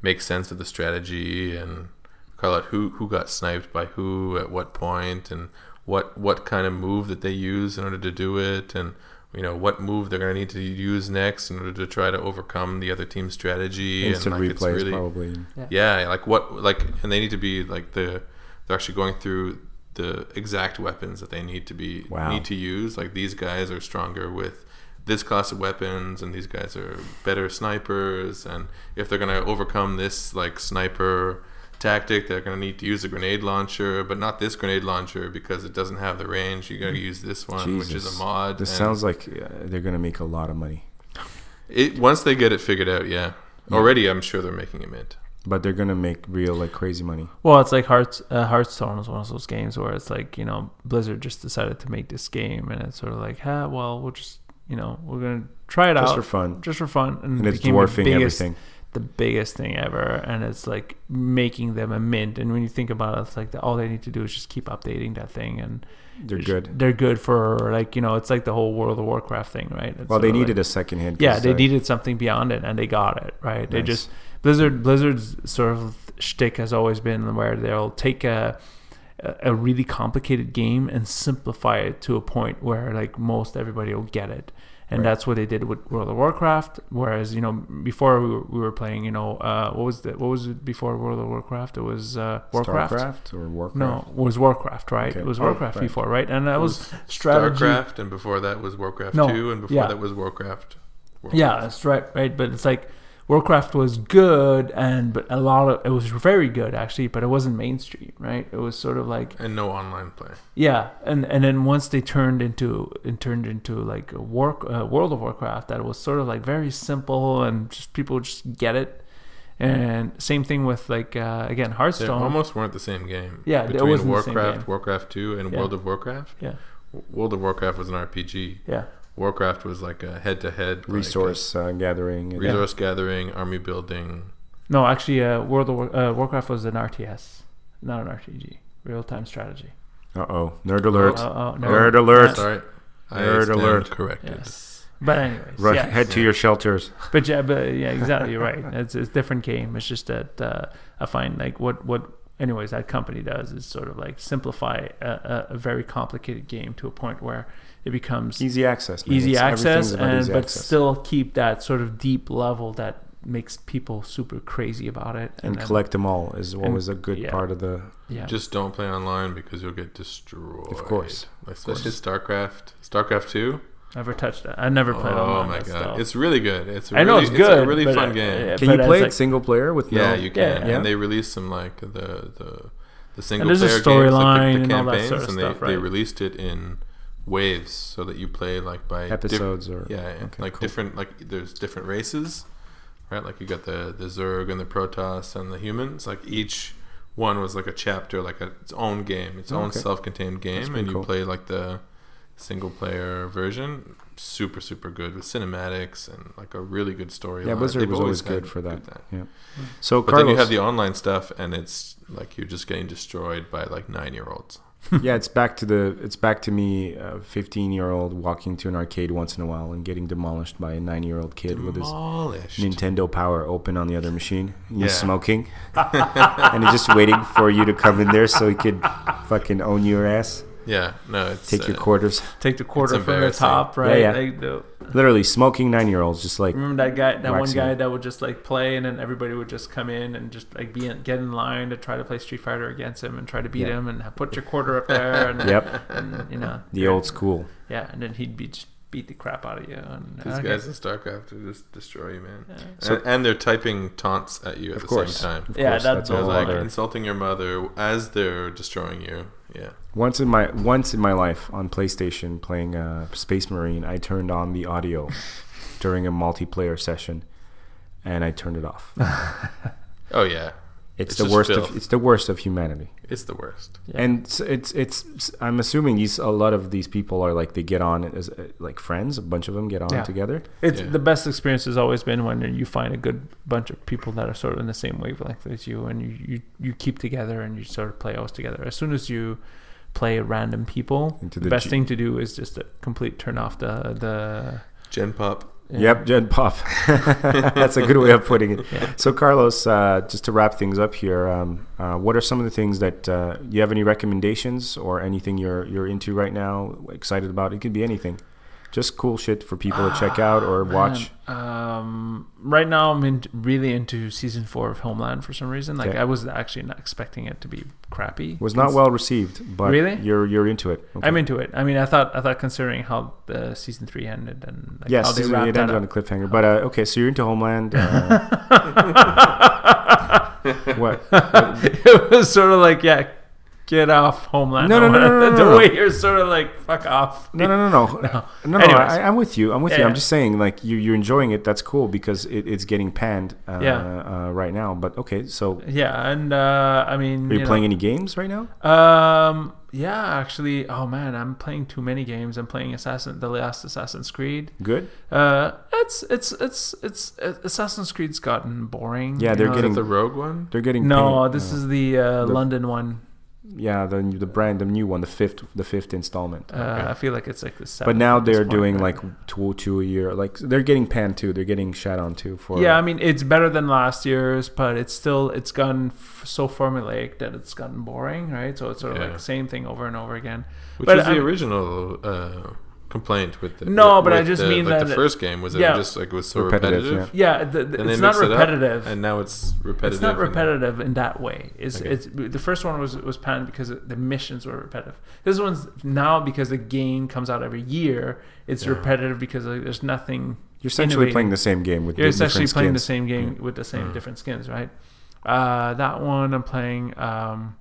A: make sense of the strategy and call out who who got sniped by who at what point and what what kind of move that they use in order to do it and you know what move they're going to need to use next in order to try to overcome the other team's strategy
B: Instant
A: and like, it's
B: replays,
A: really-
B: probably.
A: yeah like what like and they need to be like the they're actually going through the exact weapons that they need to be
B: Wow.
A: need to use like these guys are stronger with this class of weapons and these guys are better snipers and if they're going to overcome this like sniper tactic they're going to need to use a grenade launcher but not this grenade launcher because it doesn't have the range you got to use this one Uh, which is
B: Jesus.
A: a mod
B: This
A: and
B: sounds like uh, they're gonna make a lot of money,
A: it once they get it figured out yeah already i'm sure they're making a mint
B: but they're gonna make real like crazy money.
G: Well, it's like Hearts, uh, Hearthstone is one of those games where it's like you know Blizzard just decided to make this game, and it's sort of like, ah, well, we'll just you know we're gonna try it
B: Just
G: out
B: for fun.
G: just for fun, and,
B: And
G: it
B: it's
G: became the
B: dwarfing
G: biggest-
B: everything.
G: the biggest thing ever, and it's like making them a mint. And when you think about it, it's like all they need to do is just keep updating that thing, and
B: They're
G: just-
B: good.
G: They're good for like you know, it's like the whole World of Warcraft thing, right? It's
B: Well, they
G: sorta
B: needed
G: like-
B: a second hand. 'cause
G: yeah, they
B: like-
G: needed something beyond it, and they got it right. They
B: Nice.
G: just Blizzard Blizzard's sort of shtick has always been where they'll take a a really complicated game and simplify it to a point where like most everybody will get it. And that's what they did with World of Warcraft. Whereas you know before we were, we were playing, you know, uh, what was the what was it before World of Warcraft? It was uh, Warcraft.
B: Starcraft or Warcraft.
G: No, it was Warcraft, right?
B: Okay.
G: It was
B: Oh,
G: Warcraft
B: right.
G: before, right? And that was, strategy.
A: StarCraft, and before that was Warcraft
G: No,
A: 2, and before
G: yeah.
A: that was Warcraft. Warcraft.
G: Yeah, that's right, right. But it's like Warcraft was good, and but a lot of it was very good actually, but it wasn't mainstream, right? It was sort of like
A: And no online play.
G: yeah, and and then once they turned into and turned into like a war, uh, World of Warcraft, that was sort of like very simple and just people just get it. And same thing with like uh, again
A: They
G: Hearthstone.
A: almost weren't the same game.
G: Yeah, it
A: between
G: wasn't the same
A: Warcraft,
G: game.
A: Warcraft 2, and
G: Yeah.
A: World of Warcraft.
G: yeah,
A: W- World of Warcraft was an RPG.
G: yeah.
A: Warcraft was like a head-to-head like,
B: Resource uh, gathering.
A: uh,
B: and-
A: resource gathering, army building.
G: No, actually, uh, World of War, uh, Warcraft was an RTS, not an RPG. Real time strategy.
B: Uh-oh. Nerd alert.
G: Uh, uh, no.
B: Nerd alert.
A: Sorry, I
B: Nerd
A: stand
B: alert.
A: Corrected.
G: Yes. But anyways,
B: Run,
G: yeah.
B: Head to your shelters.
G: But yeah, but yeah, exactly you're right. It's, it's a different game. It's just that uh, I find like what what anyways that company does is sort of like simplify a, a, a very complicated game to a point where it becomes easy,
B: Easy access. man. It's-
G: access
B: everything's about
G: and
B: easy
G: but
B: access.
G: still keep that sort of deep level that makes people super crazy about it
B: and
G: then-
B: collect them all is what
G: and-
B: was a good
G: yeah.
B: part of the.
G: yeah.
A: Just don't play online because you'll get destroyed.
B: Of course.
A: Especially StarCraft. StarCraft 2,
G: Never touched that. I never played
A: Oh
G: online.
A: my
G: that
A: god,
G: stuff.
A: it's really good. It's
G: I
A: really,
G: know it's good.
A: a really
G: but,
A: fun
G: uh,
A: game.
G: yeah,
B: Can
G: but
B: you
G: it's
B: play it
G: like-
B: single player with
A: Yeah,
B: no?
A: you can.
B: yeah.
A: And they released some like the the the single
G: there's a
A: player games, like
G: storyline
A: the, the
G: and all that
A: campaigns,
G: sort of
A: and they,
G: stuff,
A: they
G: right?
A: released it in waves so that you play like by diff-
B: Episodes or-
A: yeah,
B: okay,
A: like
B: cool.
A: different like there's different races, right? Like you got the the Zerg and the Protoss and the humans. Like each one was like a chapter, like a, its own game, its own
B: okay.
A: self-contained game,
B: pretty
A: and you
B: cool.
A: play like the single player version super super good with cinematics and like a really good story
B: Yeah, Blizzard was always good for that. Yeah.
G: Mm.
B: So
A: but
B: Carlos,
A: then you have the online stuff, and it's like you're just getting destroyed by like nine year olds.
B: yeah, it's back to the it's back to me, a fifteen-year-old walking to an arcade once in a while and getting demolished by a nine-year-old kid with his
A: Demolished.
B: Nintendo Power open on the other machine. He's
A: Yeah.
B: smoking, and he's just waiting for you to come in there so he could fucking own your ass,
A: Yeah, no, it's
B: take your
A: uh,
B: quarters.
G: Take the quarter
A: It's
G: from the
A: embarrassing.
G: top, right?
B: yeah.
G: Like, the-
B: Literally smoking nine-year-olds, just like
A: Mm.
G: remember that guy, that one
B: Waxing.
G: guy that would just like play, and then everybody would just come in and just like be in, get in line to try to play Street Fighter against him and try to beat
B: Yeah.
G: him and have- put your quarter up there. And,
B: Yep.
G: and, you know,
B: the old school.
G: yeah, and then he'd be just beat the crap out of you. And,
A: These
G: okay.
A: guys in StarCraft will just destroy you, man. and, and they're typing taunts at you at the
B: course.
A: same time.
G: yeah,
B: course,
G: that's
B: that's a
A: They're
G: all.
B: whole
A: like
B: other-
A: insulting your mother as they're destroying you. Yeah.
B: Once in my once in my life on PlayStation playing uh, Space Marine, I turned on the audio during a multiplayer session, and I turned it off.
A: Oh yeah,
B: It's,
A: It's
B: the
A: just
B: worst
A: filth.
B: of it's the worst of humanity.
A: it's the worst.
B: And it's, it's it's I'm assuming these a lot of these people are like they get on as uh, like friends. A bunch of them get on
G: Yeah.
B: together.
G: It's
A: Yeah.
G: the best experience has always been when you find a good bunch of people that are sort of in the same wavelength as you, and you you, you keep together and you sort of play always together. As soon as you play random people,
B: Into
G: the,
B: the
G: best
B: G-
G: thing to do is just to complete turn off the the.
A: Gen Pop.
B: Yep, Gen Pop. That's a good way of putting it. So, Carlos, uh, just to wrap things up here, um, uh, what are some of the things that uh, you have any recommendations or anything you're you're into right now, excited about? It could be anything, just cool shit for people to check out or
G: Ah,
B: watch.
G: Um, right now, I'm in, really into season four of Homeland for some reason. Like
B: Okay.
G: I was actually not expecting it to be crappy.
B: Was not well received, but
G: Really?
B: you're you're into it. Okay.
G: I'm into it. I mean, I thought I thought considering how the season three ended and like how
B: yes,
G: they
B: it
G: wrapped
B: ended
G: that
B: on a
G: up.
B: cliffhanger. But uh, okay, so you're into Homeland. Uh, what?
G: it was sort of like, yeah, get off Homeland.
B: No, no, no, no, no,
G: the
B: no.
G: way you're sort of like, fuck off.
B: No, no, no, no, no, no. no
G: Anyways.
B: I, I'm with you. I'm with
G: Yeah,
B: you. I'm
G: yeah.
B: just saying, like you, you're enjoying it. That's cool because it, it's getting panned, uh,
G: Yeah.
B: uh, right now. But okay, so are you,
G: Yeah, and uh, I mean, you know,
B: playing any games right now?
G: Um, yeah, actually, oh man, I'm playing too many games. I'm playing Assassin, the last Assassin's Creed.
B: Good.
G: Uh, it's it's it's it's uh, Assassin's Creed's gotten boring.
B: Yeah,
G: you
B: they're
G: know?
B: getting
A: The Rogue one.
B: they're getting
G: No,
B: panned.
G: this
B: Uh,
G: is the, uh, London one.
B: yeah the the brand the new one the fifth the fifth installment.
G: Uh, I feel like it's like the seventh.
B: but now
G: at this
B: they're
G: point,
B: doing
G: right?
B: like two two a year. Like they're getting panned too. They're getting shot on too for
G: Yeah, I mean it's better than last year's, but it's still it's gotten f- so formulaic that it's gotten boring, right? So it's sort of
A: Yeah.
G: like same thing over and over again.
A: Which
G: but
A: is the
G: I'm-
A: original uh, complaint with the
G: No, but I
A: with
G: just
A: the,
G: mean
A: like the
G: that-
A: first game was
G: yeah.
A: it just like was so
B: Repetitive,
A: repetitive.
B: yeah.
G: Yeah, the, the-
A: And they
G: it's not
A: mix it up,
G: repetitive.
A: and now it's repetitive.
G: it's not
A: and-
G: repetitive in that way. It's
A: Okay.
G: it's the first one was was panned because the missions were repetitive. This one's now because the game comes out every year. It's repetitive because like, there's nothing.
B: You're essentially
G: innovating.
B: playing the same game with
G: You're
B: di-
G: essentially
B: different
G: playing the
B: skins. Mm.
G: same game with the same different skins, right? Uh, that one I'm playing. Um,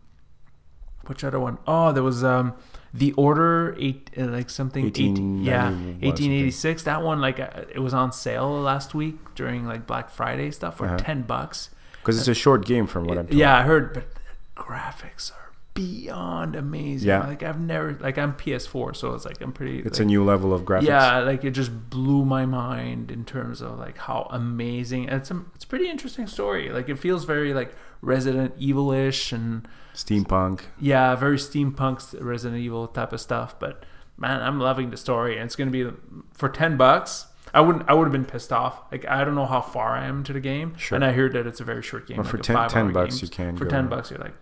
G: which other one? Oh, there was um, the Order eight, uh, like something. 18, yeah,
B: 1891
G: 1886. That one, like, uh, it was on sale last week during like Black Friday stuff
B: Uh-huh.
G: for ten bucks.
B: because it's a short game from what I'm. Told.
G: Yeah, I heard, but the graphics are beyond amazing.
B: Yeah.
G: like I've never like I'm PS4, so it's like I'm pretty.
B: it's
G: like,
B: a new level of graphics.
G: yeah, like it just blew my mind in terms of like how amazing. And it's a it's a pretty interesting story. Like it feels very like Resident Evil ish and
B: steampunk.
G: yeah, very steampunk Resident Evil type of stuff. But man, I'm loving the story, and it's gonna be for ten bucks. I wouldn't. I would have been pissed off. Like I don't know how far I am to the game,
B: Sure.
G: and I heard that it's a very short game.
B: Well, for
G: like a
B: 10
G: five-hour
B: 10 bucks,
G: game.
B: you can
G: For
B: go
G: ten
B: on.
G: bucks, you're like,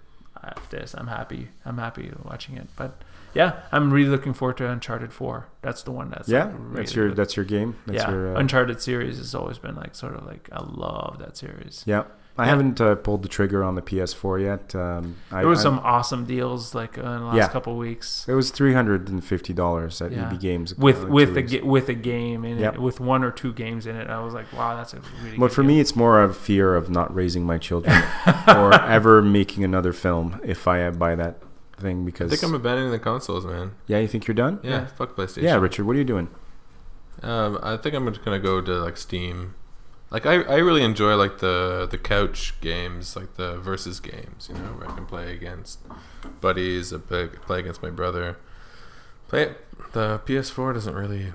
G: I have this. I'm happy. I'm happy watching it. But yeah, I'm really looking forward to Uncharted Four. That's the one that's
B: Yeah,
G: like, really
B: that's your
G: good.
B: that's your game. That's
G: yeah.
B: your uh,
G: Uncharted series has always been like sort of like I love that series.
B: yeah. I haven't uh, pulled the trigger on the PS4 yet. Um, I,
G: There was
B: I-
G: some awesome deals like uh, in the last
B: Yeah.
G: couple weeks.
B: It was three hundred and fifty dollars at
G: Yeah.
B: EB Games
G: with
B: uh, two
G: with a
B: weeks.
G: ga- with a game in
B: Yep.
G: it, with one or two games in it. I was like, wow, that's a really.
B: But
G: good
B: for
G: deal.
B: me, it's more of fear of not raising my children or ever making another film if I uh, buy that thing
A: I
B: because
A: think I'm abandoning the consoles, man.
B: yeah, you think you're done?
A: Yeah, fuck PlayStation.
B: Yeah, Richard, what are you doing?
A: Um, I think I'm just gonna go to like Steam. Like I, I really enjoy like the the couch games, like the versus games, you know, where I can play against buddies, I play, play against my brother. Play the PS4 doesn't really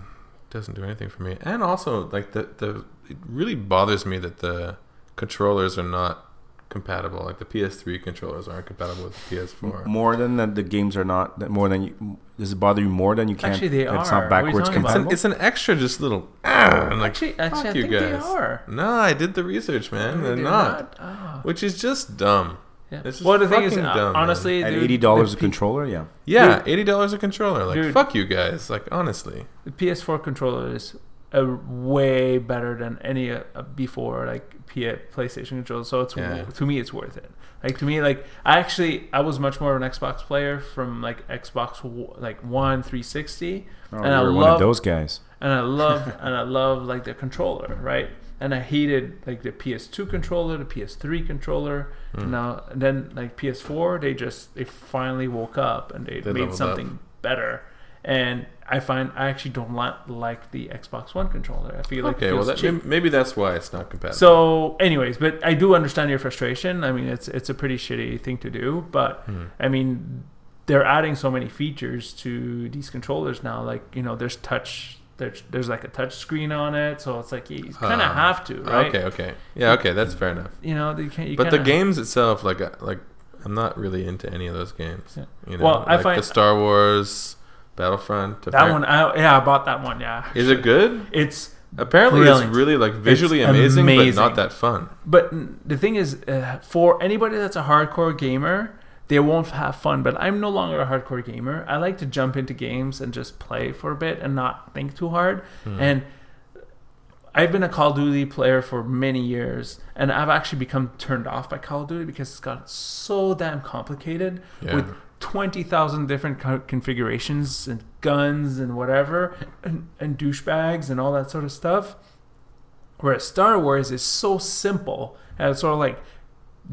A: doesn't do anything for me, and also like the the it really bothers me that the controllers are not compatible. Like the PS3 controllers aren't compatible with the PS4.
B: More than that, the games are not that more than you. Does it bother you more than you can?
G: Actually, they
B: It's
G: are.
B: not
G: What are you
B: backwards
G: talking about?
A: It's an,
B: compatible.
A: it's an extra just little. I'm like,
G: Actually- actually,
A: fuck
G: I
A: you
G: think they
A: guys.
G: are.
A: No, I did the research, man. They're,
G: They're
A: not.
G: Ah.
A: Which is just dumb.
G: Yeah.
A: It's just
G: Well, the thing is,
A: fucking
G: uh,
A: dumb, man.
G: honestly,
B: At
G: dude,
B: eighty dollars a
G: the, P-
B: controller, yeah.
A: Yeah, eighty dollars a controller. Like,
G: Dude.
A: fuck you guys. Like, honestly,
G: the PS4 controller is uh, way better than any uh, uh, before like P- PlayStation controller. So it's
A: Yeah.
G: to me, it's worth it. Like to me, like I actually I was much more of an Xbox player from like Xbox w- like One 360,
B: Oh,
G: and
B: you
G: I
B: were
G: love
B: one of those guys.
G: and I love and I love like the controller, right? And I hated like the PS2 controller, the PS3 controller.
A: Mm.
G: And now and then like PS4, they just they finally woke up and they,
A: They
G: made
A: leveled
G: something better. And I find I actually don't li- like the Xbox One controller. I feel like it
A: okay. Well,
G: feels
A: that,
G: cheap.
A: may- maybe that's why it's not compatible.
G: So, anyways, but I do understand your frustration. I mean, it's it's a pretty shitty thing to do, but
A: Hmm.
G: I mean, they're adding so many features to these controllers now. Like you know, there's touch. There's there's like a touch screen on it, so it's like you kind of
A: Ah.
G: have to, right?
A: okay, okay, yeah, okay, that's fair enough.
G: You know, you can't. You
A: But the
G: kinda-
A: games itself, like, I- like, I'm not really into any of those games.
G: Yeah.
A: You know,
G: Well, I
A: like the
G: find-
A: Star Wars Battlefront.
G: that one, I, yeah, I bought that one. Yeah,
A: is it good?
G: it's
A: Apparently,
G: Brilliant.
A: it's really like visually
G: It's
A: amazing,
G: amazing.
A: but not that fun.
G: but n- the thing is, uh, for anybody that's a hardcore gamer, they won't have fun. But I'm no longer a hardcore gamer. I like to jump into games and just play for a bit and not think too hard. And I've been a Call of Duty player for many years, and I've actually become turned off by Call of Duty because it's gotten so damn complicated
A: Yeah.
G: with twenty thousand different co- configurations and guns and whatever, and, and douchebags and all that sort of stuff. Whereas Star Wars is so simple and it's sort of like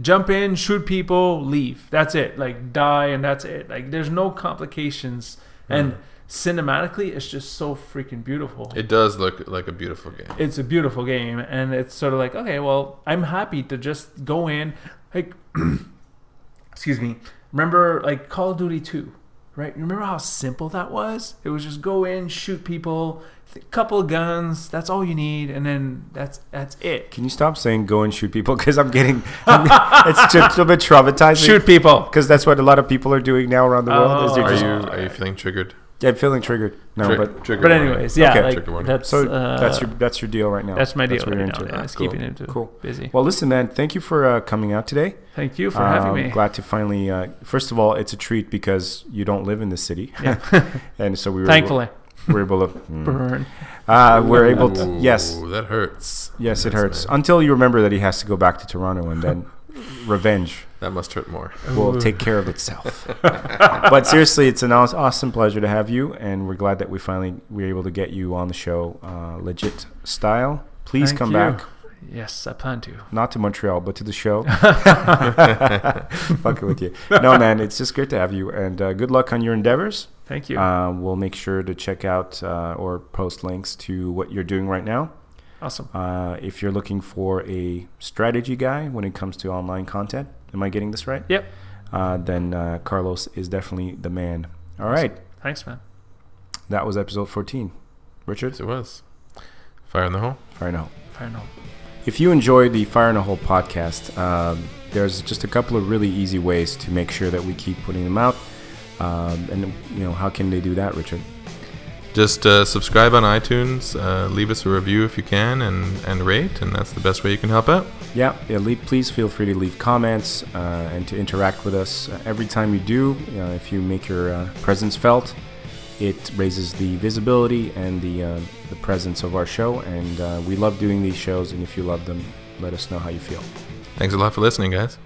G: jump in, shoot people, leave. That's it. Like die and that's it. Like there's no complications. And cinematically, it's just so freaking beautiful.
A: It does look like a beautiful game.
G: it's a beautiful game, and it's sort of like okay, well, I'm happy to just go in. Like, excuse me. Remember like Call of Duty Two, right? Remember how simple that was? It was just go in, shoot people. th- Couple guns, that's all you need, and then that's that's it.
B: Can you stop saying "go and shoot people"? Because I'm getting I'm- it's just a bit traumatizing.
G: Shoot people.
B: because that's what a lot of people are doing now around the world. is they're
A: Oh, Are
B: just-
A: you are you feeling triggered?
B: Yeah, I'm feeling triggered. No,
A: Tri-
B: but
A: triggered
G: But
A: warning.
G: anyways, yeah,
B: Okay.
A: Trigger
G: like
A: warning.
G: that's
B: so
G: uh,
B: that's your that's your deal right now.
G: that's my deal
B: what
G: right
B: you're
G: now.
B: into.
G: Yeah, it's
A: Cool.
G: keeping it
B: Cool.
G: busy.
B: Well, listen, man. Thank you for uh, coming out today.
G: Thank you for
B: Um,
G: having me.
B: Glad to finally. Uh, first of all, it's a treat because you don't live in the city, and so we were
G: Thankfully,
B: we're able to. Mm.
G: burn.
B: Uh, we're able to.
A: Ooh,
B: Yes,
A: that hurts.
B: yes, it
A: Yes,
B: hurts
A: man.
B: until you remember that he has to go back to Toronto, and then revenge
A: That must hurt more.
B: will take care of itself. but seriously, it's an aw- awesome pleasure to have you, and we're glad that we finally were able to get you on the show, uh, legit style. Please
G: Thank
B: come
G: you.
B: back,
G: Yes, I plan to.
B: not to Montreal, but to the show. Fucking with you. No, man, it's just great to have you, and uh, good luck on your endeavors.
G: Thank you.
B: Uh, we'll make sure to check out uh, or post links to what you're doing right now.
G: awesome.
B: Uh, if you're looking for a strategy guy when it comes to online content, am I getting this right?
G: Yep.
B: uh, then uh, Carlos is definitely the man. All right,
G: Thanks, man.
B: that was episode 14. Richard,
A: Yes, it was. Fire in the hole.
B: fire in a hole.
G: Fair enough.
B: If you enjoyed the Fire in a Hole podcast, um, there's just a couple of really easy ways to make sure that we keep putting them out. Um, and you know, how can they do that, Richard?
A: Just uh, subscribe on iTunes. Uh, leave us a review if you can, and and rate, and that's the best way you can help out.
B: Yeah, yeah leave, please feel free to leave comments uh, and to interact with us. Uh, every time you do, uh, if you make your uh, presence felt, it raises the visibility and the, uh, the presence of our show. And uh, we love doing these shows, and if you love them, let us know how you feel.
A: Thanks a lot for listening, guys.